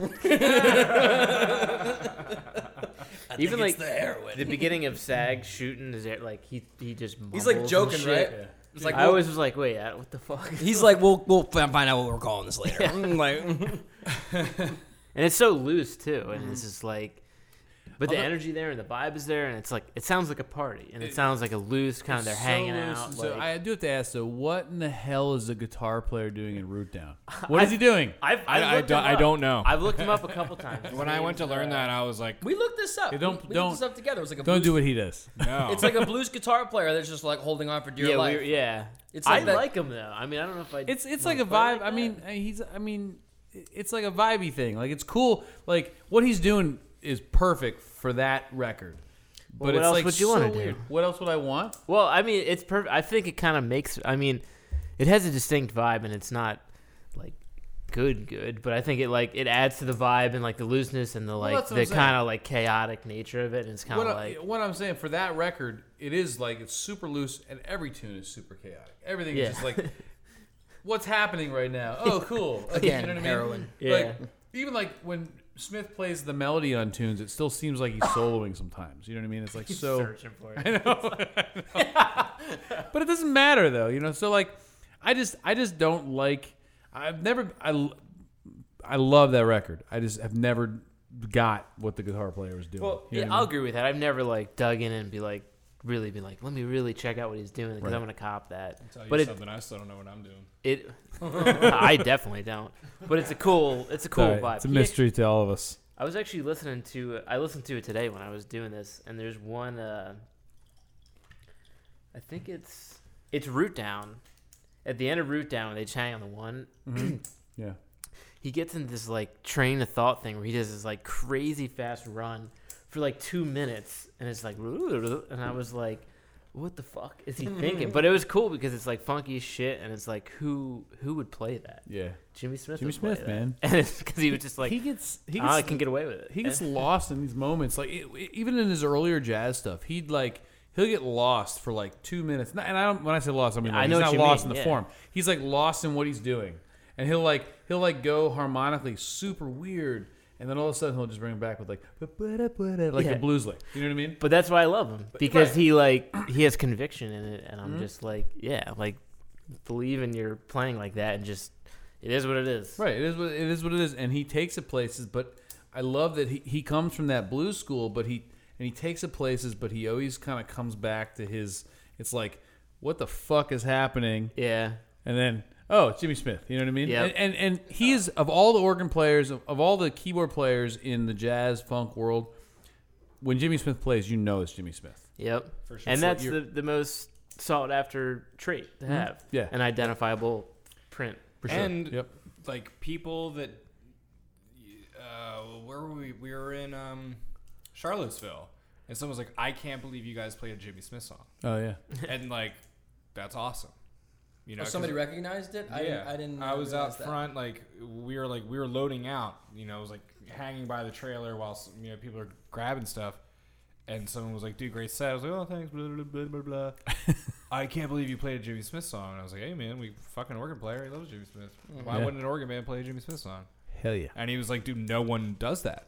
Speaker 3: I
Speaker 1: Even
Speaker 3: Even
Speaker 1: like
Speaker 3: like the heroin.
Speaker 1: the beginning of Sag shooting is there, like he he just
Speaker 3: he's
Speaker 1: mumbles
Speaker 3: like
Speaker 1: and
Speaker 3: joking,
Speaker 1: shit.
Speaker 3: right? It's like
Speaker 1: I always was like, wait, I- what the fuck?
Speaker 3: He's like, we'll we'll fi- find out what we're calling this later. I'm like,
Speaker 1: And it's so loose too, and it's just like, but the energy there and the vibe is there, and it's like it sounds like a party, and it, sounds like a loose kind of they're hanging out.
Speaker 2: So
Speaker 1: like-
Speaker 2: I do have to ask though, what in the hell is a guitar player doing in Root Down? What is he doing?
Speaker 1: I've, I've
Speaker 7: I, I,
Speaker 1: looked
Speaker 7: don't,
Speaker 1: him
Speaker 7: I
Speaker 1: up.
Speaker 7: don't know.
Speaker 1: I've looked him up a couple times.
Speaker 7: when I went to learn that, I was like,
Speaker 3: we looked this up.
Speaker 2: Yeah, don't-
Speaker 3: we, we
Speaker 2: don't-
Speaker 3: looked this up together. It was like a
Speaker 2: Don't
Speaker 3: blues,
Speaker 2: do what he does.
Speaker 7: no.
Speaker 3: It's like a blues guitar player that's just like holding on for dear
Speaker 1: yeah, we
Speaker 3: life.
Speaker 1: were, yeah.
Speaker 3: It's
Speaker 1: I
Speaker 3: like that-
Speaker 1: like him though. I mean, I don't know if I.
Speaker 2: It's it's
Speaker 1: wanna
Speaker 2: like a
Speaker 1: play
Speaker 2: vibe.
Speaker 1: like
Speaker 2: I
Speaker 1: that.
Speaker 2: mean, uh, he's. I mean, it's like a vibey thing. Like it's cool. Like what he's doing is perfect for that record. But
Speaker 1: Well, what
Speaker 2: it's
Speaker 1: else
Speaker 2: like
Speaker 1: would you
Speaker 2: so
Speaker 1: wanna do?
Speaker 2: weird. What else would I want?
Speaker 1: Well, I mean, it's perfect. I think it kind of makes. I mean, it has a distinct vibe, and it's not like good, good. But I think it like it adds to the vibe and like the looseness and the like
Speaker 2: that's what
Speaker 1: the
Speaker 2: I'm saying.
Speaker 1: kind of like chaotic nature of it. And it's kind
Speaker 2: What,
Speaker 1: of
Speaker 2: I,
Speaker 1: like
Speaker 2: what I'm saying for that record, it is like it's super loose, and every tune is super chaotic. Everything
Speaker 1: Yeah.
Speaker 2: is just like, what's happening right now? Oh, cool. Okay,
Speaker 3: Again,
Speaker 2: you know what I mean?
Speaker 3: heroin.
Speaker 1: Yeah.
Speaker 2: Like, even like when Smith plays the melody on tunes, it still seems like he's soloing sometimes. You know what I mean? It's like so.
Speaker 1: searching for it.
Speaker 2: but it doesn't matter though you know so like i just i just don't like i've never i l- I love that record i just have never got what the guitar player was doing
Speaker 1: Well,
Speaker 2: You know
Speaker 1: yeah,
Speaker 2: what I
Speaker 1: I'll
Speaker 2: mean?
Speaker 1: agree with that. I've never like dug in and be like really be like, let me really check out what he's doing because
Speaker 2: Right.
Speaker 1: I'm gonna cop that.
Speaker 4: Tell you
Speaker 1: But it,
Speaker 4: something, I still don't know what I'm doing.
Speaker 1: it, I definitely don't. But it's a cool, it's a cool
Speaker 2: Sorry,
Speaker 1: vibe.
Speaker 2: it's a
Speaker 1: He ac-
Speaker 2: mystery to all of us
Speaker 1: I was actually listening to I listened to it today when I was doing this, and there's one. Uh, I think it's it's root down. At the end of root down, they chang on the one.
Speaker 2: yeah
Speaker 1: He gets into this like train of thought thing where he does this like crazy fast run for like two minutes, and it's like, and I was like, what the fuck is he thinking? but it was cool because it's like funky as shit, and it's like who who would play that?
Speaker 2: yeah
Speaker 1: Jimmy Smith.
Speaker 2: Jimmy
Speaker 1: would play
Speaker 2: Smith,
Speaker 1: that.
Speaker 2: man.
Speaker 1: and it's because he was just like,
Speaker 2: he gets he
Speaker 1: "Ah, I
Speaker 2: gets
Speaker 1: can get away with it.
Speaker 2: he gets
Speaker 1: And-
Speaker 2: lost in these moments like it, it- even in his earlier jazz stuff he'd like he'll get lost for like two minutes Not- and i don't when i say lost i mean
Speaker 1: Yeah,
Speaker 2: like,
Speaker 1: I know
Speaker 2: he's
Speaker 1: what
Speaker 2: not
Speaker 1: you
Speaker 2: lost
Speaker 1: mean,
Speaker 2: in the
Speaker 1: yeah.
Speaker 2: form he's like lost in what he's doing and he'll like he'll like go harmonically super weird and then all of a sudden he'll just bring it back with like "Ba-ba-da-ba-da," like
Speaker 1: Yeah.
Speaker 2: the blues lick you know what i mean
Speaker 1: But that's why I love him because he like he has conviction in it, and I'm
Speaker 2: Mm-hmm.
Speaker 1: just like, yeah, like believe in your playing like that, and just it is what it is.
Speaker 2: Right. It is what it is. What it is, and he takes it places. But I love that he, he comes from that blues school, but he and he takes it places, but he always kind of comes back to his. It's like, what the fuck is happening?
Speaker 1: Yeah,
Speaker 2: And then, oh, it's Jimmy Smith. You know what I mean?
Speaker 1: Yep.
Speaker 2: And, and and he is of all the organ players, of, of all the keyboard players in the jazz funk world, when Jimmy Smith plays, you know it's Jimmy Smith.
Speaker 1: yep.
Speaker 2: For sure.
Speaker 1: And
Speaker 2: So
Speaker 1: that's the,
Speaker 2: you're- Mm-hmm.
Speaker 1: the most sought after trait to have.
Speaker 2: Yeah.
Speaker 1: an identifiable print.
Speaker 2: For sure.
Speaker 7: And-
Speaker 2: yep.
Speaker 7: like people that uh, where were we? We were in um, Charlottesville, and someone's like, "I can't believe you guys played a Jimmy Smith song,"
Speaker 2: Oh yeah.
Speaker 7: and like, that's awesome. You know,
Speaker 3: Oh,
Speaker 7: 'cause-
Speaker 3: somebody recognized it. I didn't. I didn't.
Speaker 7: I was
Speaker 3: realize
Speaker 7: out
Speaker 3: that.
Speaker 7: front, like we were like we were loading out. You know, it was like hanging by the trailer while s- you know people are grabbing stuff, and someone was like, "Dude, great set." I was like, "Oh, thanks." Blah blah blah blah blah. I can't believe you played a Jimmy Smith song. And I was like, "Hey man, we fucking organ player. He loves Jimmy Smith. Why
Speaker 2: Yeah.
Speaker 7: wouldn't an organ man play a Jimmy Smith song?"
Speaker 2: Hell yeah.
Speaker 7: And he was like, "Dude, no one does that."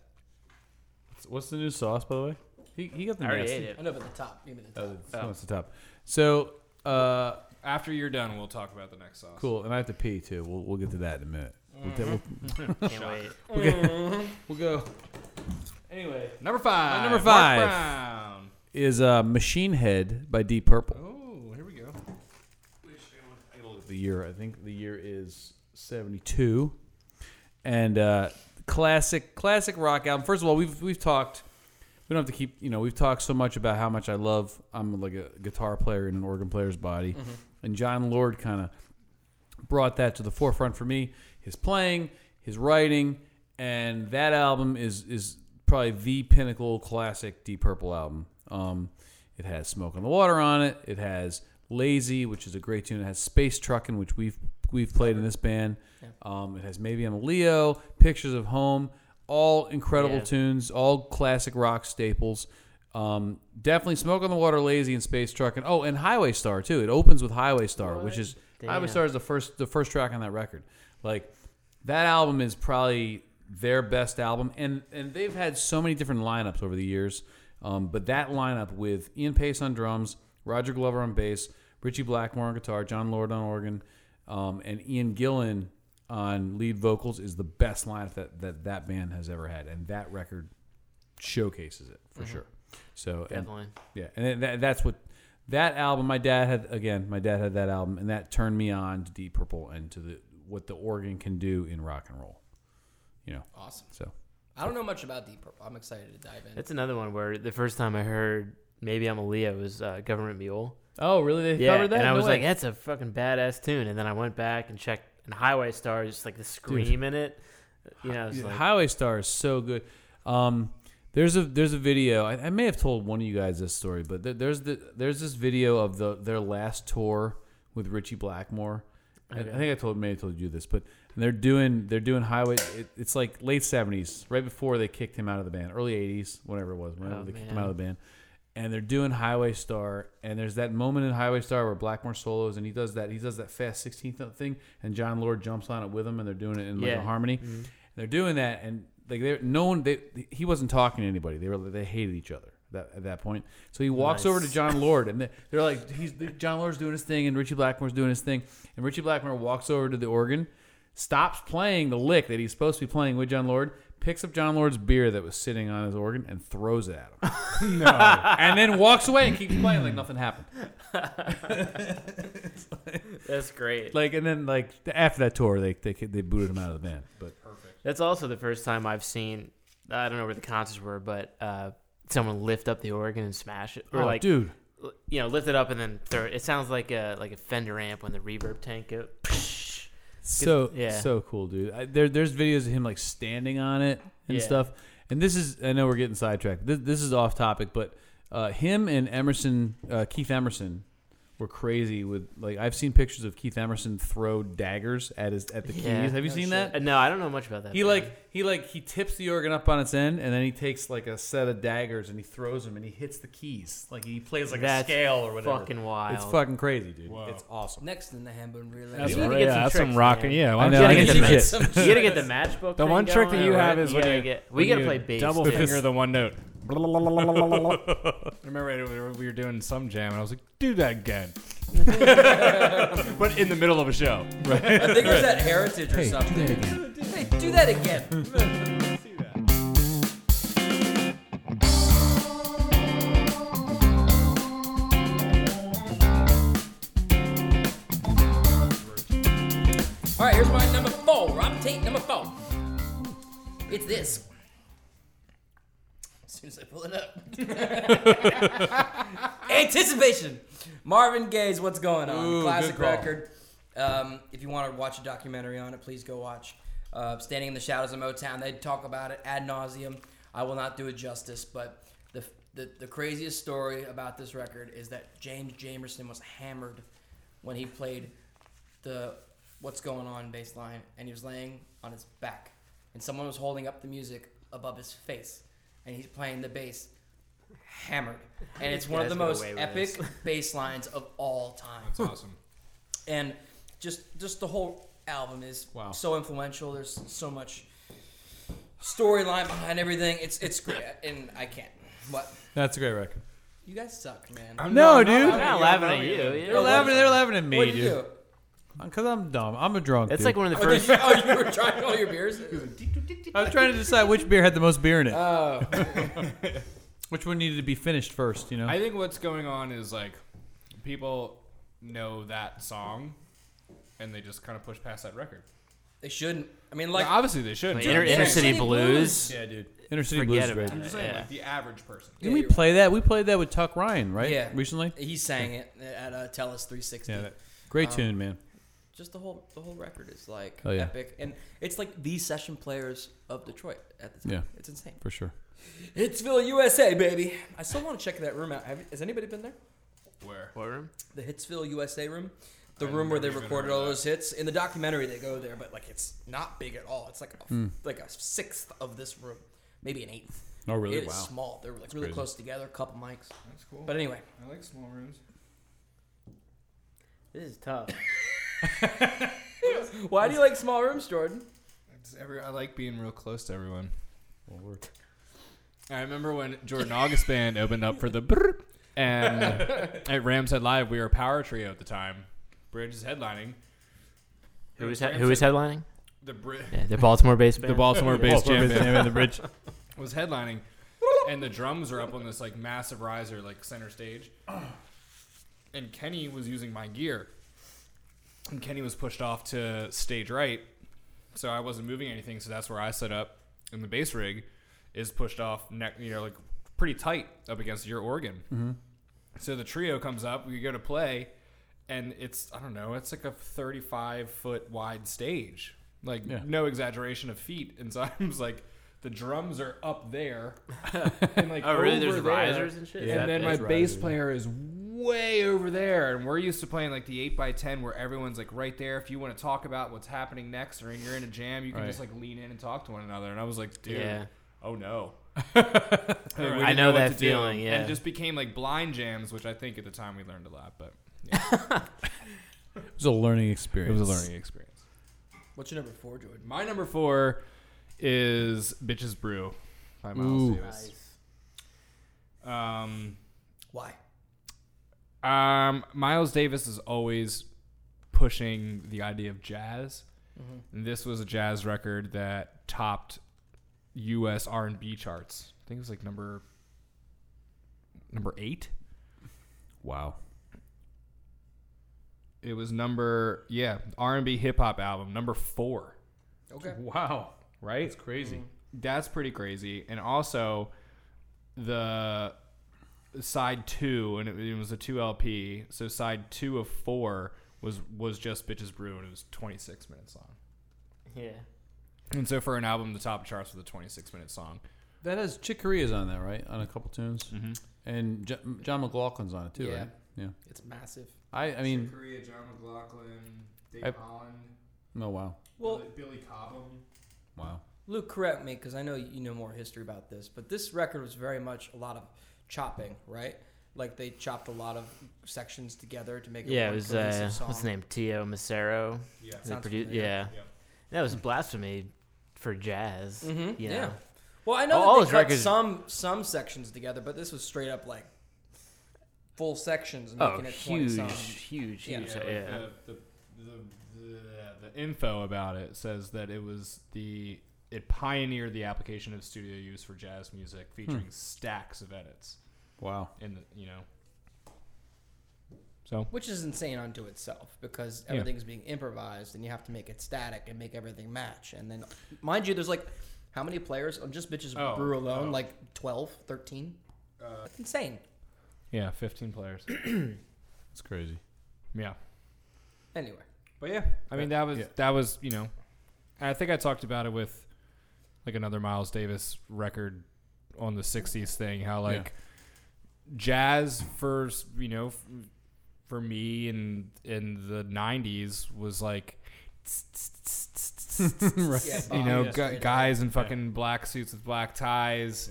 Speaker 2: What's the new sauce, by the way? He, he got the
Speaker 1: I already
Speaker 2: nasty-
Speaker 1: ate
Speaker 3: I
Speaker 1: it.
Speaker 3: know, but the top. Give me the top.
Speaker 2: Oh, it's oh. the top. So, uh,
Speaker 7: After you're done, we'll talk about the next song.
Speaker 2: cool. And I have to pee too. We'll, we'll get to that in a minute. We'll, ta- we'll,
Speaker 1: Can't wait.
Speaker 2: we'll go.
Speaker 7: Number five.
Speaker 2: My
Speaker 7: Mark
Speaker 2: number five.
Speaker 7: Brown.
Speaker 2: Is uh, Machine Head by Deep Purple.
Speaker 7: Oh, here we go.
Speaker 2: The year I think the year is seventy two, and uh, classic classic rock album. First of all, we've we've talked. We don't have to keep you know we've talked so much about how much I love. I'm like a guitar player in an organ player's body, and John Lord kind of brought that to the forefront for me. His playing, his writing, and that album is is probably the pinnacle classic Deep Purple album. Um, it has "Smoke on the Water" on it. It has "Lazy," which is a great tune. It has "Space Truckin'," which we've we've played in this band. Um, it has "Maybe I'm a Leo," "Pictures of Home," all incredible
Speaker 1: Yeah.
Speaker 2: tunes, all classic rock staples. Um, definitely "Smoke on the Water," "Lazy," and "Space Truckin'." Oh, and "Highway Star" too. It opens with "Highway Star," which is Highway
Speaker 1: Damn.
Speaker 2: Star is the first the first track on that record. Like that album is probably their best album, and and they've had so many different lineups over the years. Um, but that lineup with Ian Pace on drums, Roger Glover on bass, Richie Blackmore on guitar, John Lord on organ, um, and Ian Gillan on lead vocals is the best lineup that that, that band has ever had, and that record showcases it for sure. So and-
Speaker 1: Definitely.
Speaker 2: yeah, and then that, that's what that album. My dad had again. My dad had that album, and that turned me on to Deep Purple and to the what the organ can do in rock and roll. You know,
Speaker 3: Awesome.
Speaker 2: so
Speaker 3: I don't know much about Deep Purple. I'm excited to dive in.
Speaker 1: That's another one where the first time I heard maybe I'm a Leo was uh, Government Mule.
Speaker 2: oh really? They
Speaker 1: Yeah, and I was like, that's a fucking badass tune. And then I went back and checked, and Highway Star just like the scream in it. You know, it's like,
Speaker 2: Highway Star is so good. Um, there's a there's a video. I, I may have told one of you guys this story, but there, there's the there's this video of the their last tour with Richie Blackmore. I, I think I told may have told you this, but they're doing they're doing Highway. It, it's like late seventies, right before they kicked him out of the band, early eighties, whatever it was, whenever
Speaker 1: Oh,
Speaker 2: they kicked him
Speaker 1: man.
Speaker 2: out of the band. And they're doing Highway Star, and there's that moment in Highway Star where Blackmore solos, and he does that he does that fast sixteenth thing, and John Lord jumps on it with him, and they're doing it in like
Speaker 1: Yeah.
Speaker 2: a harmony. And they're doing that, and like they no one they he wasn't talking to anybody. They were they hated each other that, at that point. So he walks over to John Lord, and they- they're like he's John Lord's doing his thing, and Richie Blackmore's doing his thing, and Richie Blackmore walks over to the organ, stops playing the lick that he's supposed to be playing with John Lord. Picks up John Lord's beer that was sitting on his organ and throws it at him. no. And then walks away and keeps playing like nothing happened.
Speaker 1: that's great.
Speaker 2: Like and then like after that tour they they, they booted him out of the band. But
Speaker 1: That's also the first time I've seen. I don't know where the concerts were, but uh, someone lift up the organ and smash it, or
Speaker 2: Oh,
Speaker 1: like
Speaker 2: dude,
Speaker 1: l- you know, lift it up and then throw it. It sounds like a like a Fender amp when the reverb tank goes.
Speaker 2: so
Speaker 1: yeah.
Speaker 2: so cool, dude. I, there there's videos of him like standing on it and
Speaker 1: Yeah.
Speaker 2: stuff. And this is I know we're getting sidetracked. This, this is off topic, but uh, him and Emerson uh, Keith Emerson were crazy with like I've seen pictures of Keith Emerson throw daggers at his at the
Speaker 1: Yeah.
Speaker 2: keys. Have you seen that?
Speaker 1: Uh, no, I don't know much about that.
Speaker 2: He
Speaker 1: band.
Speaker 2: like he like he tips the organ up on its end, and then he takes like a set of daggers and he throws them, and he hits the keys like he plays like
Speaker 1: That's
Speaker 2: a scale or whatever.
Speaker 1: fucking wild.
Speaker 2: It's fucking crazy, dude. It's awesome.
Speaker 3: Next in the Hambone Relay.
Speaker 1: You
Speaker 7: That's,
Speaker 1: gotta
Speaker 7: right,
Speaker 1: get
Speaker 7: yeah,
Speaker 1: some
Speaker 7: that's
Speaker 1: tricks,
Speaker 7: some rocking.
Speaker 1: man.
Speaker 7: Yeah,
Speaker 2: I
Speaker 7: why
Speaker 2: know.
Speaker 7: don't
Speaker 2: I
Speaker 7: you
Speaker 2: need
Speaker 7: get
Speaker 2: some
Speaker 7: some
Speaker 2: shit.
Speaker 7: shit?
Speaker 3: Some
Speaker 1: you gotta
Speaker 3: shit.
Speaker 1: get the matchbook.
Speaker 7: The
Speaker 1: thing
Speaker 7: one trick
Speaker 1: going,
Speaker 7: that you
Speaker 1: or
Speaker 7: have
Speaker 1: what?
Speaker 7: is
Speaker 1: You
Speaker 7: when
Speaker 1: gotta
Speaker 7: you
Speaker 1: get- we
Speaker 7: when
Speaker 1: gotta
Speaker 7: you
Speaker 1: play bass.
Speaker 7: Double
Speaker 1: too.
Speaker 7: finger the one note. Remember we were doing some jam and I was like, do that again. but in the middle of a show.
Speaker 3: I think it was that Heritage or something. Hey, do that again. All right, here's my number four. Rob Tate, number four. It's this. As soon as I pull it up. Anticipation. Marvin Gaye's "What's Going On," classic record. Um, if you want to watch a documentary on it, please go watch. Uh, Standing in the Shadows of Motown. They talk about it ad nauseum. I will not do it justice, but the, the the craziest story about this record is that James Jamerson was hammered when he played the what's going on bass line and he was laying on his back and someone was holding up the music above his face and he's playing the bass hammered and it's one of
Speaker 1: guys
Speaker 3: the
Speaker 1: get
Speaker 3: most
Speaker 1: away with
Speaker 3: epic bass lines of all time
Speaker 4: awesome.
Speaker 3: and just just the whole album is so influential there's so much storyline behind everything it's it's great and i can't what
Speaker 2: That's a great record.
Speaker 3: you guys suck man
Speaker 2: No, dude.
Speaker 1: I'm not laughing at you. yeah.
Speaker 2: They're laughing. They're laughing at me,
Speaker 3: what do you
Speaker 2: dude.
Speaker 3: do
Speaker 2: Because I'm dumb. I'm a drunk.
Speaker 1: That's
Speaker 2: dude.
Speaker 1: like one of the
Speaker 3: oh, did
Speaker 1: first.
Speaker 3: you, oh you were trying all your beers
Speaker 2: I was trying to decide which beer had the most beer in it.
Speaker 3: oh
Speaker 2: which one needed to be finished first, you know?
Speaker 4: I think what's going on is like people know that song and they just kind of push past that record.
Speaker 3: They shouldn't. I mean, like,
Speaker 4: obviously they should.
Speaker 1: Like,
Speaker 4: not
Speaker 1: inner, inner city
Speaker 3: City
Speaker 1: blues.
Speaker 8: Yeah, dude.
Speaker 2: Inner City
Speaker 1: Forget
Speaker 2: Blues is
Speaker 1: about
Speaker 2: great.
Speaker 1: it.
Speaker 4: I'm just saying,
Speaker 1: yeah.
Speaker 4: like the average person.
Speaker 3: Yeah,
Speaker 2: Did we
Speaker 3: you're
Speaker 2: play that? We played that with Tuck Ryan, right?
Speaker 3: Yeah.
Speaker 2: Recently.
Speaker 3: right. he sang it at uh, Tellus 360.
Speaker 2: Yeah. That, great
Speaker 3: Um,
Speaker 2: tune, man.
Speaker 3: Just the whole the whole record is like
Speaker 2: Oh, yeah.
Speaker 3: epic, and it's like the session players of Detroit at the time.
Speaker 2: Yeah.
Speaker 3: It's insane.
Speaker 2: For sure.
Speaker 3: Hitsville, USA, baby. I still want to check that room out. Have, has anybody been there?
Speaker 4: Where?
Speaker 1: What room?
Speaker 3: The Hitsville, USA room, the
Speaker 4: I've
Speaker 3: room where they
Speaker 4: never even
Speaker 3: recorded
Speaker 4: heard
Speaker 3: all
Speaker 4: of that.
Speaker 3: those hits. In the documentary, they go there, but like it's not big at all. It's like a,
Speaker 2: Hmm.
Speaker 3: like a sixth of this room, maybe an eighth.
Speaker 8: Oh, really?
Speaker 3: It's
Speaker 8: wow.
Speaker 3: small. They're like really
Speaker 8: crazy.
Speaker 3: close together, a couple mics.
Speaker 4: That's cool.
Speaker 3: But anyway,
Speaker 4: I like small rooms.
Speaker 1: This is tough.
Speaker 3: why do you like small rooms, Jordan?
Speaker 4: I like being real close to everyone.
Speaker 8: Well, we're-
Speaker 4: I remember when Jordan August Band opened up for the brrr, and at Rams Head Live, we were a power trio at the time. Bridge is headlining.
Speaker 1: Who is who is headlining?
Speaker 4: the Bri-
Speaker 1: Yeah, the Baltimore-based band.
Speaker 4: the Baltimore-based jam band
Speaker 8: in the bridge.
Speaker 4: was headlining, and the drums are up on this like massive riser, like center stage, and Kenny was using my gear, and Kenny was pushed off to stage right, so I wasn't moving anything, so that's where I set up, and the bass rig is pushed off neck, you know, like pretty tight up against your organ.
Speaker 8: Mm-hmm.
Speaker 4: So the trio comes up, we go to play, and it's I don't know, it's like a thirty-five foot wide stage, like
Speaker 2: Yeah.
Speaker 4: no exaggeration of feet, and so I was like. The drums are up there, and like
Speaker 1: Oh, really? There's
Speaker 4: over there,
Speaker 1: risers and shit? Is that
Speaker 4: And then
Speaker 1: big?
Speaker 4: my
Speaker 8: It's
Speaker 4: bass
Speaker 8: risers.
Speaker 4: player is way over there, and we're used to playing like the eight x ten, where everyone's like right there. If you want to talk about what's happening next, or you're in a jam, you can
Speaker 2: Right.
Speaker 4: just like lean in and talk to one another. And I was like, dude,
Speaker 1: Yeah.
Speaker 4: oh no.
Speaker 1: we I didn't know know what that to do. feeling, yeah.
Speaker 4: And it just became like blind jams, which I think at the time we learned a lot, but
Speaker 8: It was a learning experience.
Speaker 4: experience.
Speaker 3: What's your number four, Jordan?
Speaker 4: My number four is Bitches Brew by
Speaker 2: Ooh.
Speaker 4: Miles Davis. Um,
Speaker 3: Why?
Speaker 4: um, Miles Davis is always pushing the idea of jazz. And this was a jazz record that topped U.S. R&B charts. I think it was like number number eight.
Speaker 8: Wow.
Speaker 4: It was number yeah R&B hip hop album number four.
Speaker 3: Okay.
Speaker 4: Wow. Right? That's crazy. That's pretty crazy. And also the side two, and it, it was a two LP. So side two of four was was just Bitches Brew, and it was 26 minutes long.
Speaker 1: Yeah.
Speaker 4: And so for an album, the top charts with a 26 minute song.
Speaker 8: That is Chick Corea's on that, right? On a couple tunes,
Speaker 4: Mm-hmm.
Speaker 8: and J- John McLaughlin's on it too,
Speaker 3: Yeah.
Speaker 8: right? Yeah.
Speaker 3: It's massive.
Speaker 8: I, I mean,
Speaker 4: Korea, John McLaughlin, Dave
Speaker 8: I-
Speaker 4: Holland,
Speaker 8: oh wow,
Speaker 3: Well,
Speaker 4: Billy Cobham.
Speaker 8: wow.
Speaker 3: Luke, correct me because I know you know more history about this, but this record was very much a lot of chopping, right? Like they chopped a lot of sections together to make it
Speaker 1: Yeah,
Speaker 3: one
Speaker 1: it was
Speaker 3: cohesive
Speaker 1: uh,
Speaker 3: song.
Speaker 1: what's his name? Tio Macero.
Speaker 4: Yeah.
Speaker 1: They
Speaker 3: Sounds
Speaker 1: produ-
Speaker 3: familiar.
Speaker 1: yeah.
Speaker 4: Yeah.
Speaker 1: That was blasphemy for jazz.
Speaker 3: Mhm,
Speaker 1: You know?
Speaker 3: yeah. Well, I know
Speaker 1: All- all
Speaker 3: that they
Speaker 1: his
Speaker 3: cut
Speaker 1: records-
Speaker 3: some some sections together, but this was straight up like full sections,
Speaker 1: Oh,
Speaker 3: making it twenty
Speaker 1: huge,
Speaker 3: songs.
Speaker 1: huge,
Speaker 3: Yeah.
Speaker 1: huge.
Speaker 4: Yeah, like
Speaker 1: Yeah.
Speaker 4: The, the, the, the, the info about it says that it was the it pioneered the application of studio use for jazz music, featuring stacks of edits
Speaker 8: Wow.
Speaker 4: in the you know. So
Speaker 3: Which is insane unto itself because
Speaker 4: Yeah.
Speaker 3: everything's being improvised and you have to make it static and make everything match. And then, mind you, there's like how many players on just Bitches
Speaker 4: Oh,
Speaker 3: Brew alone?
Speaker 4: oh. Uh,
Speaker 3: Like 12, 13? That's insane.
Speaker 4: yeah, fifteen players.
Speaker 8: It's crazy.
Speaker 4: yeah,
Speaker 3: Anyway.
Speaker 4: but yeah, I mean that was
Speaker 8: Yeah.
Speaker 4: that was you know, I think I talked about it with like another Miles Davis record on the '60s thing. How like jazz for you know f- for me in in the 90s was like
Speaker 3: Yeah,
Speaker 4: you
Speaker 3: Bob
Speaker 4: know
Speaker 3: was
Speaker 4: gu-
Speaker 3: straight
Speaker 4: guys in fucking black suits with black ties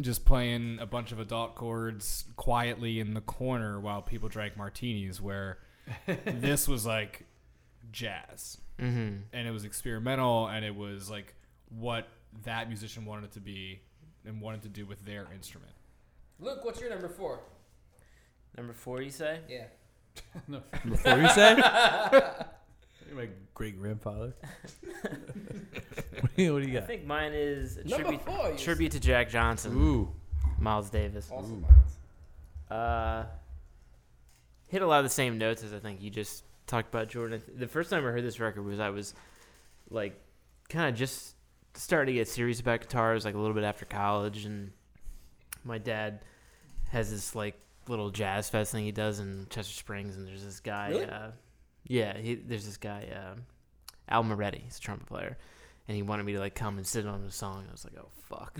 Speaker 4: just playing a bunch of adult chords quietly in the corner while people drank martinis where this was like jazz
Speaker 1: Mm-hmm.
Speaker 4: and it was experimental and it was like what that musician wanted it to be and wanted to do with their instrument
Speaker 3: Luke, what's your number four?
Speaker 1: Number four, you say?
Speaker 3: Yeah.
Speaker 8: Before you say, you're my great grandfather. what, do you, what do you
Speaker 1: I
Speaker 8: got?
Speaker 1: think mine is a
Speaker 3: Number
Speaker 1: tribute,
Speaker 3: four, you
Speaker 1: tribute to Jack Johnson,
Speaker 8: Ooh,
Speaker 1: Miles Davis.
Speaker 3: Awesome.
Speaker 1: Uh, hit a lot of the same notes as I think you just talked about Jordan. The first time I heard this record was I was like kind of just starting to get serious about guitar. It was like a little bit after college, and my dad has this like little jazz fest thing he does in Chester Springs, and there's this guy.
Speaker 3: Really?
Speaker 1: Uh, yeah, he, there's this guy, uh, Al Moretti. He's a trumpet player. And he wanted me to like come and sit on the song. I was like, "Oh fuck!"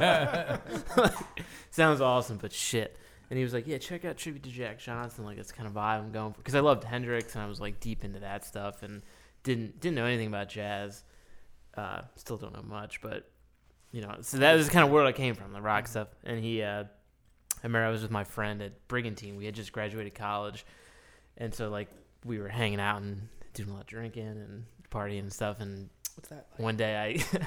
Speaker 1: Like, sounds awesome, but shit. And he was like, "Yeah, check out Tribute to Jack Johnson. Like that's the kind of vibe I'm going for." Because I loved Hendrix and I was like deep into that stuff and didn't didn't know anything about jazz. Uh, still don't know much, but you know, so that was the kind of world I came from, the rock stuff. And he, uh, I remember I was with my friend at Brigantine. We had just graduated college, and so like we were hanging out and doing a lot of drinking and partying and stuff. And
Speaker 3: What's that?
Speaker 1: one day I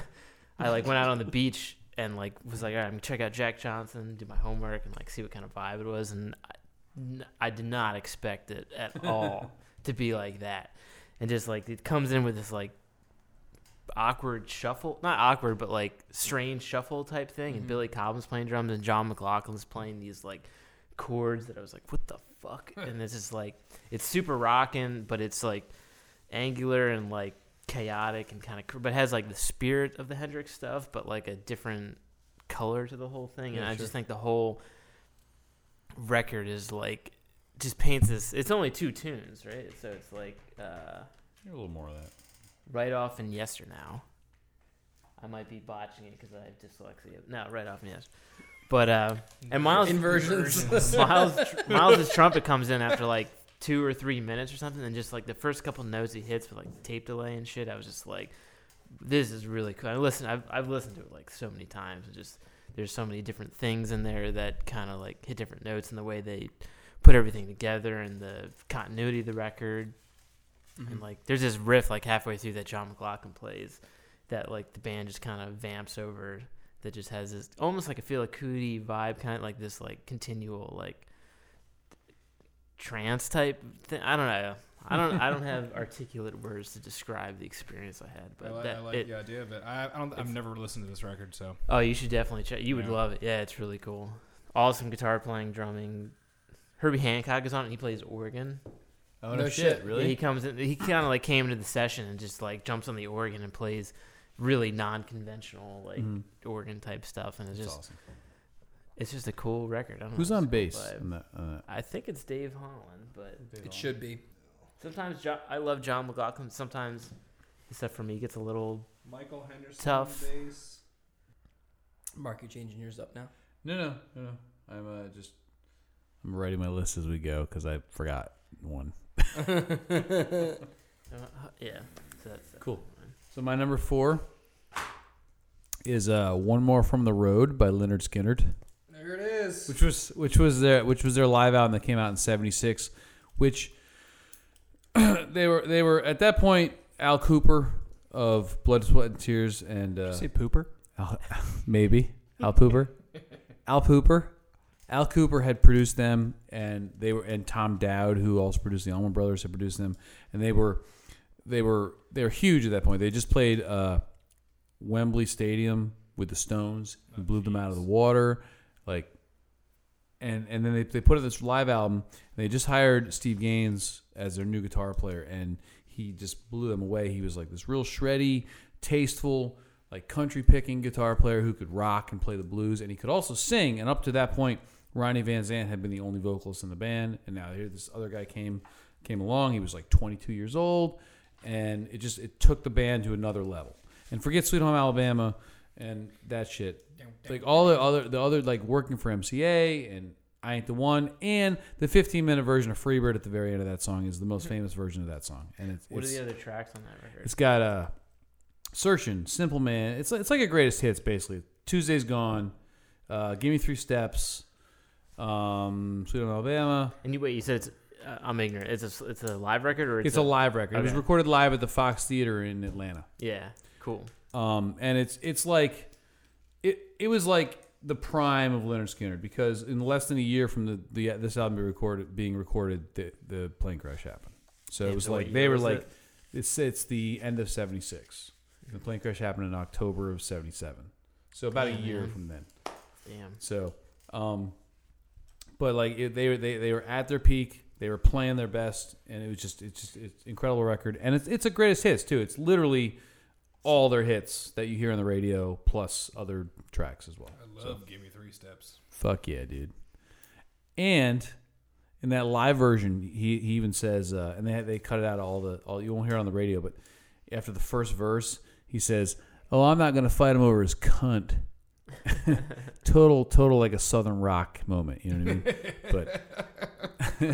Speaker 1: I like went out on the beach and like was like, all right, I'm gonna check out Jack Johnson, do my homework, and like see what kind of vibe it was. And I, n- I did not expect it at all to be like that. And just like it comes in with this like awkward shuffle, not awkward, but like strange shuffle type thing. And Billy Cobham's playing drums and John McLaughlin's playing these like chords that I was like, what the fuck? and this is like it's super rocking, but it's like angular and like chaotic and kind of but has like the spirit of the Hendrix stuff but like a different color to the whole thing and
Speaker 10: Yeah,
Speaker 1: I
Speaker 10: sure.
Speaker 1: just think the whole record is like just paints this it's only two tunes right so it's like uh
Speaker 2: A little more of that.
Speaker 1: right off and yester now I might be botching it because I have dyslexia no right off and yes but uh and Miles
Speaker 3: Inversions.
Speaker 1: Miles Miles's trumpet comes in after like two or three minutes or something, and just like the first couple notes he hits with like tape delay and shit, I was just like, "This is really cool." I listen, I've I've listened to it like so many times. It just there's so many different things in there that kind of like hit different notes and the way they put everything together and the continuity of the record.
Speaker 4: Mm-hmm.
Speaker 1: And like there's this riff like halfway through that John McLaughlin plays that like the band just kind of vamps over that just has this almost like a feel Cootie vibe, kind of like this like continual like trance type thing. I don't know. I don't. I don't have articulate words to describe the experience I had, but
Speaker 4: I like,
Speaker 1: that,
Speaker 4: I like
Speaker 1: it,
Speaker 4: the idea of it. I, I don't, I've
Speaker 1: it's-
Speaker 4: never listened to this record, so
Speaker 1: oh, you should definitely check. You would
Speaker 4: Yeah.
Speaker 1: love it. Yeah, it's really cool. Awesome guitar playing, drumming. Herbie Hancock is on it. and He plays organ.
Speaker 2: Oh
Speaker 3: No shit.
Speaker 1: Yeah, he comes in. He kind of like came into the session and just like jumps on the organ and plays really non-conventional like
Speaker 2: Mhm.
Speaker 1: organ type stuff, and it's
Speaker 2: That's
Speaker 1: just
Speaker 2: awesome.
Speaker 1: it's just a cool record. I don't know,
Speaker 2: Who's
Speaker 1: it's
Speaker 2: on
Speaker 1: just
Speaker 2: bass?
Speaker 1: vibe.
Speaker 2: on that- on that?
Speaker 1: I think it's Dave Holland, but
Speaker 3: It should be.
Speaker 1: sometimes jo- I love John McLaughlin. Sometimes the stuff for me gets a little
Speaker 4: Michael Henderson,
Speaker 1: Tough.
Speaker 4: bass.
Speaker 3: Mark, you're changing yours up now.
Speaker 10: No, no, no, no. I'm uh, just
Speaker 2: I'm writing my list as we go because I forgot one.
Speaker 1: uh, yeah. So that's
Speaker 2: Cool. So my number four is uh, "One More from the Road" by Leonard Skinner,
Speaker 4: There it is.
Speaker 2: which was which was their which was their live album that came out in '76, which
Speaker 10: they were they were at that point Al Cooper of Blood, Sweat, and Tears, and uh,
Speaker 2: say Pooper, Al, maybe Al Pooper, Al Pooper, Al Cooper had produced them, and they were and Tom Dowd, who also produced the Allman Brothers, had produced them, and they were they were they were huge at that point. They just played uh, Wembley Stadium with the Stones, who blew them out of the water, like. And, and then they, they put out this live album. And they just hired Steve Gaines as their new guitar player, and he just blew them away. He was like this real shreddy, tasteful, like country picking guitar player who could rock and play the blues, and he could also sing. And up to that point, Ronnie Van Zant had been the only vocalist in the band, and now here this other guy came came along. He was like 22 years old, and it just it took the band to another level. And forget Sweet Home Alabama and that shit. Like all the other the other like working for MCA and I ain't the one and the 15 minute version of Freebird at the very end of that song is the most famous version of that song. And it's
Speaker 1: Mm-hmm. What are
Speaker 2: it's-
Speaker 1: the other tracks on that record?
Speaker 2: it's got uh, Searchin', Simple Man. It's it's like a greatest hits basically. Tuesday's gone. Uh, Give me three steps. Um, Sweet Home Alabama.
Speaker 1: And you wait, you said it's uh, I'm ignorant. It's a s- it's a live record or
Speaker 2: It's,
Speaker 1: it's,
Speaker 2: a, live record. It was
Speaker 1: okay.
Speaker 2: recorded live at the Fox Theater in Atlanta.
Speaker 1: yeah cool.
Speaker 2: Um, and it's it's like it it was like the prime of Leonard Skinner because in less than a year from the, the this album being recorded being recorded the, the plane crash happened. So it
Speaker 1: And
Speaker 2: was
Speaker 1: so what
Speaker 2: like
Speaker 1: year
Speaker 2: they were
Speaker 1: was
Speaker 2: like
Speaker 1: it?
Speaker 2: it's it's the end of '76. The plane crash happened in October of '77. So about a
Speaker 1: Damn,
Speaker 2: year
Speaker 1: man.
Speaker 2: from then.
Speaker 1: Damn.
Speaker 2: So, um, but like it, they were they they were at their peak. They were playing their best, and it was just it's just it's incredible record, and it's it's a greatest hits too. It's literally all their hits that you hear on the radio plus other tracks as well.
Speaker 4: I love Give Me Three Steps.
Speaker 2: Fuck yeah, dude. And in that live version, he, he even says, uh, and they they cut it out all the all you won't hear it on the radio, but after the first verse, he says, "Oh, I'm not gonna fight him over his cunt." total, total like a Southern Rock moment. You know what I mean? But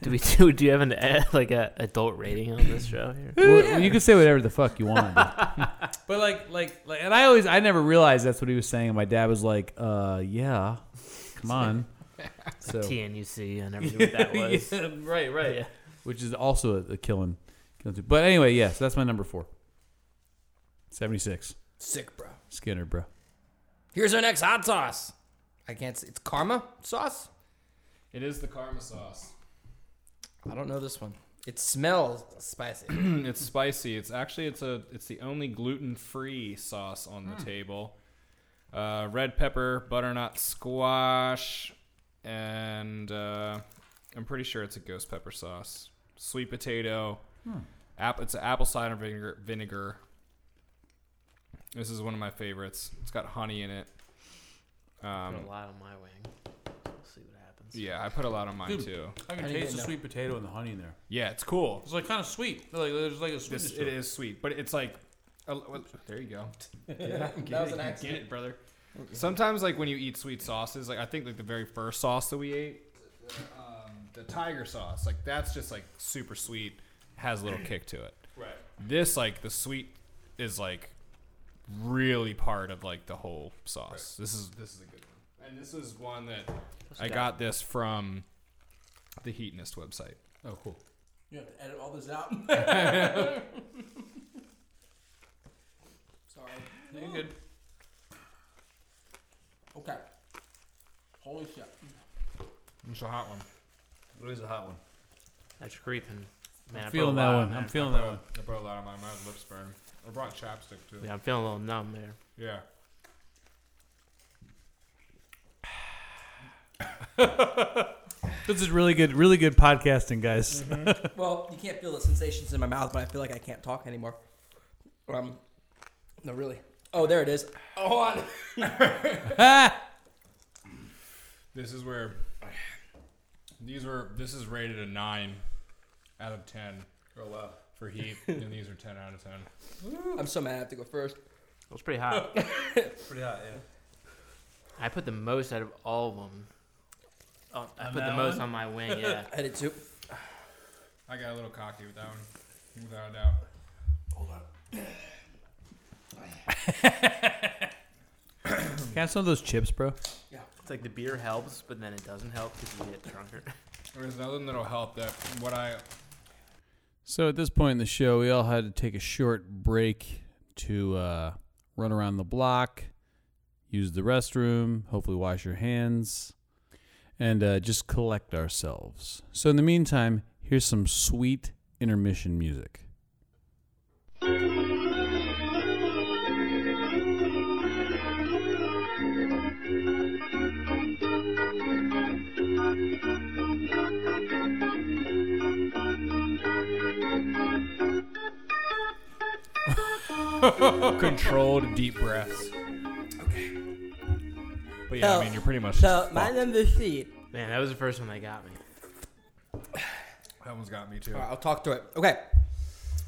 Speaker 1: Do we do? Do you have an eh, like a adult rating on this show here?
Speaker 2: well, you can say whatever the fuck you want. dude. but like, like, like, and I always, I never realized that's what he was saying. And my dad was like, "Uh, yeah, come on." So
Speaker 1: TNUC. I never knew what that was.
Speaker 2: Yeah, right, right.
Speaker 1: Yeah.
Speaker 2: Which is also a, a killing, killing. too. But anyway, yes, that's my number four. Seventy-six
Speaker 3: Sick, bro.
Speaker 2: Skinner, bro.
Speaker 3: Here's our next hot sauce. I can't. See, it's karma sauce.
Speaker 4: It is the karma sauce.
Speaker 3: I don't know this one. It smells spicy.
Speaker 4: it's spicy. It's actually it's a it's the only gluten free sauce on the table. Uh, red pepper, butternut squash, and uh, I'm pretty sure it's a ghost pepper sauce. Sweet potato. App, it's a apple cider vinegar, vinegar. This is one of my favorites. It's got honey in it.
Speaker 1: Put
Speaker 4: Um,
Speaker 1: a lot on my wing. We'll see what happens.
Speaker 4: yeah, I put a lot on mine
Speaker 11: Dude.
Speaker 4: too.
Speaker 11: I can
Speaker 3: I didn't
Speaker 11: taste the
Speaker 3: know.
Speaker 11: sweet potato and the honey in there.
Speaker 4: Yeah, it's cool.
Speaker 11: It's like kind of sweet. Like there's like a
Speaker 4: This
Speaker 11: sweetness
Speaker 4: it
Speaker 11: to it.
Speaker 4: is sweet, but it's like, a- well, there you go.
Speaker 3: that was
Speaker 4: it,
Speaker 3: an
Speaker 4: you
Speaker 3: accident.
Speaker 4: Get it, brother. Sometimes, like when you eat sweet sauces, like I think like the very first sauce that we ate, um, the tiger sauce, like that's just like super sweet, has a little kick to it. Right. This like the sweet is like really part of like the whole sauce. This is this is a good one, and this is one that I got this from the Heatonist website.
Speaker 2: Oh, cool.
Speaker 3: You have to edit all this out. Sorry.
Speaker 11: You're good.
Speaker 3: Okay. Holy shit.
Speaker 4: It's a hot one.
Speaker 2: It is a hot one.
Speaker 1: That's creeping. Man, I
Speaker 2: I'm
Speaker 1: put a
Speaker 2: feeling that
Speaker 1: lot
Speaker 2: one.
Speaker 1: on
Speaker 2: I'm
Speaker 1: there.
Speaker 2: feeling that one.
Speaker 4: I put a lot on my my lips burn. I brought chapstick too.
Speaker 1: Yeah, I'm feeling a little numb there.
Speaker 4: Yeah.
Speaker 2: This is really good, really good podcasting, guys.
Speaker 3: Well, you can't feel the sensations in my mouth, but I feel like I can't talk anymore. Um, no, really. Oh, there it is. Oh, on.
Speaker 4: This is where these were. This is rated a nine out of ten. Oh wow! For heat, and these are ten out of ten.
Speaker 3: I'm so mad I have to go first.
Speaker 1: It was pretty hot. pretty hot, yeah. I put the most out of all of them. I put the
Speaker 11: that
Speaker 1: most
Speaker 11: one?
Speaker 1: on my wing, yeah.
Speaker 3: I did too.
Speaker 4: I got a little cocky with that one, without a doubt.
Speaker 2: Can I have some of those chips, bro?
Speaker 1: It's like the beer helps, but then it doesn't help because you get drunker.
Speaker 4: There's another little help that what I
Speaker 2: So at this point in the show, we all had to take a short break to uh, run around the block, use the restroom, hopefully wash your hands, and uh, just collect ourselves. So in the meantime, here's some sweet intermission music.
Speaker 4: controlled deep breaths. Okay. But yeah, I
Speaker 3: So-
Speaker 4: mean, you're pretty much.
Speaker 3: So my number three.
Speaker 1: Man, that was the first one that got me.
Speaker 4: that one's got me too.
Speaker 3: All right, I'll talk to it. Okay.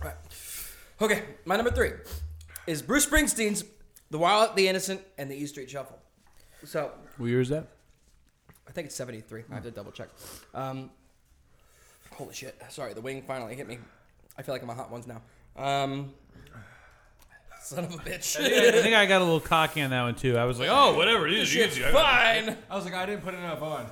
Speaker 3: All right. Okay. My number three is Bruce Springsteen's "The Wild, the Innocent, and the E Street Shuffle." So
Speaker 2: What year is that?
Speaker 3: I think it's 73. I have to double check. Um, holy shit. Sorry, the wing finally hit me. I feel like I'm a hot ones now. Um, son of a bitch.
Speaker 2: I think I got a little cocky on that one too. I was like, oh, whatever it is,
Speaker 3: Shit's fine.
Speaker 4: I was like, I didn't put enough on.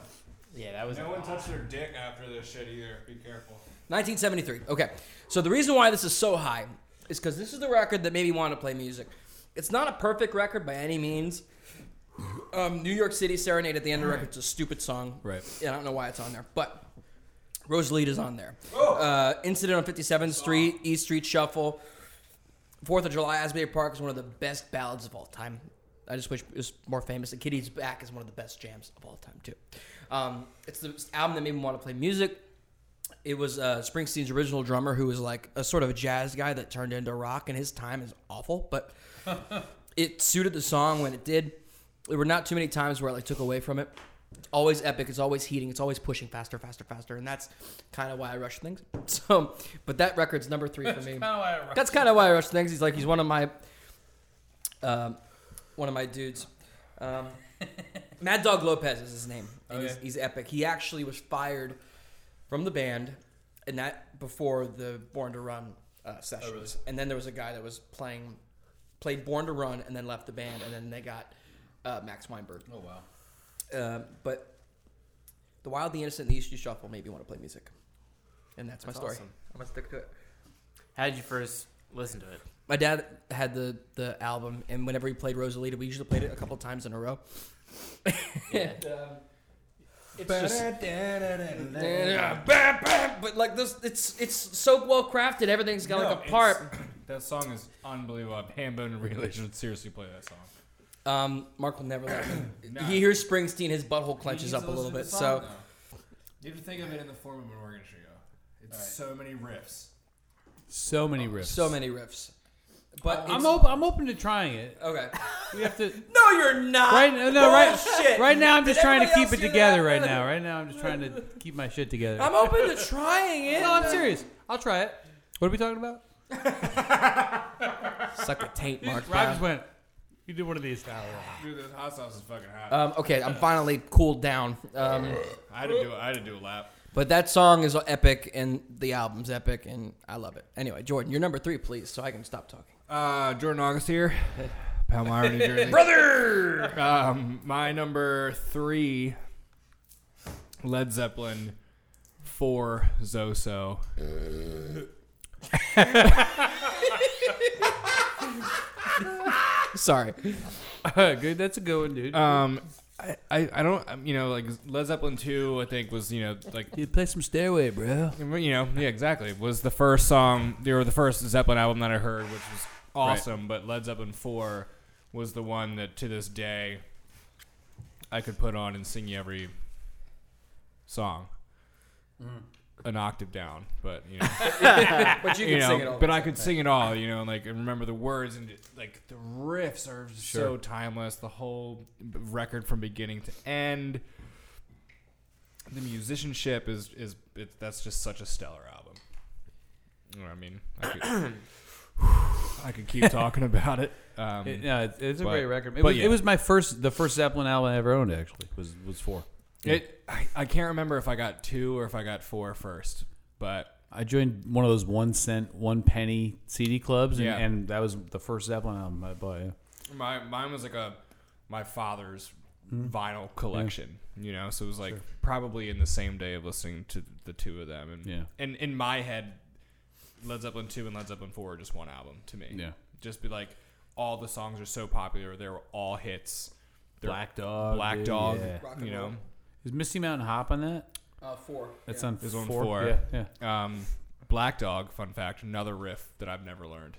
Speaker 1: Yeah, that was.
Speaker 4: No one touched their dick after this shit either. Be careful.
Speaker 3: 1973. Okay. So the reason why this is so high is because this is the record that made me want to play music. It's not a perfect record by any means. Um, New York City Serenade at the end of the record's a stupid song.
Speaker 2: Right.
Speaker 3: Yeah, I don't know why it's on there, but Rosalita's on there. Uh, Incident on 57th Street, East Street Shuffle, Fourth of July, Asbury Park is one of the best ballads of all time. I just wish it was more famous. And Kitty's Back is one of the best jams of all time, too. Um, it's the album that made me want to play music. It was uh, Springsteen's original drummer, who was like a sort of a jazz guy that turned into rock, and his time is awful, but it suited the song when it did. There were not too many times where it like took away from it. It's always epic. It's always heating. It's always pushing faster, faster, faster, and that's kind of why I rush things. So, but that record's number three for me. That's kind of why I rush things. He's like he's one of my, um, one of my dudes. Um, Mad Dog Lopez is his name. And he's, he's epic. He actually was fired from the band, and that before the Born to Run uh, sessions. And then there was a guy that was playing, played Born to Run, and then left the band, and then they got uh, Max Weinberg.
Speaker 12: Oh wow.
Speaker 3: Um, but The Wild, the Innocent, and the Eastie Shuffle made me want to play music. And that's, my story.
Speaker 1: awesome.
Speaker 3: I'm going to stick to it.
Speaker 1: How did you first listen to it?
Speaker 3: My dad had the, the album, and whenever he played Rosalita, we usually played it a couple times in a row. and, um, it's just. But like this, it's it's so well crafted. Everything's got
Speaker 4: No,
Speaker 3: like a
Speaker 4: it's-
Speaker 3: part.
Speaker 4: That song is unbelievable. Hambone and Relay should seriously play that song.
Speaker 3: Um, Mark will never let me.
Speaker 4: Nah.
Speaker 3: He hears Springsteen, his butthole clenches
Speaker 4: needs
Speaker 3: up
Speaker 4: to
Speaker 3: a little
Speaker 4: listen to
Speaker 3: bit.
Speaker 4: the song,
Speaker 3: So
Speaker 4: though. You have to think of it in the form of an organ trio. It's so many riffs.
Speaker 2: So many riffs.
Speaker 3: so many riffs. But it's,
Speaker 2: I'm open. I'm open to trying it.
Speaker 3: okay.
Speaker 2: We have to.
Speaker 3: No, you're not.
Speaker 2: Right now, no, right,
Speaker 3: Ah, Bullshit.
Speaker 2: right now I'm
Speaker 3: Did
Speaker 2: just trying to
Speaker 3: everybody
Speaker 2: keep it
Speaker 3: else do
Speaker 2: together.
Speaker 3: that?
Speaker 2: Right now, right now I'm just trying to keep my shit together.
Speaker 3: I'm open to trying it.
Speaker 2: no, I'm serious. I'll try it. What are we talking about?
Speaker 3: Suck a taint, Mark.
Speaker 2: Rob
Speaker 3: Brown.
Speaker 2: just went. You do one of these.
Speaker 4: Dude, this hot sauce is fucking hot.
Speaker 3: Um, okay, I'm finally cooled down. Um,
Speaker 4: I had to do. I had to do a lap.
Speaker 3: but that song is epic, and the album's epic, and I love it. Anyway, Jordan, you're number three, please, so I can stop talking.
Speaker 4: Uh, Jordan August here, Palmyra, New Jersey.
Speaker 3: Brother.
Speaker 4: Um, my number three, Led Zeppelin, four Zoso.
Speaker 3: Sorry.
Speaker 2: good. That's a good one, dude.
Speaker 4: Um, I, I, I don't um, you know like Led Zeppelin two. I think was you know like
Speaker 2: Dude, play some Stairway, bro.
Speaker 4: you know yeah exactly was the first song they were the first Zeppelin album that I heard, which was awesome. But Led Zeppelin four was the one that to this day I could put on and sing you every song.
Speaker 2: Mm.
Speaker 4: An octave down, but you know.
Speaker 3: But you can
Speaker 4: you know,
Speaker 3: sing it all.
Speaker 4: but I could sing it all, you know, and, like and remember the words and like the riffs are so timeless. The whole b- record from beginning to end, the musicianship is is it, that's just such a stellar album. You know what I mean? I could, I could keep talking about it. Um,
Speaker 2: It, no, it's, it's a
Speaker 4: But-
Speaker 2: great record. It
Speaker 4: but
Speaker 2: was,
Speaker 4: yeah.
Speaker 2: it was my first, the first Zeppelin album I ever owned. Actually, was was four.
Speaker 4: it I, I can't remember if I got two or if I got four first, but
Speaker 2: I joined one of those one cent, one penny CD clubs, and,
Speaker 4: Yeah.
Speaker 2: and that was the first Zeppelin album I bought. Yeah.
Speaker 4: My mine was like a my father's
Speaker 2: Hmm.
Speaker 4: vinyl collection, you know. So it was like probably in the same day of listening to the two of them, and
Speaker 2: Yeah.
Speaker 4: and in my head, Led Zeppelin two and Led Zeppelin four are just one album to me.
Speaker 2: Yeah.
Speaker 4: just be like all the songs are so popular; they were all hits. They're
Speaker 2: Black Dog,
Speaker 4: Black
Speaker 2: dude,
Speaker 4: Dog,
Speaker 2: yeah.
Speaker 3: Rock
Speaker 4: you
Speaker 3: and
Speaker 4: know.
Speaker 2: Is Misty Mountain Hop on that?
Speaker 3: Uh, four.
Speaker 2: That's
Speaker 3: yeah.
Speaker 2: on
Speaker 4: It's
Speaker 2: four.
Speaker 4: on four.
Speaker 2: Yeah, yeah.
Speaker 4: Um, Black Dog, fun fact, another riff that I've never learned.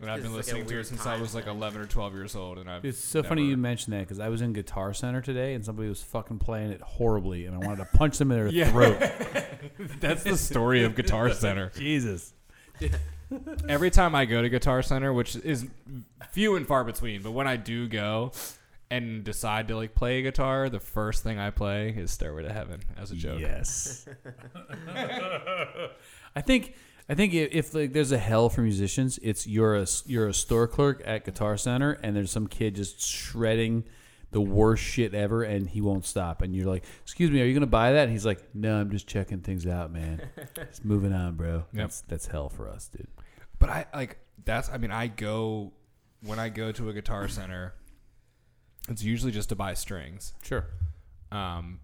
Speaker 4: And I've
Speaker 1: It's
Speaker 4: been
Speaker 1: like a
Speaker 4: listening to it
Speaker 1: weird
Speaker 4: since I
Speaker 1: time
Speaker 4: was like
Speaker 1: thing.
Speaker 4: 11 or 12 years old, and I've
Speaker 2: It's so funny you mentioned that because I was in Guitar Center today and somebody was fucking playing it horribly, and I wanted to punch them in their
Speaker 4: Yeah.
Speaker 2: throat.
Speaker 4: That's the story of Guitar Center.
Speaker 2: Jesus.
Speaker 4: Every time I go to Guitar Center, which is few and far between, but when I do go and decide to like play guitar, the first thing I play is Stairway to Heaven as a joke.
Speaker 2: Yes. I think I think i- if like there's a hell for musicians, it's you're a s- you're a store clerk at Guitar Center, and there's some kid just shredding the worst shit ever, and he won't stop. And you're like, "Excuse me, are you gonna buy that?" And he's like, "No, I'm just checking things out, man. It's moving on, bro. That's that's hell for us, dude.
Speaker 4: But I like that's I mean I go when I go to a Guitar Center, it's usually just to buy strings.
Speaker 2: Sure.
Speaker 4: Um,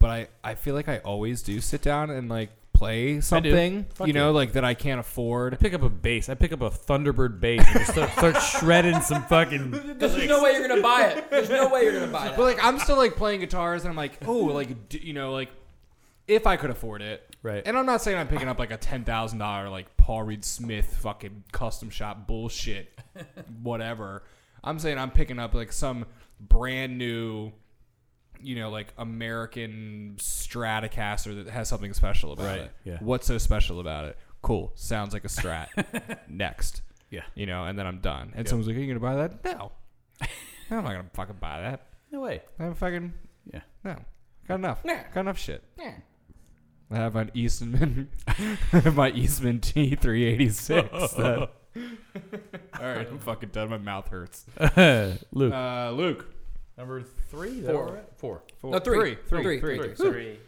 Speaker 4: but I, I feel like I always do sit down and like play something,
Speaker 2: Fuck
Speaker 4: you know,
Speaker 2: yeah.
Speaker 4: like that I can't
Speaker 2: I
Speaker 4: afford.
Speaker 2: pick up a bass. I pick up a Thunderbird bass and just start, start shredding some fucking.
Speaker 3: There's no way you're gonna buy it. There's no way you're gonna buy
Speaker 4: But
Speaker 3: that.
Speaker 4: like I'm still like playing guitars and I'm like, oh, like d- you know, like if I could afford it.
Speaker 2: Right.
Speaker 4: And I'm not saying I'm picking up like a ten thousand dollar like Paul Reed Smith fucking custom shop bullshit, whatever. I'm saying I'm picking up like some brand new, you know, like American Stratocaster that has something special about
Speaker 2: Right,
Speaker 4: it.
Speaker 2: yeah.
Speaker 4: What's so special about it? Cool. Sounds like a Strat. Next.
Speaker 2: Yeah.
Speaker 4: You know, and then I'm done. And someone's like, "Are you gonna buy that?" No. I'm not gonna fucking buy that.
Speaker 2: No way.
Speaker 4: I have a fucking
Speaker 2: Yeah.
Speaker 4: No, got enough.
Speaker 3: Nah.
Speaker 4: Got enough shit.
Speaker 3: Yeah.
Speaker 4: I have an Eastman, I have my Eastman T three eighty six. All right, I'm fucking done. My mouth hurts.
Speaker 2: Luke.
Speaker 4: Uh, Luke,
Speaker 2: Number three.
Speaker 13: Four. Four.
Speaker 4: four,
Speaker 3: No,
Speaker 4: three,
Speaker 3: three. Three,
Speaker 4: three.
Speaker 3: three.
Speaker 1: three.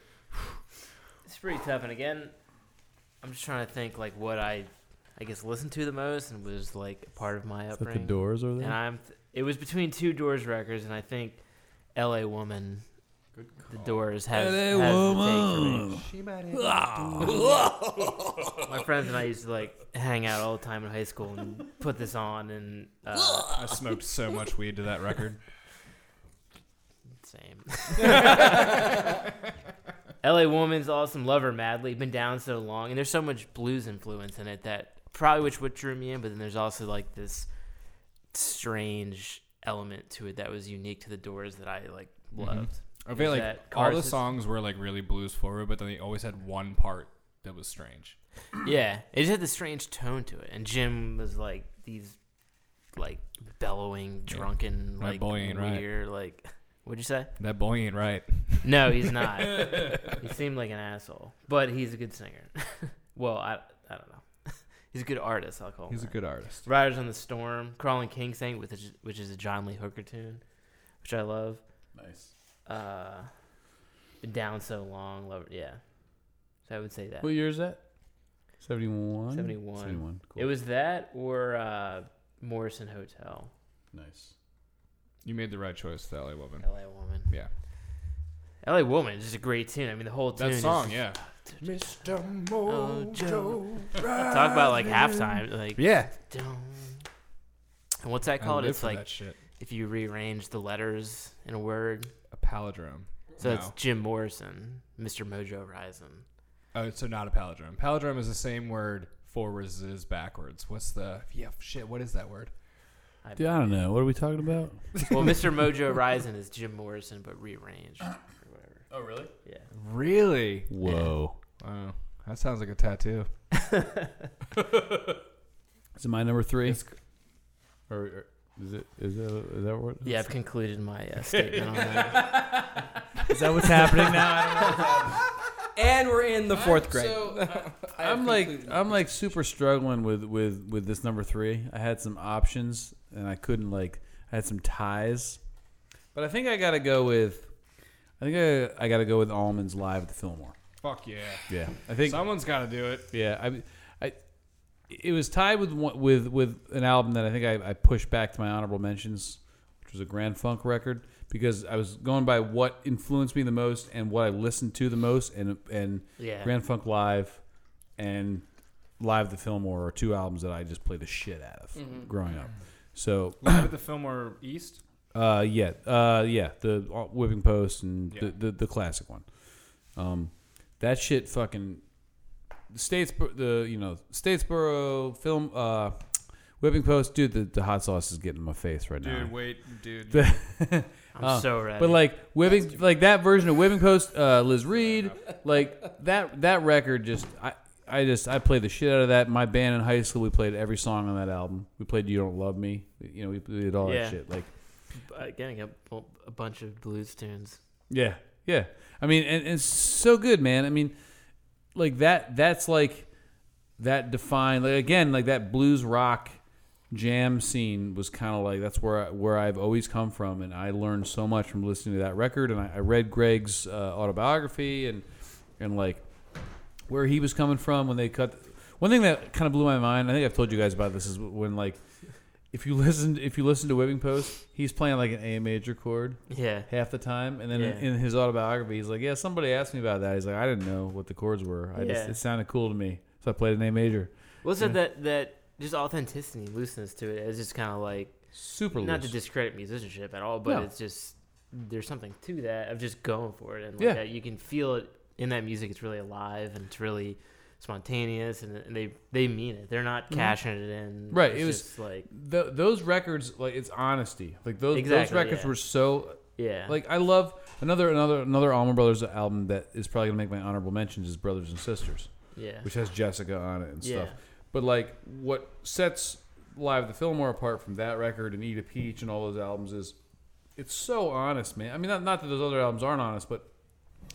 Speaker 1: It's pretty tough. And again, I'm just trying to think like what I, I guess, listened to the most and was like a part of my
Speaker 2: Is that the
Speaker 1: upbringing.
Speaker 2: doors over
Speaker 1: And
Speaker 2: there?
Speaker 1: I'm. Th- it was between two Doors records, and I think "L.A. Woman," the Doors has,
Speaker 2: LA
Speaker 1: has the
Speaker 2: Woman.
Speaker 1: take for me. My friends and I used to like hang out all the time in high school and put this on, and uh,
Speaker 4: I smoked so much weed to that record.
Speaker 1: Same. LA Woman's awesome. Love her madly. Been down so long, and there's so much blues influence in it that probably which what drew me in. But then there's also like this strange element to it that was unique to the Doors that I like
Speaker 4: Mm-hmm.
Speaker 1: loved.
Speaker 4: I feel like
Speaker 1: that
Speaker 4: all the
Speaker 1: Cars is-
Speaker 4: songs were like really blues forward, but then they always had one part that was strange.
Speaker 1: Yeah, it just had this strange tone to it, and Jim was like these like bellowing, drunken,
Speaker 4: That
Speaker 1: like
Speaker 4: boy ain't right.
Speaker 1: weird, like. What'd you say?
Speaker 4: That boy ain't right.
Speaker 1: No, he's not. he seemed like an asshole, but he's a good singer. well, I, I don't know. he's a good artist. I'll call him.
Speaker 4: He's a
Speaker 1: that.
Speaker 4: good artist.
Speaker 1: Riders on the Storm, Crawling King sang with which is- which is a John Lee Hooker tune, which I love.
Speaker 2: Nice.
Speaker 1: Uh, been down so long, love it. Yeah, so I would say that.
Speaker 2: What year is that? 71?
Speaker 1: 71.
Speaker 2: 71. Cool.
Speaker 1: It was that or uh, Morrison Hotel,
Speaker 2: nice.
Speaker 4: You made the right choice, the LA woman.
Speaker 1: L.A. Woman.
Speaker 4: Yeah.
Speaker 1: L.A. Woman is just a great tune. I mean, the whole tune.
Speaker 4: That
Speaker 1: is
Speaker 4: song,
Speaker 1: just-
Speaker 4: yeah.
Speaker 14: Mr.
Speaker 1: Oh, Joe. Talk about like halftime, like
Speaker 4: Yeah.
Speaker 1: Dun. And what's that
Speaker 4: I
Speaker 1: called?
Speaker 4: live
Speaker 1: It's
Speaker 4: for
Speaker 1: like
Speaker 4: that shit.
Speaker 1: if you rearrange the letters in a word.
Speaker 4: A palindrome.
Speaker 1: So it's
Speaker 4: No.
Speaker 1: Jim Morrison, Mr. Mojo Rising.
Speaker 4: Oh, so not a palindrome. Palindrome is the same word forwards as backwards. What's the yeah shit? What is that word?
Speaker 2: Dude, I don't know. What are we talking about?
Speaker 1: Well, Mr. Mojo Rising is Jim Morrison, but rearranged or whatever.
Speaker 13: Oh, really?
Speaker 1: Yeah.
Speaker 4: Really?
Speaker 2: Whoa.
Speaker 4: Oh, that sounds like a tattoo.
Speaker 2: Is it my number three? Or, or is it? Is that, is that what?
Speaker 1: Yeah, I've concluded my uh, statement on that.
Speaker 2: Is that what's happening now?
Speaker 3: And we're in the fourth grade.
Speaker 13: So
Speaker 2: I'm like I'm like super struggling with with with this number three. I had some options and I couldn't like I had some ties, but I think I gotta go with I think I, I gotta go with Almonds live at the Fillmore.
Speaker 4: Fuck yeah!
Speaker 2: Yeah, I think
Speaker 4: Someone's got to do it.
Speaker 2: yeah I, I it was tied with one, with with an album that I think I, I pushed back to my honorable mentions, which was a Grand Funk record because I was going by what influenced me the most and what I listened to the most and and
Speaker 1: Yeah.
Speaker 2: Grand Funk Live and Live at the Fillmore are two albums that I just played the shit out of growing up. So
Speaker 4: Live at the Fillmore East.
Speaker 2: uh, yeah, uh, yeah, the uh, Whipping Post and
Speaker 4: Yeah.
Speaker 2: the, the the classic one. Um, that shit fucking states the you know Statesboro film uh, Whipping Post, dude. The, the hot sauce is getting in my face right
Speaker 4: Dude,
Speaker 2: now.
Speaker 4: wait, dude.
Speaker 1: I'm
Speaker 2: Oh,
Speaker 1: so ready.
Speaker 2: But like Whipping, like that version of Whipping Post, uh, Liz Reed, like that that record just I. I just I played the shit out of that. My band in high school, we played every song on that album. We played "You Don't Love Me," you know, we did all
Speaker 1: Yeah.
Speaker 2: that shit. Like
Speaker 1: Uh, getting a, bu- a bunch of blues tunes.
Speaker 2: Yeah, yeah. I mean, and, and it's so good, man. I mean, like that. That's like that defined like, again, like that blues rock jam scene was kind of like that's where I, where I've always come from, and I learned so much from listening to that record. And I, I read Greg's uh, autobiography and and like where he was coming from when they cut. One thing that kind of blew my mind. I think I've told you guys about this is when like. If you listen, if you listen to Whipping Post, he's playing like an A major chord,
Speaker 1: Yeah.
Speaker 2: half the time. And then in-
Speaker 1: Yeah.
Speaker 2: in his autobiography, he's like, "Yeah, somebody asked me about that." He's like, "I didn't know what the chords were. I just
Speaker 1: Yeah.
Speaker 2: it sounded cool to me, so I played an A major."
Speaker 1: What's it that that just authenticity, looseness to it? It's just kind of like
Speaker 2: Super
Speaker 1: not to
Speaker 2: loose.
Speaker 1: discredit musicianship at all, but
Speaker 2: No.
Speaker 1: it's just there's something to that of just going for it, and like
Speaker 2: Yeah.
Speaker 1: that you can feel it in that music. It's really alive and it's really spontaneous, and, and they they mean it. They're not cashing it in.
Speaker 2: Mm-hmm. Right,
Speaker 1: It's
Speaker 2: it was-
Speaker 1: just like
Speaker 2: Th those records, like it's honesty. Like those those
Speaker 1: Exactly,
Speaker 2: records
Speaker 1: yeah.
Speaker 2: were so.
Speaker 1: yeah,
Speaker 2: Like I love another another another Allman Brothers album that is probably gonna make my honorable mentions is Brothers and Sisters,
Speaker 1: yeah,
Speaker 2: which has Jessica on it and
Speaker 1: yeah,
Speaker 2: stuff. But like what sets Live at the Fillmore apart from that record and Eat a Peach and all those albums is it's so honest, man. I mean, not, not that those other albums aren't honest, but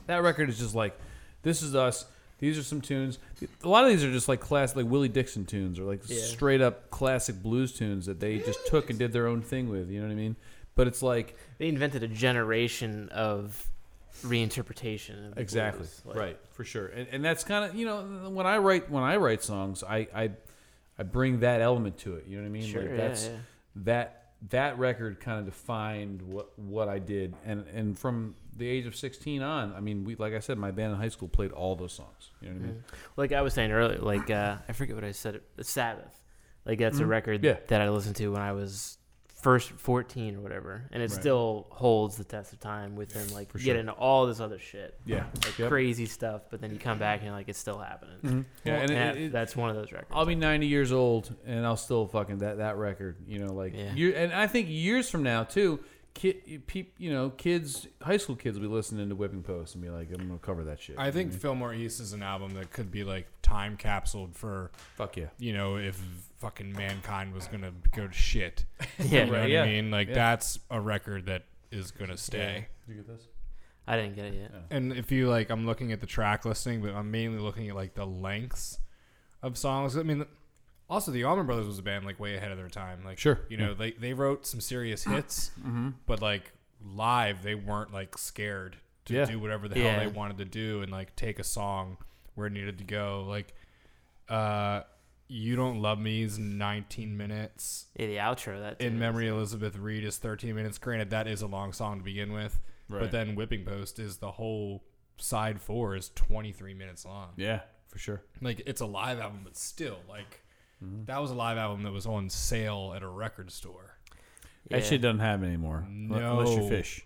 Speaker 2: that record is just like this is us. These are some tunes. A lot of these are just like classic, like Willie Dixon tunes, or like
Speaker 1: Yeah.
Speaker 2: straight up classic blues tunes that they just took and did their own thing with. You know what I mean? But it's like
Speaker 1: They invented a generation of reinterpretation. Of the
Speaker 2: exactly
Speaker 1: blues, like-
Speaker 2: right for sure, and, and that's kind of you know when I write when I write songs, I I, I bring that element to it. You know what I mean?
Speaker 1: Sure.
Speaker 2: like
Speaker 1: yeah,
Speaker 2: that's
Speaker 1: yeah.
Speaker 2: that that record kind of defined what what I did, and and from the age of sixteen on, I mean, we like I said, my band in high school played all those songs. You know what I mean?
Speaker 1: Like I was saying earlier, like uh, I forget what I said. The Sabbath, like that's a record
Speaker 2: Yeah.
Speaker 1: that I listened to when I was first fourteen or whatever, and it
Speaker 2: Right.
Speaker 1: still holds the test of time with them. Like
Speaker 2: For
Speaker 1: you get
Speaker 2: sure.
Speaker 1: into all this other shit,
Speaker 2: Yeah,
Speaker 1: like
Speaker 2: Yep. Mm-hmm.
Speaker 1: crazy stuff, but then you come back and like it's still happening.
Speaker 2: yeah. And
Speaker 1: And
Speaker 2: it,
Speaker 1: that-
Speaker 2: it,
Speaker 1: that's one of those records.
Speaker 2: I'll be ninety years old, and I'll still fucking that that record. You know, like
Speaker 1: Yeah.
Speaker 2: you and I think years from now too. Kid, peop, you know, kids, high school kids will be listening to Whipping Post and be like, "I'm gonna cover that shit."
Speaker 4: I think
Speaker 2: You know
Speaker 4: Fillmore East is an album that could be like time capsuled for
Speaker 2: what I mean? fuck yeah,
Speaker 4: you know if fucking mankind was gonna go to shit. You
Speaker 1: yeah,
Speaker 4: know
Speaker 2: Right,
Speaker 4: what
Speaker 2: yeah.
Speaker 4: I mean? Like
Speaker 2: Yeah.
Speaker 4: that's a record that is gonna stay.
Speaker 2: Did you get this?
Speaker 1: I didn't get it yet.
Speaker 4: And if you like, I'm looking at the track listing, but I'm mainly looking at like the lengths of songs. I mean, also the Allman Brothers was a band like way ahead of their time. Like
Speaker 2: Sure. Mm-hmm.
Speaker 4: you know they they wrote some serious hits, but like live they weren't like scared to
Speaker 2: Yeah.
Speaker 4: do whatever the
Speaker 1: Yeah.
Speaker 4: hell they wanted to do and like take a song where it needed to go. Like, uh, you don't love me is 19 minutes.
Speaker 1: Yeah, the outro that too.
Speaker 4: In Memory Elizabeth Reed is 13 minutes. Granted, that is a long song to begin with,
Speaker 2: Right.
Speaker 4: but then Whipping Post is the whole side four is 23 minutes long.
Speaker 2: Yeah, for sure.
Speaker 4: Like it's a live album, but still, like
Speaker 2: Mm-hmm.
Speaker 4: that was a live album that was on sale at a record store,
Speaker 1: Yeah.
Speaker 8: That shit doesn't happen anymore.
Speaker 4: No.
Speaker 8: Unless you fish.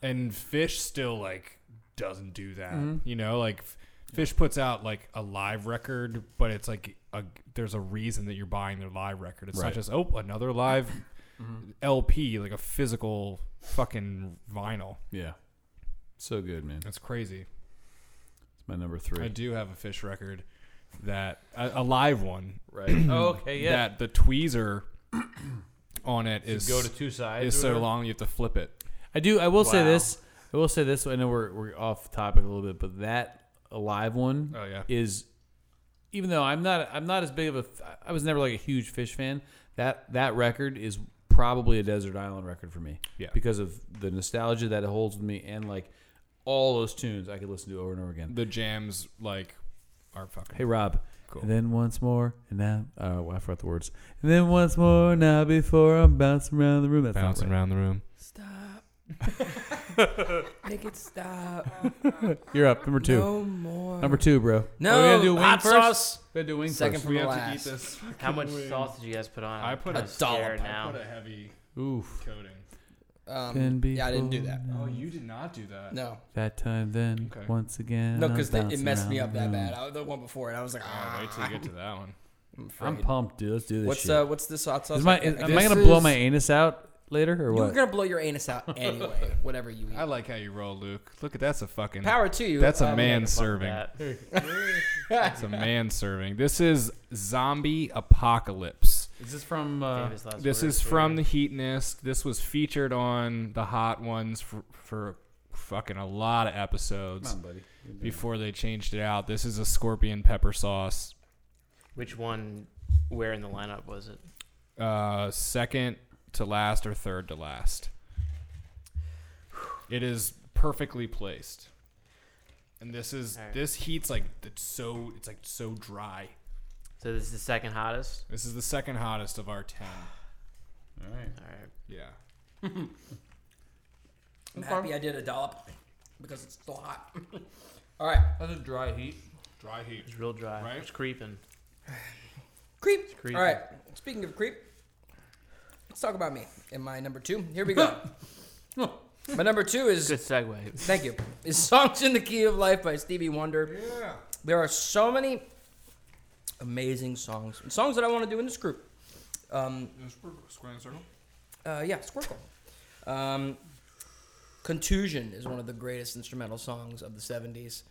Speaker 4: and Fish still like doesn't do that.
Speaker 2: Mm-hmm.
Speaker 4: You know, like F- Fish puts out like a live record, but it's like a there's a reason that you're buying their live record. It's
Speaker 2: Right. Mm-hmm.
Speaker 4: not just oh another live. LP like a physical fucking vinyl.
Speaker 8: Yeah.
Speaker 2: So good, man.
Speaker 4: That's crazy.
Speaker 8: It's my number
Speaker 4: I
Speaker 8: three.
Speaker 4: do have a fish record that a, a live one
Speaker 2: Right. oh, okay. Yeah.
Speaker 4: that the tweezer on it
Speaker 2: You
Speaker 4: is
Speaker 2: go to two sides.
Speaker 4: is
Speaker 2: or
Speaker 4: so
Speaker 2: whatever?
Speaker 4: long you have to flip it.
Speaker 8: I do. I will say
Speaker 1: Wow.
Speaker 8: this. I will say this. I know we're, we're off topic a little bit, but that alive one
Speaker 4: Oh yeah.
Speaker 8: is, even though I'm not I'm not as big of a I was never like a huge fish fan. That that record is probably a desert island record for me.
Speaker 4: Yeah.
Speaker 8: Because of the nostalgia that it holds with me, and like all those tunes I could listen to over and over again.
Speaker 4: The jams like are fucking
Speaker 8: Hey Rob.
Speaker 4: Cool.
Speaker 8: And then once more, and now uh, well, I forgot the words. And then once more, now before I'm bouncing around the room. That's not right.
Speaker 4: around the room.
Speaker 3: Stop. Make it stop.
Speaker 8: You're up, number two.
Speaker 3: No more.
Speaker 8: Number two, bro.
Speaker 3: No.
Speaker 8: we gonna do wing
Speaker 3: hot
Speaker 8: first?
Speaker 3: sauce.
Speaker 2: Gotta do wing
Speaker 3: Second
Speaker 2: first.
Speaker 3: from
Speaker 4: we
Speaker 3: the
Speaker 4: have
Speaker 3: last.
Speaker 4: to eat this.
Speaker 1: How much
Speaker 4: wing.
Speaker 1: sauce did you guys put on?
Speaker 4: I
Speaker 1: I'm
Speaker 4: put
Speaker 1: kinda
Speaker 4: a
Speaker 3: dollop.
Speaker 1: scared
Speaker 4: I
Speaker 1: Now.
Speaker 4: put a heavy
Speaker 8: Oof.
Speaker 4: coating.
Speaker 3: Um,
Speaker 8: Can be
Speaker 3: yeah, I didn't do
Speaker 8: full.
Speaker 3: that.
Speaker 4: Oh, you did not do that.
Speaker 3: No,
Speaker 8: That time then,
Speaker 4: Okay.
Speaker 8: once again.
Speaker 3: no,
Speaker 8: I'm
Speaker 3: because it
Speaker 8: bouncing
Speaker 3: messed me
Speaker 8: around
Speaker 3: up
Speaker 8: the
Speaker 3: that
Speaker 8: room.
Speaker 3: bad. I, the one before it, I was like,
Speaker 4: Oh,
Speaker 3: ah,
Speaker 4: wait till you get to that one.
Speaker 3: I'm afraid.
Speaker 8: I'm pumped, dude. Let's do this
Speaker 3: What's
Speaker 8: shit.
Speaker 3: uh, what's this hot sauce?
Speaker 8: Is my,
Speaker 3: I- I-
Speaker 8: is, am
Speaker 3: this
Speaker 8: I gonna blow
Speaker 3: is-
Speaker 8: my anus out later or
Speaker 3: You're
Speaker 8: what?
Speaker 3: gonna blow your anus out anyway. whatever you eat.
Speaker 4: I like how you roll, Luke. Look at that's a fucking
Speaker 3: Power to you.
Speaker 4: That's a
Speaker 3: um,
Speaker 4: man
Speaker 1: Fuck
Speaker 4: serving.
Speaker 1: that.
Speaker 4: That's a man serving. This is zombie apocalypse.
Speaker 8: Is this from? Uh,
Speaker 1: Famous last
Speaker 4: This
Speaker 1: words
Speaker 4: is
Speaker 1: were-
Speaker 4: from the Heat Nest. This was featured on the Hot Ones for, for fucking a lot of episodes
Speaker 8: buddy.
Speaker 4: before they changed it out. This is a scorpion pepper sauce.
Speaker 1: Which one? Where in the lineup was it?
Speaker 4: Uh, second to last or third to last. It is perfectly placed. And this is
Speaker 1: Alright.
Speaker 4: this heat's like it's so it's like so dry.
Speaker 1: So this is the second hottest.
Speaker 4: This is the second hottest of our 10.
Speaker 8: All right.
Speaker 1: All right.
Speaker 4: Yeah.
Speaker 3: I'm happy I did a dollop because it's still hot. All right,
Speaker 2: That's a dry heat.
Speaker 4: Dry heat.
Speaker 1: It's real dry.
Speaker 4: Right?
Speaker 1: It's creeping.
Speaker 3: creep.
Speaker 1: creepy.
Speaker 3: All right. Speaking of creep, let's talk about me and my number two. Here we go. my number two is
Speaker 1: Good segue.
Speaker 3: Thank you. Is Songs in the Key of Life by Stevie Wonder. There are so many amazing songs, and songs that I want to do in this group. Um,
Speaker 4: Square and circle.
Speaker 3: uh, yeah, Squircle. Um, Contusion is one of the greatest instrumental songs of the 70s.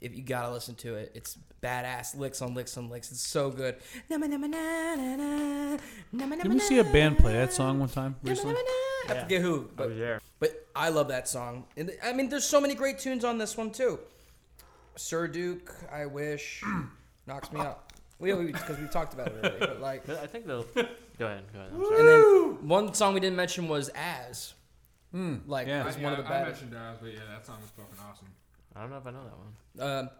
Speaker 3: If you gotta listen to it, it's badass licks on licks on licks. It's so good. Didn't
Speaker 8: Didn't we see a band play that song one time recently?
Speaker 3: I forget who,
Speaker 1: I
Speaker 3: but
Speaker 1: was there.
Speaker 3: but I love that song. And th- I mean, there's so many great tunes on this one too. Sir Duke, I wish, knocks me out. We because we talked about it already, but like,
Speaker 1: I think they'll. go ahead. Go ahead. I'm sorry.
Speaker 3: and then one song we didn't mention was As. like
Speaker 8: yeah.
Speaker 3: it's one of the baddest.
Speaker 4: ours, but yeah, that song was fucking awesome.
Speaker 1: I don't know if I know that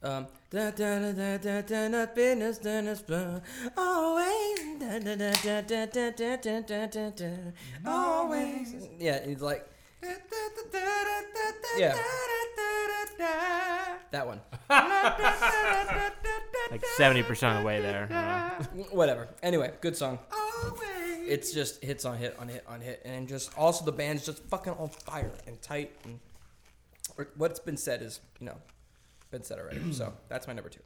Speaker 1: one.
Speaker 3: Um, um, da da da da da da da business da da da always da da da da da da da da da da da always yeah it's like yeah that one
Speaker 1: Like seventy percent of the way there. I don't know.
Speaker 3: whatever anyway good song it's just hits on hit on hit on hit and just also the band's just fucking on fire and tight and or what's been said is you know been said already so that's my number two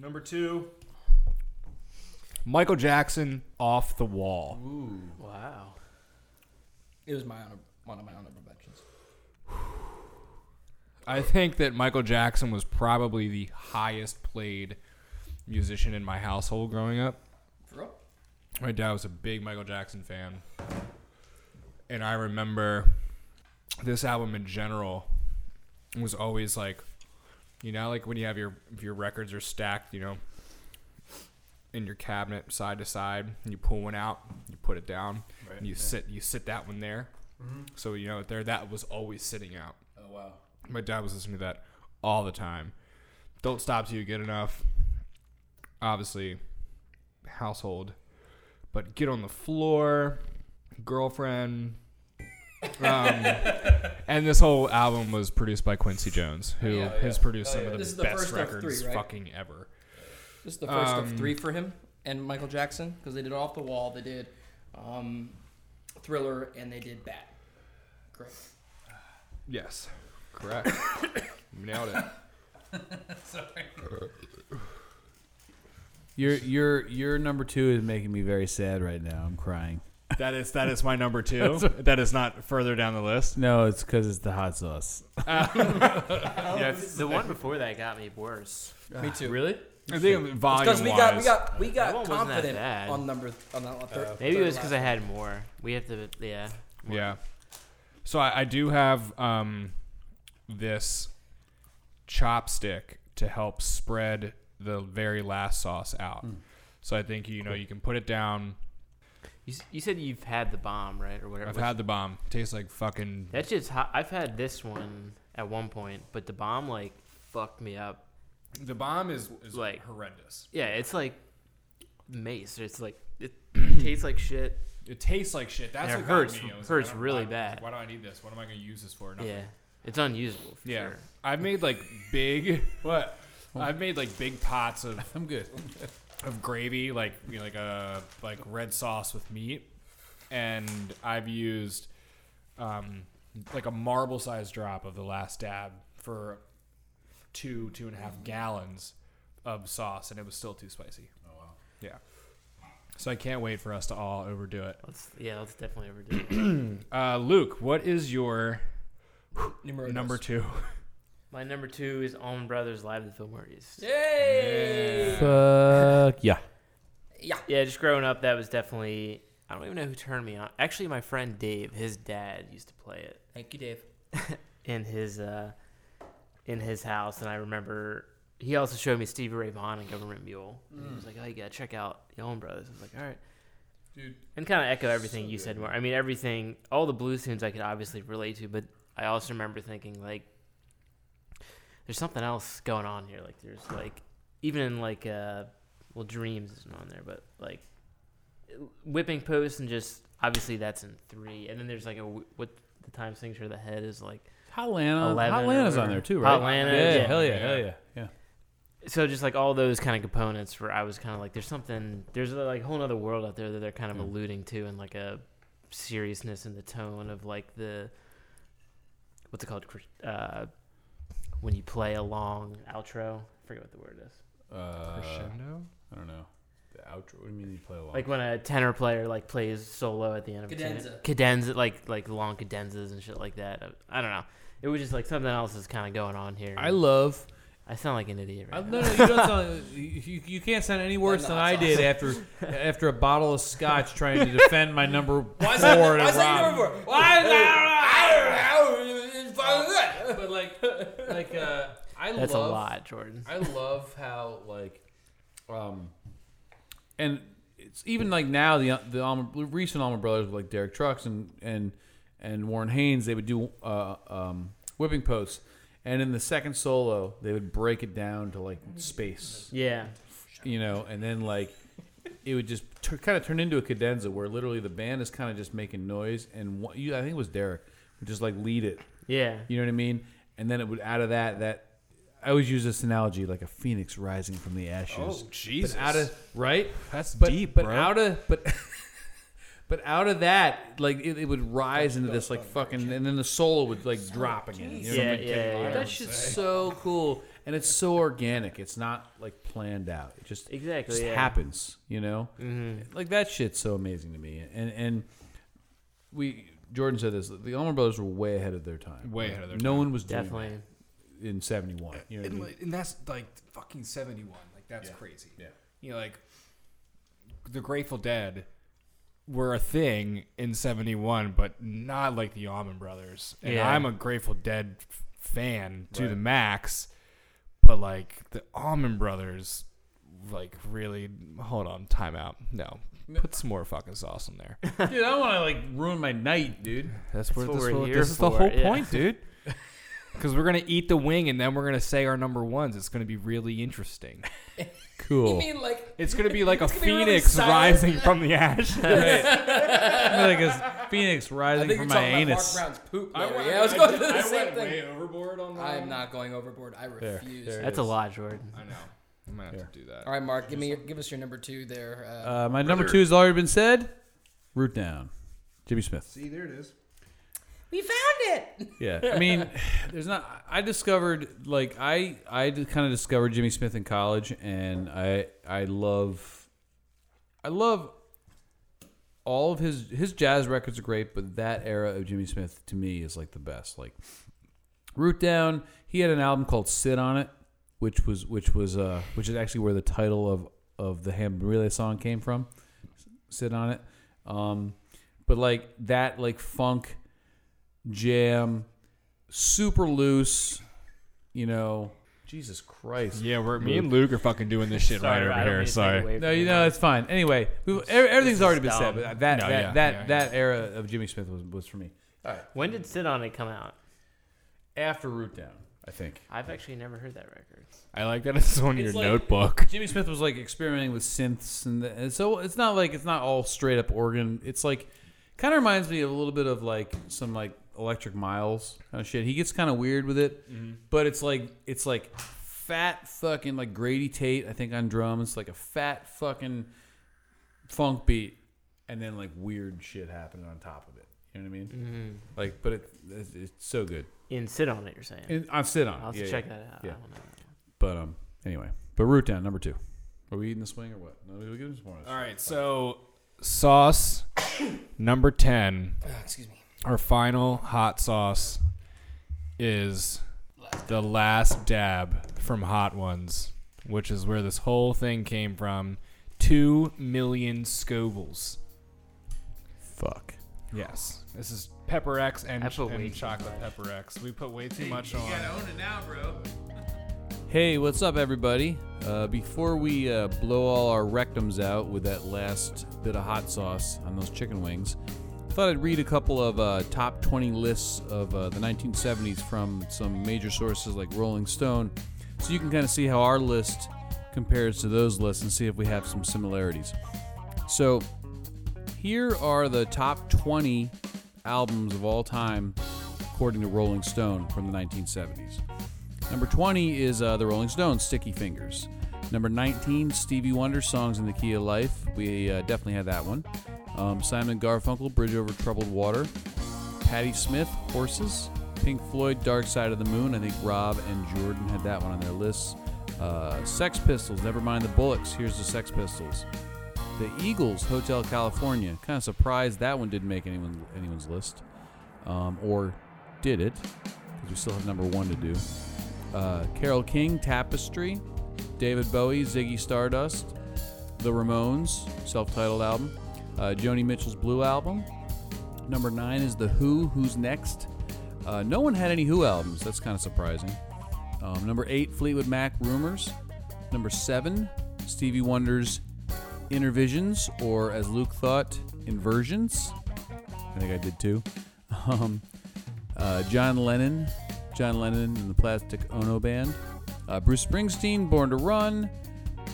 Speaker 4: Number two, Michael Jackson off the wall.
Speaker 1: Wow.
Speaker 3: it was my honor, one of my honorable mentions
Speaker 4: I think that Michael Jackson was probably the highest played musician in my household growing up.
Speaker 3: for real
Speaker 4: My dad was a big Michael Jackson fan. And I remember this album in general was always like you know like when you have your if your records are stacked, you know, in your cabinet side to side, and you pull one out, you put it down, and you sit you sit that one there.
Speaker 3: Mm-hmm.
Speaker 4: So you know there that was always sitting out. Oh wow. My dad was listening to that all the time. Don't stop till you get enough. Obviously, household but get on the floor, girlfriend. Um, and this whole album was produced by Quincy Jones, who
Speaker 3: Oh,
Speaker 4: has produced some of the
Speaker 3: This is the
Speaker 4: best
Speaker 3: first of three,
Speaker 4: records
Speaker 3: right?
Speaker 4: fucking ever.
Speaker 3: This is the first
Speaker 4: Um,
Speaker 3: of three for him and Michael Jackson because they did Off the Wall, they did um, Thriller, and they did Bat. Great.
Speaker 4: Yes, correct. You Nailed it.
Speaker 8: Your your your number two is making me very sad right now. I'm crying.
Speaker 4: That is that is my number two. that is not further down the list.
Speaker 8: No, it's because it's the hot sauce.
Speaker 1: Yeah, the one before that got me worse.
Speaker 3: Me too.
Speaker 1: Really?
Speaker 4: I think
Speaker 3: Because
Speaker 4: volume
Speaker 3: we
Speaker 4: wise,
Speaker 3: got we got we got
Speaker 1: one wasn't that
Speaker 3: confident
Speaker 1: bad.
Speaker 3: on number th- on, on third.
Speaker 1: Maybe it
Speaker 3: third
Speaker 1: was because I
Speaker 3: last.
Speaker 1: had more. We have to. Yeah.
Speaker 4: yeah. So I, I do have um, this chopstick to help spread the very last sauce out. So I think you know you can put it down.
Speaker 1: You, s- you said you've had the bomb, right, or whatever.
Speaker 4: I've had the bomb. Tastes like fucking.
Speaker 1: That shit's hot. I've had this one at one point, but the bomb like fucked me up.
Speaker 4: The bomb is, is
Speaker 1: Like-
Speaker 4: horrendous.
Speaker 1: Yeah, it's like mace. It's like it tastes like shit.
Speaker 4: It tastes like shit. That's
Speaker 1: And
Speaker 4: what
Speaker 1: it
Speaker 4: got
Speaker 1: hurts-
Speaker 4: me. I was like,
Speaker 1: hurts
Speaker 4: I don't-
Speaker 1: really
Speaker 4: I was like,
Speaker 1: bad.
Speaker 4: Why do I need this? What am I gonna use this for? Nothing.
Speaker 1: Yeah, it's unusable. For
Speaker 4: Yeah.
Speaker 1: sure.
Speaker 4: I've made like big what? I've made like big pots of
Speaker 8: I'm good.
Speaker 4: of gravy, like you know, like a like red sauce with meat, and I've used um, like a marble sized drop of the last dab for two two and a half gallons of sauce, and it was still too spicy. Oh wow! Yeah. So I can't wait for us to all overdo it.
Speaker 1: Let's, yeah, let's definitely overdo it.
Speaker 4: Uh, Luke, what is your
Speaker 3: Numero
Speaker 4: number
Speaker 3: dos.
Speaker 4: two?
Speaker 1: My number two is Allman Brothers Live at the Fillmore East.
Speaker 3: Yay!
Speaker 8: Fuck yeah.
Speaker 3: Yeah.
Speaker 1: Yeah, just growing up, that was definitely. I don't even know who turned me on. Actually, my friend Dave, his dad used to play it.
Speaker 3: Thank you, Dave.
Speaker 1: in his uh, in his house, and I remember he also showed me Stevie Ray Vaughan and Government Mule. And he was like, "Oh, you gotta check out the Allman Brothers." I was like, "All right."
Speaker 4: Dude,
Speaker 1: and kind of echo everything you said. More, I mean, everything, all the blues tunes I could obviously relate to, but I also remember thinking like, "There's something else going on here." Like, there's like, even in like, uh, well, Dreams isn't on there, but like, Whipping Post and just obviously that's in three, and then there's like a w- what the time signature of the head is like.
Speaker 8: Hotlanta.
Speaker 1: 11
Speaker 8: Hotlanta's
Speaker 1: or-
Speaker 8: on there too, right?
Speaker 1: Hotlanta,
Speaker 8: Yeah,
Speaker 1: yeah.
Speaker 8: Hell yeah. Hell yeah. Yeah.
Speaker 1: so just like all those kind of components where I was kind of like, there's something, there's uh, like a whole other world out there that they're kind of alluding to, and like a seriousness in the tone of like the, what's it called, Chris- uh, when you play a long outro forget what the word is.
Speaker 8: Uh,
Speaker 4: Crescendo.
Speaker 8: I don't know. The outro. What do you mean you play along?
Speaker 1: Like when a tenor player like plays solo at the end of a
Speaker 3: Cadenza.
Speaker 1: tune. cadenza, like like long cadenzas and shit like that. I, I don't know. It was just like something else is kind of going on here.
Speaker 2: I love.
Speaker 1: I sound like an idiot.
Speaker 2: I,
Speaker 1: Right
Speaker 2: no, no, you don't sound. You, you can't sound any worse than I did after after a bottle of scotch trying to defend my number
Speaker 3: Why
Speaker 2: four.
Speaker 3: is that, why
Speaker 2: to
Speaker 3: is that
Speaker 2: Rob.
Speaker 3: number four?
Speaker 2: Why is that?
Speaker 3: I don't know. It's fucking good.
Speaker 2: But like, like uh, I
Speaker 1: That's
Speaker 2: love.
Speaker 1: a lot, Jordan.
Speaker 2: I love how like, um, and it's even like now the the Alma, recent Alma Brothers with like Derek Trucks and and and Warren Haynes they would do uh, um, whipping posts, and in the second solo they would break it down to like space,
Speaker 1: Yeah.
Speaker 2: you know, and then like. It would just t- kind of turn into a cadenza where literally the band is kind of just making noise, and what you I think it was Derek would just like lead it,
Speaker 1: Yeah.
Speaker 2: you know what I mean? And then it would out of that that I always use this analogy like a phoenix rising from the ashes.
Speaker 4: Jesus.
Speaker 2: Out of right?
Speaker 4: That's
Speaker 2: But
Speaker 4: deep,
Speaker 2: but
Speaker 4: bro.
Speaker 2: out of but but out of that like it, it would rise into this like fucking and then the solo would like drop again. You know what I
Speaker 1: Yeah,
Speaker 2: mean?
Speaker 1: yeah, yeah.
Speaker 2: That shit's so cool and it's so organic. It's not like planned out. It just
Speaker 1: Exactly,
Speaker 2: just
Speaker 1: yeah. Mm-hmm.
Speaker 2: happens, you know? Like that shit's so amazing to me. And and we Jordan said this. The Allman Brothers were way ahead of their time.
Speaker 4: Way ahead of their
Speaker 2: no one was doing
Speaker 1: Definitely.
Speaker 2: that in '71. You know what I
Speaker 4: and,
Speaker 2: mean?
Speaker 4: like- and that's like fucking 71 like that's crazy yeah you know like the grateful dead were a thing in 71 but not like the almond brothers and
Speaker 1: Yeah.
Speaker 4: i'm a grateful dead f- fan to the max but like the almond brothers like really hold on time out no put some more fucking sauce in there
Speaker 2: dude, I don't want to like ruin my night, dude.
Speaker 4: that's where
Speaker 1: what
Speaker 4: this,
Speaker 1: we're
Speaker 4: whole,
Speaker 1: here
Speaker 4: this is the
Speaker 1: for,
Speaker 4: whole
Speaker 1: yeah.
Speaker 4: point dude because we're gonna eat the wing and then we're gonna say our number ones it's gonna be really interesting
Speaker 3: You
Speaker 2: Cool.
Speaker 3: mean like
Speaker 4: It's gonna be like a
Speaker 3: gonna be really
Speaker 4: phoenix
Speaker 3: silent.
Speaker 4: rising from the ashes.
Speaker 2: like a phoenix
Speaker 3: I
Speaker 2: rising
Speaker 3: think you're
Speaker 2: from
Speaker 3: talking
Speaker 2: my
Speaker 3: about
Speaker 2: anus.
Speaker 3: Mark Brown's poop. later. yeah, I was going through the same thing.
Speaker 4: overboard on
Speaker 3: I am not going overboard. I refuse.
Speaker 2: there.
Speaker 1: That's a lot, Jordan.
Speaker 4: I know. I'm gonna have to do that.
Speaker 3: All right, Mark, give me your, give us your number two there. Uh,
Speaker 2: Uh, my number two has already been said. Root down, Jimmy Smith.
Speaker 4: See, there it is.
Speaker 3: we found it.
Speaker 2: Yeah, I mean, there's not. I discovered like I I kind of discovered Jimmy Smith in college, and I I love I love all of his his jazz records are great, but that era of Jimmy Smith to me is like the best. Like Root Down, he had an album called Sit on It, which was which was uh which is actually where the title of of the Ham Relay song came from. Sit on it. Um but like that like funk jam super loose, you know. Jesus Christ.
Speaker 4: Yeah, we're me and Luke are fucking doing this shit right
Speaker 1: Sorry, I
Speaker 4: over
Speaker 1: don't mean
Speaker 4: here.
Speaker 1: to take
Speaker 4: Sorry.
Speaker 1: away
Speaker 2: No,
Speaker 1: from
Speaker 2: you
Speaker 1: you.
Speaker 2: know it's fine. Anyway, we've, ev- everything's already been said, but that that
Speaker 4: No, yeah,
Speaker 2: that
Speaker 4: yeah,
Speaker 2: that era of Jimmy Smith was, was for me
Speaker 1: When did Sit On It come out?
Speaker 2: after Root Down, I think.
Speaker 1: I've actually never heard that record.
Speaker 4: I like that it's on your
Speaker 2: like-
Speaker 4: notebook.
Speaker 2: Jimmy Smith was like experimenting with synths, and, the, and so it's not like it's not all straight up organ. It's like kind of reminds me of a little bit of like some like Electric Miles kind of shit. He gets kind of weird with it,
Speaker 1: Mm-hmm.
Speaker 2: but it's like it's like fat fucking like Grady Tate. I think on drums, like a fat fucking funk beat, and then like weird shit happening on top of it. You know what I mean?
Speaker 1: Mm-hmm.
Speaker 2: Like, but it, it's, it's so good.
Speaker 1: In Sit On It, you're saying.
Speaker 2: And I'll sit on. it.
Speaker 1: I'll have
Speaker 2: Yeah,
Speaker 1: to
Speaker 2: yeah.
Speaker 1: check that out.
Speaker 2: Yeah.
Speaker 1: I don't know.
Speaker 2: But um, anyway, but root down number two. Are we eating this wing or what? No, we get this one.
Speaker 4: All right, so sauce number ten.
Speaker 3: Oh, excuse me.
Speaker 4: Our final hot sauce is the last dab from Hot Ones, which is where this whole thing came from. Two million scobles.
Speaker 2: Fuck.
Speaker 4: Yes. This is Pepper X and,
Speaker 1: I put
Speaker 4: and
Speaker 1: way too
Speaker 4: chocolate Pepper X. We put way too much on.
Speaker 2: Hey, what's up, everybody? Uh, before we uh, blow all our rectums out with that last bit of hot sauce on those chicken wings, I thought I'd read a couple of uh, top 20 lists of uh, the 1970s from some major sources like Rolling Stone, so you can kind of see how our list compares to those lists and see if we have some similarities. So, here are the top 20 albums of all time, according to Rolling Stone from the 1970s. Number 20 is uh, the Rolling Stones, Sticky Fingers. Number 19, Stevie Wonder, Songs in the Key of Life. We uh, definitely had that one. Um, Simon Garfunkel, Bridge Over Troubled Water. Patti Smith, Horses. Pink Floyd, Dark Side of the Moon. I think Rob and Jordan had that one on their lists. Uh, Sex Pistols, never mind the Bullocks. Here's the Sex Pistols. The Eagles, Hotel California. Kind of surprised that one didn't make anyone anyone's list, um, or did it? Because we still have number one to do. Uh, Carol King, Tapestry. David Bowie, Ziggy Stardust. The Ramones, self-titled album. Uh, Joni Mitchell's Blue album. Number nine is The Who. Who's next? Uh, no one had any Who albums. That's kind of surprising. Um, number eight, Fleetwood Mac Rumors. Number seven, Stevie Wonder's Intervisions, or as Luke thought, Inversions. I think I did too. Um, uh, John Lennon, John Lennon and the Plastic Ono Band. Uh, Bruce Springsteen, Born to Run.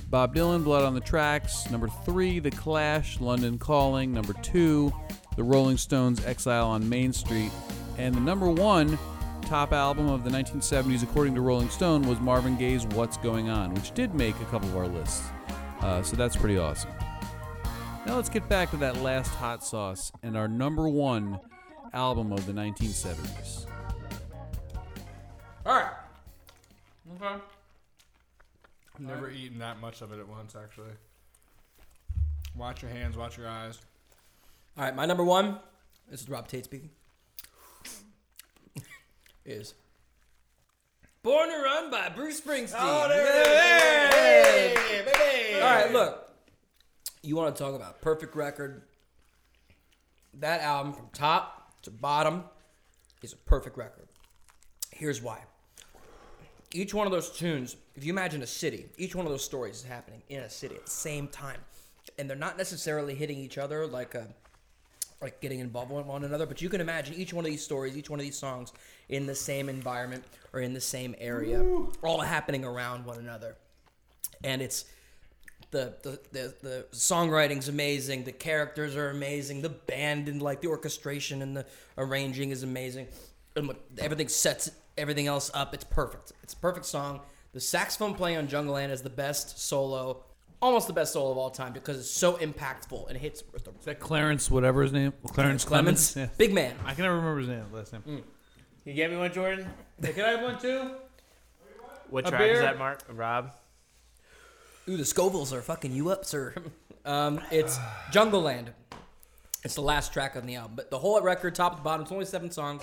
Speaker 2: Bob Dylan, Blood on the Tracks. Number three, The Clash, London Calling. Number two, The Rolling Stones, Exile on Main Street. And the number one top album of the 1970s, according to Rolling Stone, was Marvin Gaye's What's Going On, which did make a couple of our lists. Uh, so that's pretty awesome. Now let's get back to that last hot sauce and our number one album of the 1970s.
Speaker 1: All right. Okay.
Speaker 4: I've never eaten that much of it at once, actually. Watch your hands, watch your eyes.
Speaker 3: All right, my number one. This is Rob Tate speaking. is Born to Run by Bruce Springsteen. Yay! All right, look. You want to talk about perfect record? That album from top to bottom is a perfect record. Here's why. Each one of those tunes, if you imagine a city, each one of those stories is happening in a city at the same time. And they're not necessarily hitting each other like a like getting involved with one another. But you can imagine each one of these stories, each one of these songs, in the same environment or in the same area, all happening around one another. And it's the the, the the songwriting's amazing, the characters are amazing, the band and like the orchestration and the arranging is amazing, and what, everything sets everything else up. It's perfect. It's a perfect song. The saxophone playing on Jungle Land is the best solo. Almost the best solo of all time because it's so impactful and hits with the
Speaker 8: Is that Clarence, whatever his name? Clarence
Speaker 3: Clemens,
Speaker 8: Clemens.
Speaker 3: big man.
Speaker 8: I can never remember his name, last name.
Speaker 1: You get me one, Jordan?
Speaker 8: Can I have one too?
Speaker 1: What
Speaker 8: A
Speaker 1: track
Speaker 8: beer?
Speaker 1: is that, Mark? Rob?
Speaker 3: Ooh, the Scovilles are fucking you up, sir. Um, it's Jungle Land. It's the last track on the album, but the whole record, top to bottom, it's only seven songs.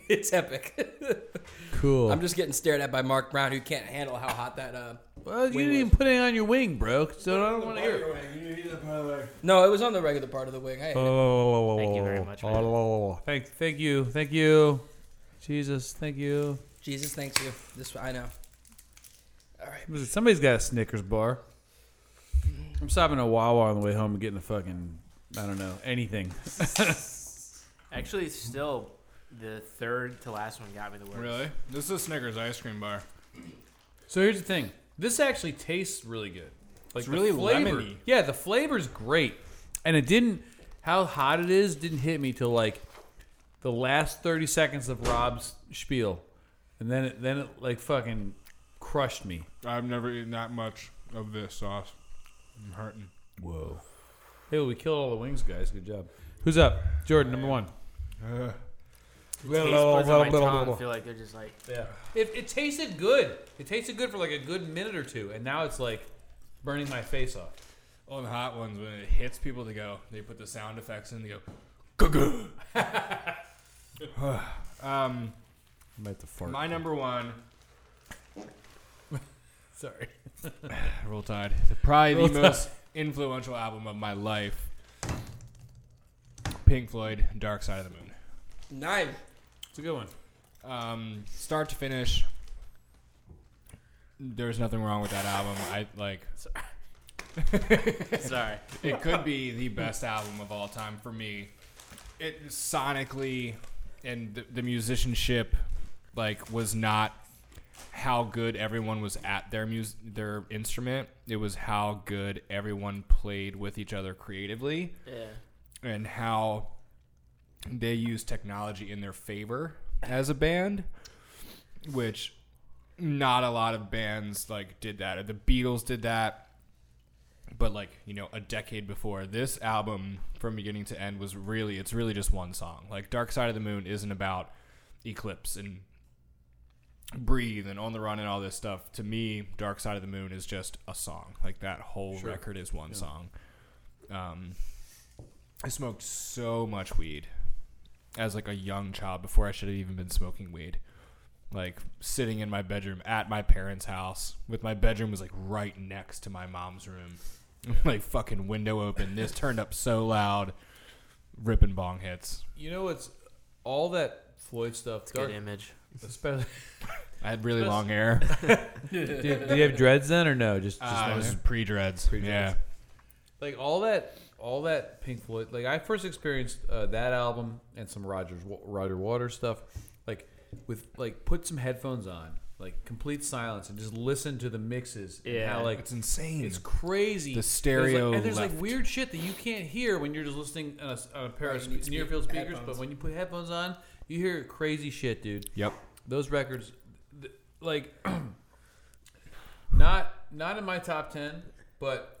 Speaker 3: it's epic.
Speaker 8: Cool.
Speaker 3: I'm just getting stared at by Mark Brown, who can't handle how hot that. Uh...
Speaker 8: well, you didn't even put it on your wing, bro. So I don't want to hear. it.
Speaker 3: No, it was on the regular part of the wing. Hey,
Speaker 8: Oh,
Speaker 1: Thank you very much, man.
Speaker 8: oh, thank, thank you, thank you, Jesus, thank you.
Speaker 3: Jesus, thanks you. This I know.
Speaker 8: Was it- Somebody's got a Snickers bar. I'm stopping at Wawa on the way home and getting a fucking, I don't know, anything.
Speaker 1: Actually, still the third to last one got me the worst.
Speaker 4: Really? This is a Snickers ice cream bar.
Speaker 2: So here's the thing. This actually tastes really good. Like
Speaker 4: It's really
Speaker 2: the flavor.
Speaker 4: lemony.
Speaker 2: Yeah, the flavor's great. And it didn't how hot it is didn't hit me till like the last 30 seconds of Rob's spiel. And then it then it like fucking crushed me.
Speaker 4: I've never eaten that much of this sauce. I'm hurting.
Speaker 2: Whoa. Hey, well, we killed all the wings, guys. Good job. Who's up? Jordan, number one.
Speaker 4: Ugh.
Speaker 1: The taste buds on my tongue feel like they're just like
Speaker 2: It, it tasted good. It tasted good for like a good minute or two, and now it's like burning my face off.
Speaker 4: On the hot ones, when it hits people, they go, they put the sound effects in, they go, "Gah-gah."
Speaker 8: I
Speaker 4: um,
Speaker 8: might have to fart.
Speaker 4: my number one,
Speaker 2: Sorry.
Speaker 4: Roll Tide, the, probably
Speaker 2: Roll
Speaker 4: the
Speaker 2: Tide.
Speaker 4: most influential album of my life, Pink Floyd, Dark Side of the Moon.
Speaker 3: Nine.
Speaker 2: It's a good one.
Speaker 4: um, start to finish. There's nothing wrong with that album. I like.
Speaker 1: sorry.
Speaker 4: It could be the best album of all time for me. It sonically and the, the musicianship, like, was not how good everyone was at their mus- their instrument. It was how good everyone played with each other creatively
Speaker 1: Yeah.
Speaker 4: and how they use technology in their favor as a band, which not a lot of bands like did that. The Beatles did that, but like you know, a decade before this album, from beginning to end, was really it's really just one song. Like Dark Side of the Moon isn't about Eclipse and Breathe and On the Run and all this stuff. To me, Dark Side of the Moon is just a song. Like that whole record is one song. Um, I smoked so much weed as like a young child before I should have even been smoking weed. Like sitting in my bedroom at my parents' house with my bedroom was like right next to my mom's room. like fucking window open. This turned up so loud. Ripping bong hits.
Speaker 2: You know what's all that Floyd stuff,
Speaker 1: Good
Speaker 2: dark,
Speaker 1: image.
Speaker 2: especially
Speaker 4: I had really long hair.
Speaker 8: Did, did you have dreads then or no? Just, just
Speaker 4: Uh, it
Speaker 8: long
Speaker 4: was
Speaker 8: hair?
Speaker 4: pre dreads. Yeah.
Speaker 2: Ah, like all that all that Pink Floyd. Like I first experienced uh, that album and some Rogers Roger Waters stuff. Like with like put some headphones on, like complete silence, and just listen to the mixes. and
Speaker 1: Yeah.
Speaker 2: how, like
Speaker 4: It's insane.
Speaker 2: It's crazy.
Speaker 4: Hmm. The stereo
Speaker 2: There's like, and there's like
Speaker 4: left.
Speaker 2: weird shit that you can't hear when you're just listening on a, s- on a pair of
Speaker 3: you need
Speaker 2: spe- near
Speaker 3: speak-
Speaker 2: field speakers.
Speaker 3: headphones.
Speaker 2: But when you put headphones on, you hear crazy shit, dude.
Speaker 4: Yep.
Speaker 2: Those records, th- like, not not in my top ten, but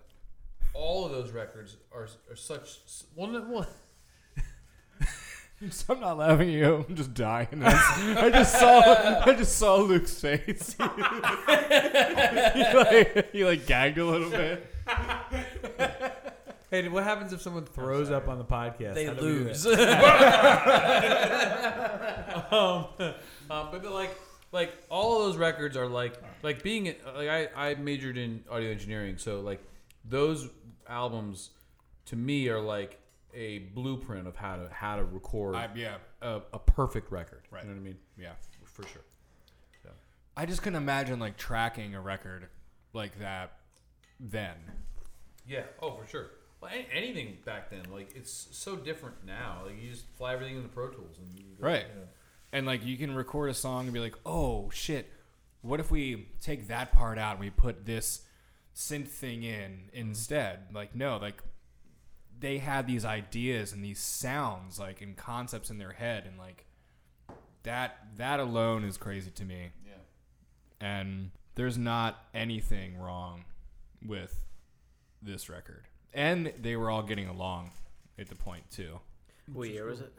Speaker 2: all of those records are, are such. s- Well, no, well,
Speaker 4: I'm not laughing at you. I'm just dying. I just saw I just saw Luke's face. he, like, he like gagged a little bit.
Speaker 8: hey, dude, what happens if someone throws up on the podcast?
Speaker 3: They
Speaker 8: How do we do
Speaker 3: lose.
Speaker 8: that?
Speaker 2: um, um, but, but like like all of those records are like like being like I, I majored in audio engineering so like those albums to me are like a blueprint of how to how to record
Speaker 4: I,
Speaker 2: a
Speaker 4: yeah,
Speaker 2: a perfect record
Speaker 4: Right.
Speaker 2: you know what I mean
Speaker 4: yeah.
Speaker 2: for sure
Speaker 4: I just couldn't imagine like tracking a record like that then.
Speaker 2: yeah oh for sure well, a- anything back then like it's so different now like you just fly everything into Pro Tools and you go,
Speaker 4: Right.
Speaker 2: you know.
Speaker 4: And like you can record a song and be like, "Oh shit, what if we take that part out and we put this synth thing in instead?" Like no, like they had these ideas and these sounds like and concepts in their head and like that that alone is crazy to me.
Speaker 2: Yeah.
Speaker 4: And there's not anything wrong with this record. And they were all getting along at the point too.
Speaker 1: What year was it?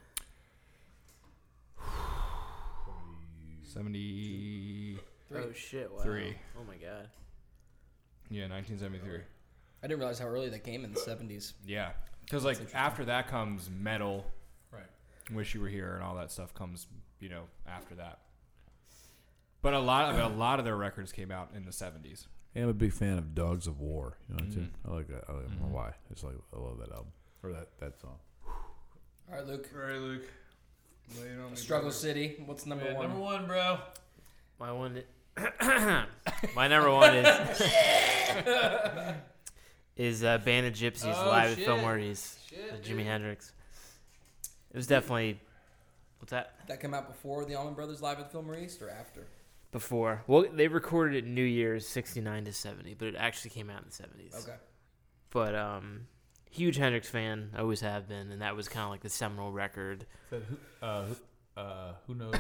Speaker 4: 70
Speaker 1: Oh shit! Wow.
Speaker 4: Three.
Speaker 1: Oh my god.
Speaker 4: Yeah, 1973.
Speaker 3: I didn't realize how early they came in the 70s.
Speaker 4: Yeah, because like after that comes metal.
Speaker 2: Right.
Speaker 4: Wish you were here and all that stuff comes, you know, after that. But a lot of a lot of their records came out in the 70s.
Speaker 8: Hey, I'm a big fan of Dogs of War. You know what I'm saying? I like that. I, like, I don't know why. It's like I love that album or Mm-hmm. that, that song.
Speaker 3: All right, Luke.
Speaker 4: All right, Luke.
Speaker 3: Struggle City. What's number
Speaker 2: Yeah,
Speaker 3: one?
Speaker 2: number one bro
Speaker 1: My one. my number one is is uh, Band of Gypsies
Speaker 2: Oh,
Speaker 1: live at
Speaker 2: shit.
Speaker 1: Fillmore's.
Speaker 2: Shit,
Speaker 1: uh, Jimi
Speaker 2: dude.
Speaker 1: Hendrix. It was definitely. What's that?
Speaker 3: That came out before the Allman Brothers Live at Film East or after?
Speaker 1: Before. Well, they recorded it New Year's 69 to 70, but it actually came out in the 70s.
Speaker 3: Okay.
Speaker 1: But, um, huge Hendrix fan. I always have been. And that was kind of like the seminal record.
Speaker 2: said who uh, who, uh, who knows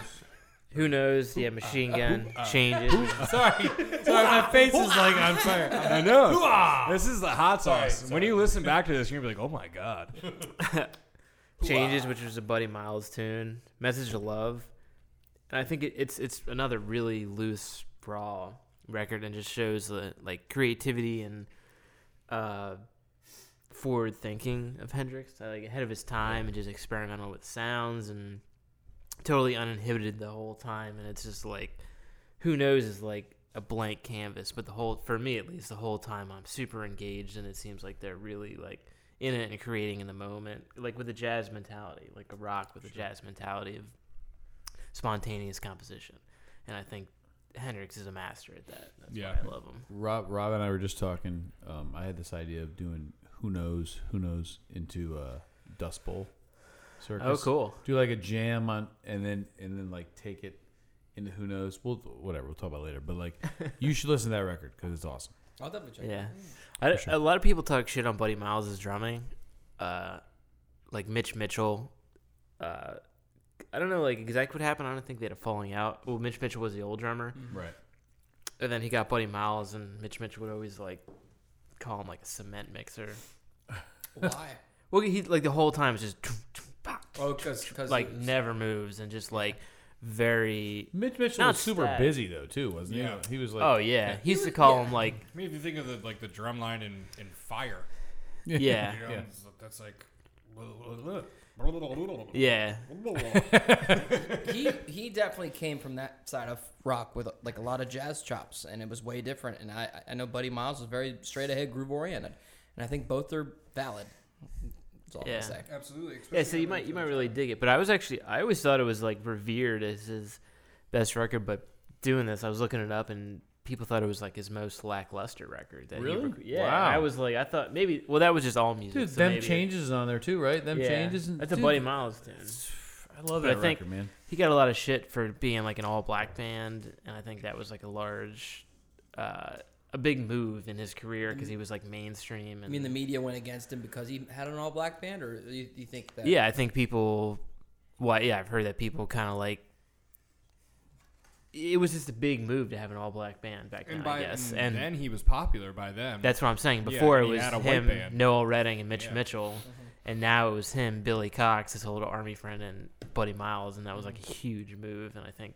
Speaker 1: Who knows? Yeah, Machine
Speaker 2: uh,
Speaker 1: Gun. Changes.
Speaker 2: Sorry, sorry, my face is like on fire.
Speaker 4: I know. This is the hot sauce. When you listen back to this, you're gonna be like, "Oh my god."
Speaker 1: Changes, which was a Buddy Miles tune. Message of Love. And I think it, it's it's another really loose, raw record, and just shows the like creativity and uh, forward thinking of Hendrix, uh, like ahead of his time, and just experimental with sounds and totally uninhibited the whole time. And it's just like, who knows is like a blank canvas, but the whole for me at least, the whole time I'm super engaged, and it seems like they're really like in it and creating in the moment, like with a jazz mentality, like a rock with a jazz mentality of spontaneous composition. And I think Hendrix is a master at that. That's
Speaker 4: Yeah.
Speaker 1: why I love him.
Speaker 8: Rob, Rob and I were just talking. Um, I had this idea of doing who knows, who knows into a Dust Bowl circus.
Speaker 1: Oh, cool.
Speaker 8: Do like a jam on, and then and then like take it into who knows. We'll whatever. We'll talk about it later. But like, you should listen to that record because it's awesome.
Speaker 3: I'll definitely check.
Speaker 1: Yeah,
Speaker 3: it out.
Speaker 1: I, a lot of people talk shit on Buddy Miles' drumming, uh, like Mitch Mitchell. Uh, I don't know, like exactly what happened. I don't think they had a falling out. Well, Mitch Mitchell was the old drummer,
Speaker 3: Mm-hmm.
Speaker 2: Right.
Speaker 1: and then he got Buddy Miles, and Mitch Mitchell would always like call him like a cement mixer.
Speaker 3: Why?
Speaker 1: Well, he like the whole time is just
Speaker 3: Oh, because
Speaker 1: like never moves and just like very.
Speaker 15: Mitch Mitchell
Speaker 1: Not
Speaker 15: was super
Speaker 1: stacked.
Speaker 15: busy though too, wasn't
Speaker 4: Yeah.
Speaker 15: he? He was like,
Speaker 1: Oh yeah, he used to call him like
Speaker 4: I mean, if you think of the like the drum line in, in fire,
Speaker 1: yeah,
Speaker 4: you know,
Speaker 15: Yeah.
Speaker 4: it's- that's like.
Speaker 1: yeah.
Speaker 3: he he definitely came from that side of rock with like a lot of jazz chops, and it was way different. And I I know Buddy Miles was very straight ahead, groove oriented, and I think both are valid. That's all
Speaker 1: Yeah.
Speaker 3: I'm gonna say.
Speaker 4: Absolutely.
Speaker 1: Yeah, so you might you might really dig it. But I was actually I always thought it was like revered as his best record, but doing this, I was looking it up and people thought it was like his most lackluster record. That he
Speaker 15: Really?
Speaker 1: rec- yeah.
Speaker 15: Wow.
Speaker 1: I was like I thought maybe well that was just all music.
Speaker 15: dude,
Speaker 1: so
Speaker 15: them
Speaker 1: maybe it-
Speaker 15: changes is on there too, right? Them
Speaker 1: yeah.
Speaker 15: changes. and-
Speaker 1: That's a
Speaker 15: dude,
Speaker 1: Buddy Miles tune.
Speaker 15: I love
Speaker 1: But I
Speaker 15: that
Speaker 1: think-
Speaker 15: record, man.
Speaker 1: He got a lot of shit for being like an all black band, and I think that was like a large, uh, a big move in his career because he was like mainstream. And
Speaker 3: I mean, the media went against him because he had an all black band, or you, you think that?
Speaker 1: Yeah, I think people. Well, yeah, I've heard that people kind of like. It was just a big move to have an all-black band back then,
Speaker 4: And, by,
Speaker 1: I guess,
Speaker 4: and,
Speaker 1: and
Speaker 4: then he was popular by them.
Speaker 1: that's what I'm saying.
Speaker 4: Yeah,
Speaker 1: Before
Speaker 4: he
Speaker 1: it
Speaker 4: had a
Speaker 1: was
Speaker 4: white
Speaker 1: him,
Speaker 4: band.
Speaker 1: Noel Redding, and Mitch
Speaker 4: Yeah. Mm-hmm.
Speaker 1: Mitchell, and now it was him, Billy Cox, his old army friend, and Buddy Miles, and that was like a huge move. And I think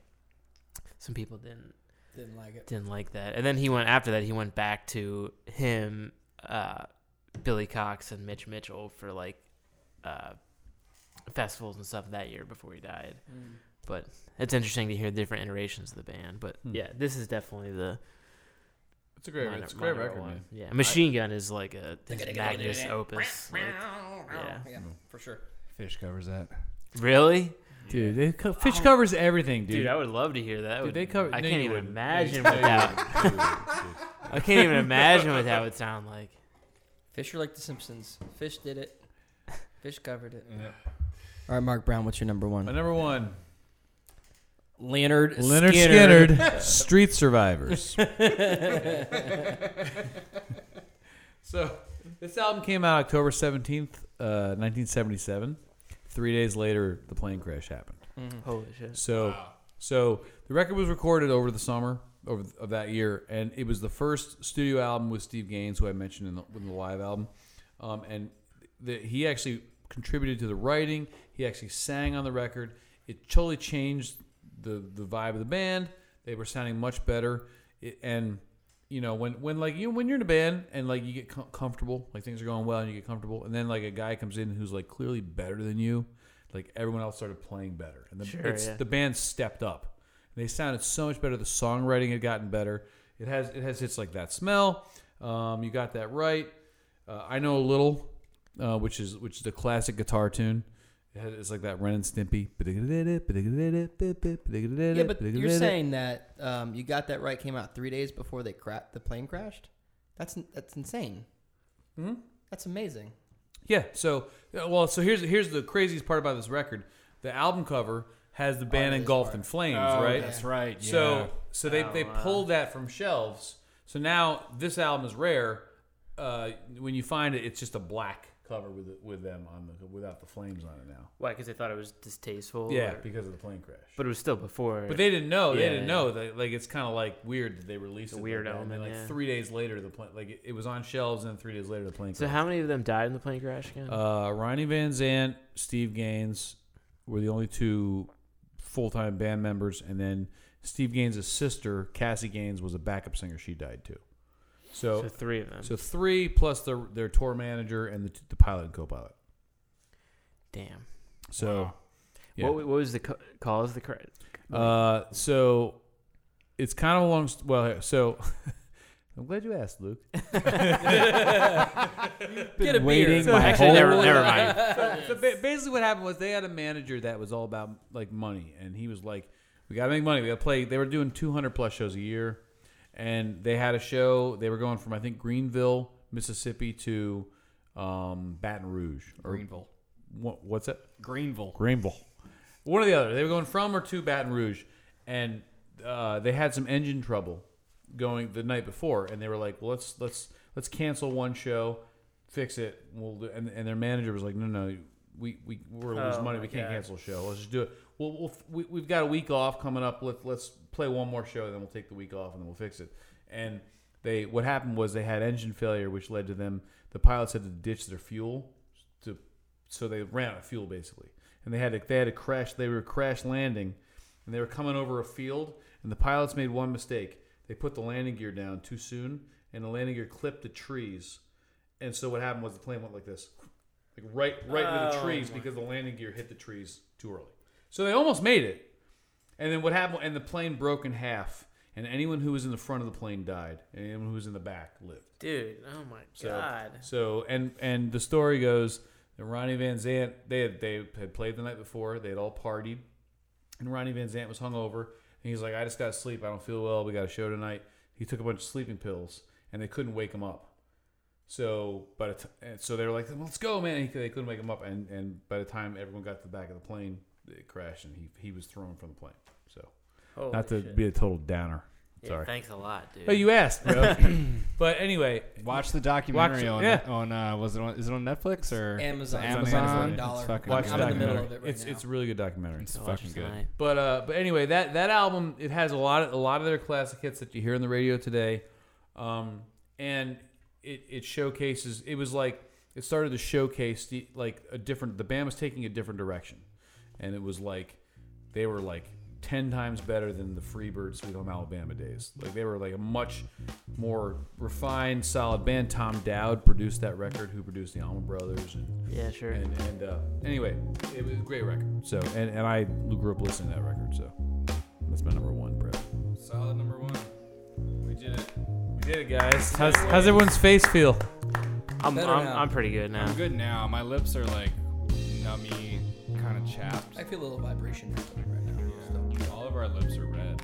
Speaker 1: some people didn't
Speaker 3: didn't like it.
Speaker 1: didn't like that. And then he went after that. He went back to him, uh, Billy Cox, and Mitch Mitchell for like uh, festivals and stuff that year before he died. But it's interesting to hear different iterations of the band. But
Speaker 2: Hmm.
Speaker 1: yeah, this is definitely the
Speaker 15: It's a great,
Speaker 1: minor-
Speaker 15: it's a great
Speaker 1: minor
Speaker 15: record,
Speaker 1: one.
Speaker 15: man.
Speaker 1: Yeah, Machine Gun is like a his magnus opus. like- yeah,
Speaker 3: Yeah, for sure.
Speaker 16: Fish covers that.
Speaker 1: really,
Speaker 2: Dude, they co- Fish covers everything,
Speaker 1: dude,
Speaker 2: dude.
Speaker 1: I would love to hear that. That
Speaker 2: Dude,
Speaker 1: would-
Speaker 2: they cover-
Speaker 1: I
Speaker 2: no,
Speaker 1: can't even
Speaker 2: you wouldn't.
Speaker 1: imagine
Speaker 2: No,
Speaker 1: what
Speaker 2: you
Speaker 1: that. I can't even imagine what that would sound like.
Speaker 3: Fish are like the Simpsons. Fish did it. Fish covered it. All right, Mark Brown, what's your number
Speaker 2: My
Speaker 3: one?
Speaker 2: number one,
Speaker 3: Leonard.
Speaker 2: Leonard Skinner, Street Survivors. so this album came out October 17th, uh, 1977. Three days later, the plane crash happened.
Speaker 1: Holy shit!
Speaker 2: So,
Speaker 4: Oh,
Speaker 2: so the record was recorded over the summer over th- of that year, and it was the first studio album with Steve Gaines, who I mentioned in the, in the live album, um, and the, he actually contributed to the writing. He actually sang on the record. It totally changed the the vibe of the band. They were sounding much better, it, and you know when when like you when you're in a band and like you get com- comfortable, like things are going well and you get comfortable, and then like a guy comes in who's like clearly better than you. Like everyone else started playing better, and the,
Speaker 1: Sure,
Speaker 2: it's,
Speaker 1: yeah.
Speaker 2: the band stepped up. And they sounded so much better. The songwriting had gotten better. It has it has hits like that smell. Um, you got that right. Uh, I know a little, uh, which is which is the classic guitar tune. It has, it's like that Ren and Stimpy.
Speaker 3: Yeah, but you're saying that um, you got that right. Came out three days before they cra- the plane crashed. That's that's insane.
Speaker 2: Mhm.
Speaker 3: That's amazing.
Speaker 2: Yeah. So uh, well, so here's here's the craziest part about this record. The album cover has the band
Speaker 3: this
Speaker 2: engulfed
Speaker 3: part.
Speaker 2: in flames,
Speaker 4: Oh,
Speaker 2: right?
Speaker 4: That's right. Yeah.
Speaker 2: So so they,
Speaker 1: Oh,
Speaker 2: they
Speaker 1: wow.
Speaker 2: pulled that from shelves. So now this album is rare. Uh, when you find it, it's just a black cover with with them on the without the flames on it now.
Speaker 1: Why? Because they thought it was distasteful.
Speaker 2: Yeah,
Speaker 1: or-
Speaker 2: because of the plane crash.
Speaker 1: but it was still before.
Speaker 2: But they didn't know. They
Speaker 1: Yeah,
Speaker 2: didn't
Speaker 1: yeah.
Speaker 2: know. That, like it's kind of like weird that they released
Speaker 1: a
Speaker 2: it like
Speaker 1: weird
Speaker 2: that, and then,
Speaker 1: element,
Speaker 2: like
Speaker 1: yeah.
Speaker 2: three days later, the plane like it, it was on shelves, and then three days later, the plane.
Speaker 1: so how many of them died in the plane crash again?
Speaker 2: Uh, Ronnie Van Zant, Steve Gaines were the only two full time band members, and then Steve Gaines' sister, Cassie Gaines, was a backup singer. She died too.
Speaker 1: so
Speaker 2: So,
Speaker 1: three of them.
Speaker 2: so three plus their their tour manager and the, t- the pilot and co pilot.
Speaker 1: Damn.
Speaker 2: So, yeah.
Speaker 1: What, what was the co- cause of the crash?
Speaker 2: Uh, so it's kind of a long. St- well, so I'm glad you asked, Luke.
Speaker 3: Get a
Speaker 2: waiting
Speaker 3: beer.
Speaker 2: my
Speaker 1: Actually,
Speaker 2: whole
Speaker 1: never, never mind.
Speaker 2: so ba- basically, what happened was they had a manager that was all about like money, and he was like, "We gotta make money. We gotta play." They were doing 200 plus shows a year, and they had a show. They were going from I think Greenville, Mississippi, to um, Baton Rouge or
Speaker 4: Greenville.
Speaker 2: what, what's it?
Speaker 4: Greenville.
Speaker 2: Greenville. One or the other. They were going from or to Baton Rouge, and uh, they had some engine trouble going the night before, and they were like, well, "Let's let's let's cancel one show, fix it." We'll do, and and their manager was like, "No, no, we we we're
Speaker 1: Oh,
Speaker 2: losing money.
Speaker 1: my
Speaker 2: We can't
Speaker 1: God.
Speaker 2: cancel a show. Let's just do it. Well, we'll we, we've got a week off coming up. Let let's play one more show, then we'll take the week off, and then we'll fix it." And they what happened was they had engine failure, which led to them. The pilots had to ditch their fuel to so they ran out of fuel basically, and they had to, they had to crash. They were crash landing, and and they were coming over a field, and the pilots made one mistake. They put the landing gear down too soon, and the landing gear clipped the trees. And so what happened was the plane went like this, like right, right into the
Speaker 1: Oh,
Speaker 2: trees because the landing gear hit the trees too early. So they almost made it, and then what happened? And the plane broke in half, and anyone who was in the front of the plane died, and anyone who was in the back lived.
Speaker 1: Dude, oh my
Speaker 2: So,
Speaker 1: god.
Speaker 2: so and and the story goes that Ronnie Van Zant they had they had played the night before, they had all partied, and Ronnie Van Zant was hungover, and he's like, I just got to sleep, I don't feel well, we got a show tonight. He took a bunch of sleeping pills, and they couldn't wake him up. So, by the t- and so they were like, "Let's go, man!" And he- they couldn't wake him up, and and by the time everyone got to the back of the plane, it crashed, and he he was thrown from the plane. So,
Speaker 1: Holy
Speaker 2: not to
Speaker 1: shit.
Speaker 2: be a total downer.
Speaker 1: Yeah,
Speaker 2: Sorry.
Speaker 1: thanks a lot, dude.
Speaker 2: Oh, you asked, bro. but anyway,
Speaker 4: Watch the documentary on
Speaker 2: yeah.
Speaker 4: on uh, was it on is it on Netflix or
Speaker 3: Amazon.
Speaker 4: Amazon.
Speaker 3: It's Amazon.
Speaker 4: It's
Speaker 3: Dollar.
Speaker 4: fucking
Speaker 2: watch
Speaker 4: good.
Speaker 2: the
Speaker 3: I'm in the
Speaker 2: documentary.
Speaker 3: middle of it right
Speaker 2: it's
Speaker 3: now.
Speaker 2: it's a really good documentary.
Speaker 4: It's
Speaker 1: Watch
Speaker 4: fucking
Speaker 1: this
Speaker 4: good.
Speaker 1: tonight.
Speaker 2: But uh, but anyway, that that album it has a lot of, a lot of their classic hits that you hear on the radio today, um, and it it showcases. It was like it started to showcase the like a different. The band was taking a different direction, and it was like they were like ten times better than the Freebird Sweet Home Alabama days. Like they were like a much more refined, solid band. Tom Dowd produced that record, who produced the Alma Brothers and
Speaker 1: Yeah, sure.
Speaker 2: and, and uh, anyway, it was a great record. So, and, and I grew up listening to that record. So, that's my number one, bro.
Speaker 4: Solid number one. We did it.
Speaker 2: We did it, guys. How's, how's everyone's face feel?
Speaker 1: I'm,
Speaker 3: Better
Speaker 1: I'm,
Speaker 3: now.
Speaker 1: I'm pretty good now.
Speaker 4: I'm good now. My lips are like nummy, kind of chapped.
Speaker 3: I feel a little vibration happening right now. so.
Speaker 4: All of our lips are red.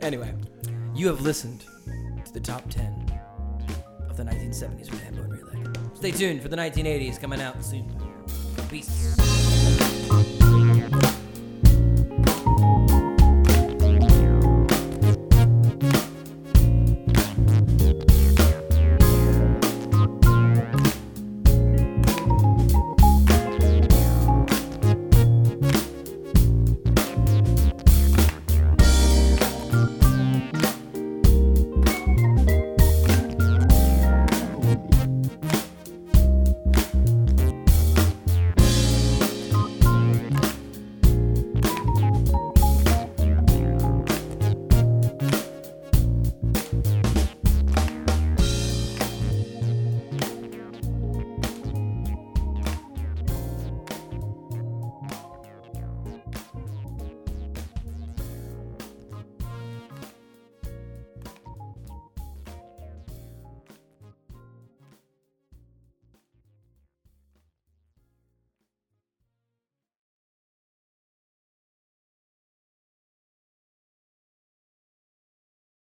Speaker 3: Anyway, you have listened to the top 10 of the 1970s with Hambo and Relay. Stay tuned for the 1980s coming out soon. Peace.
Speaker 17: Thank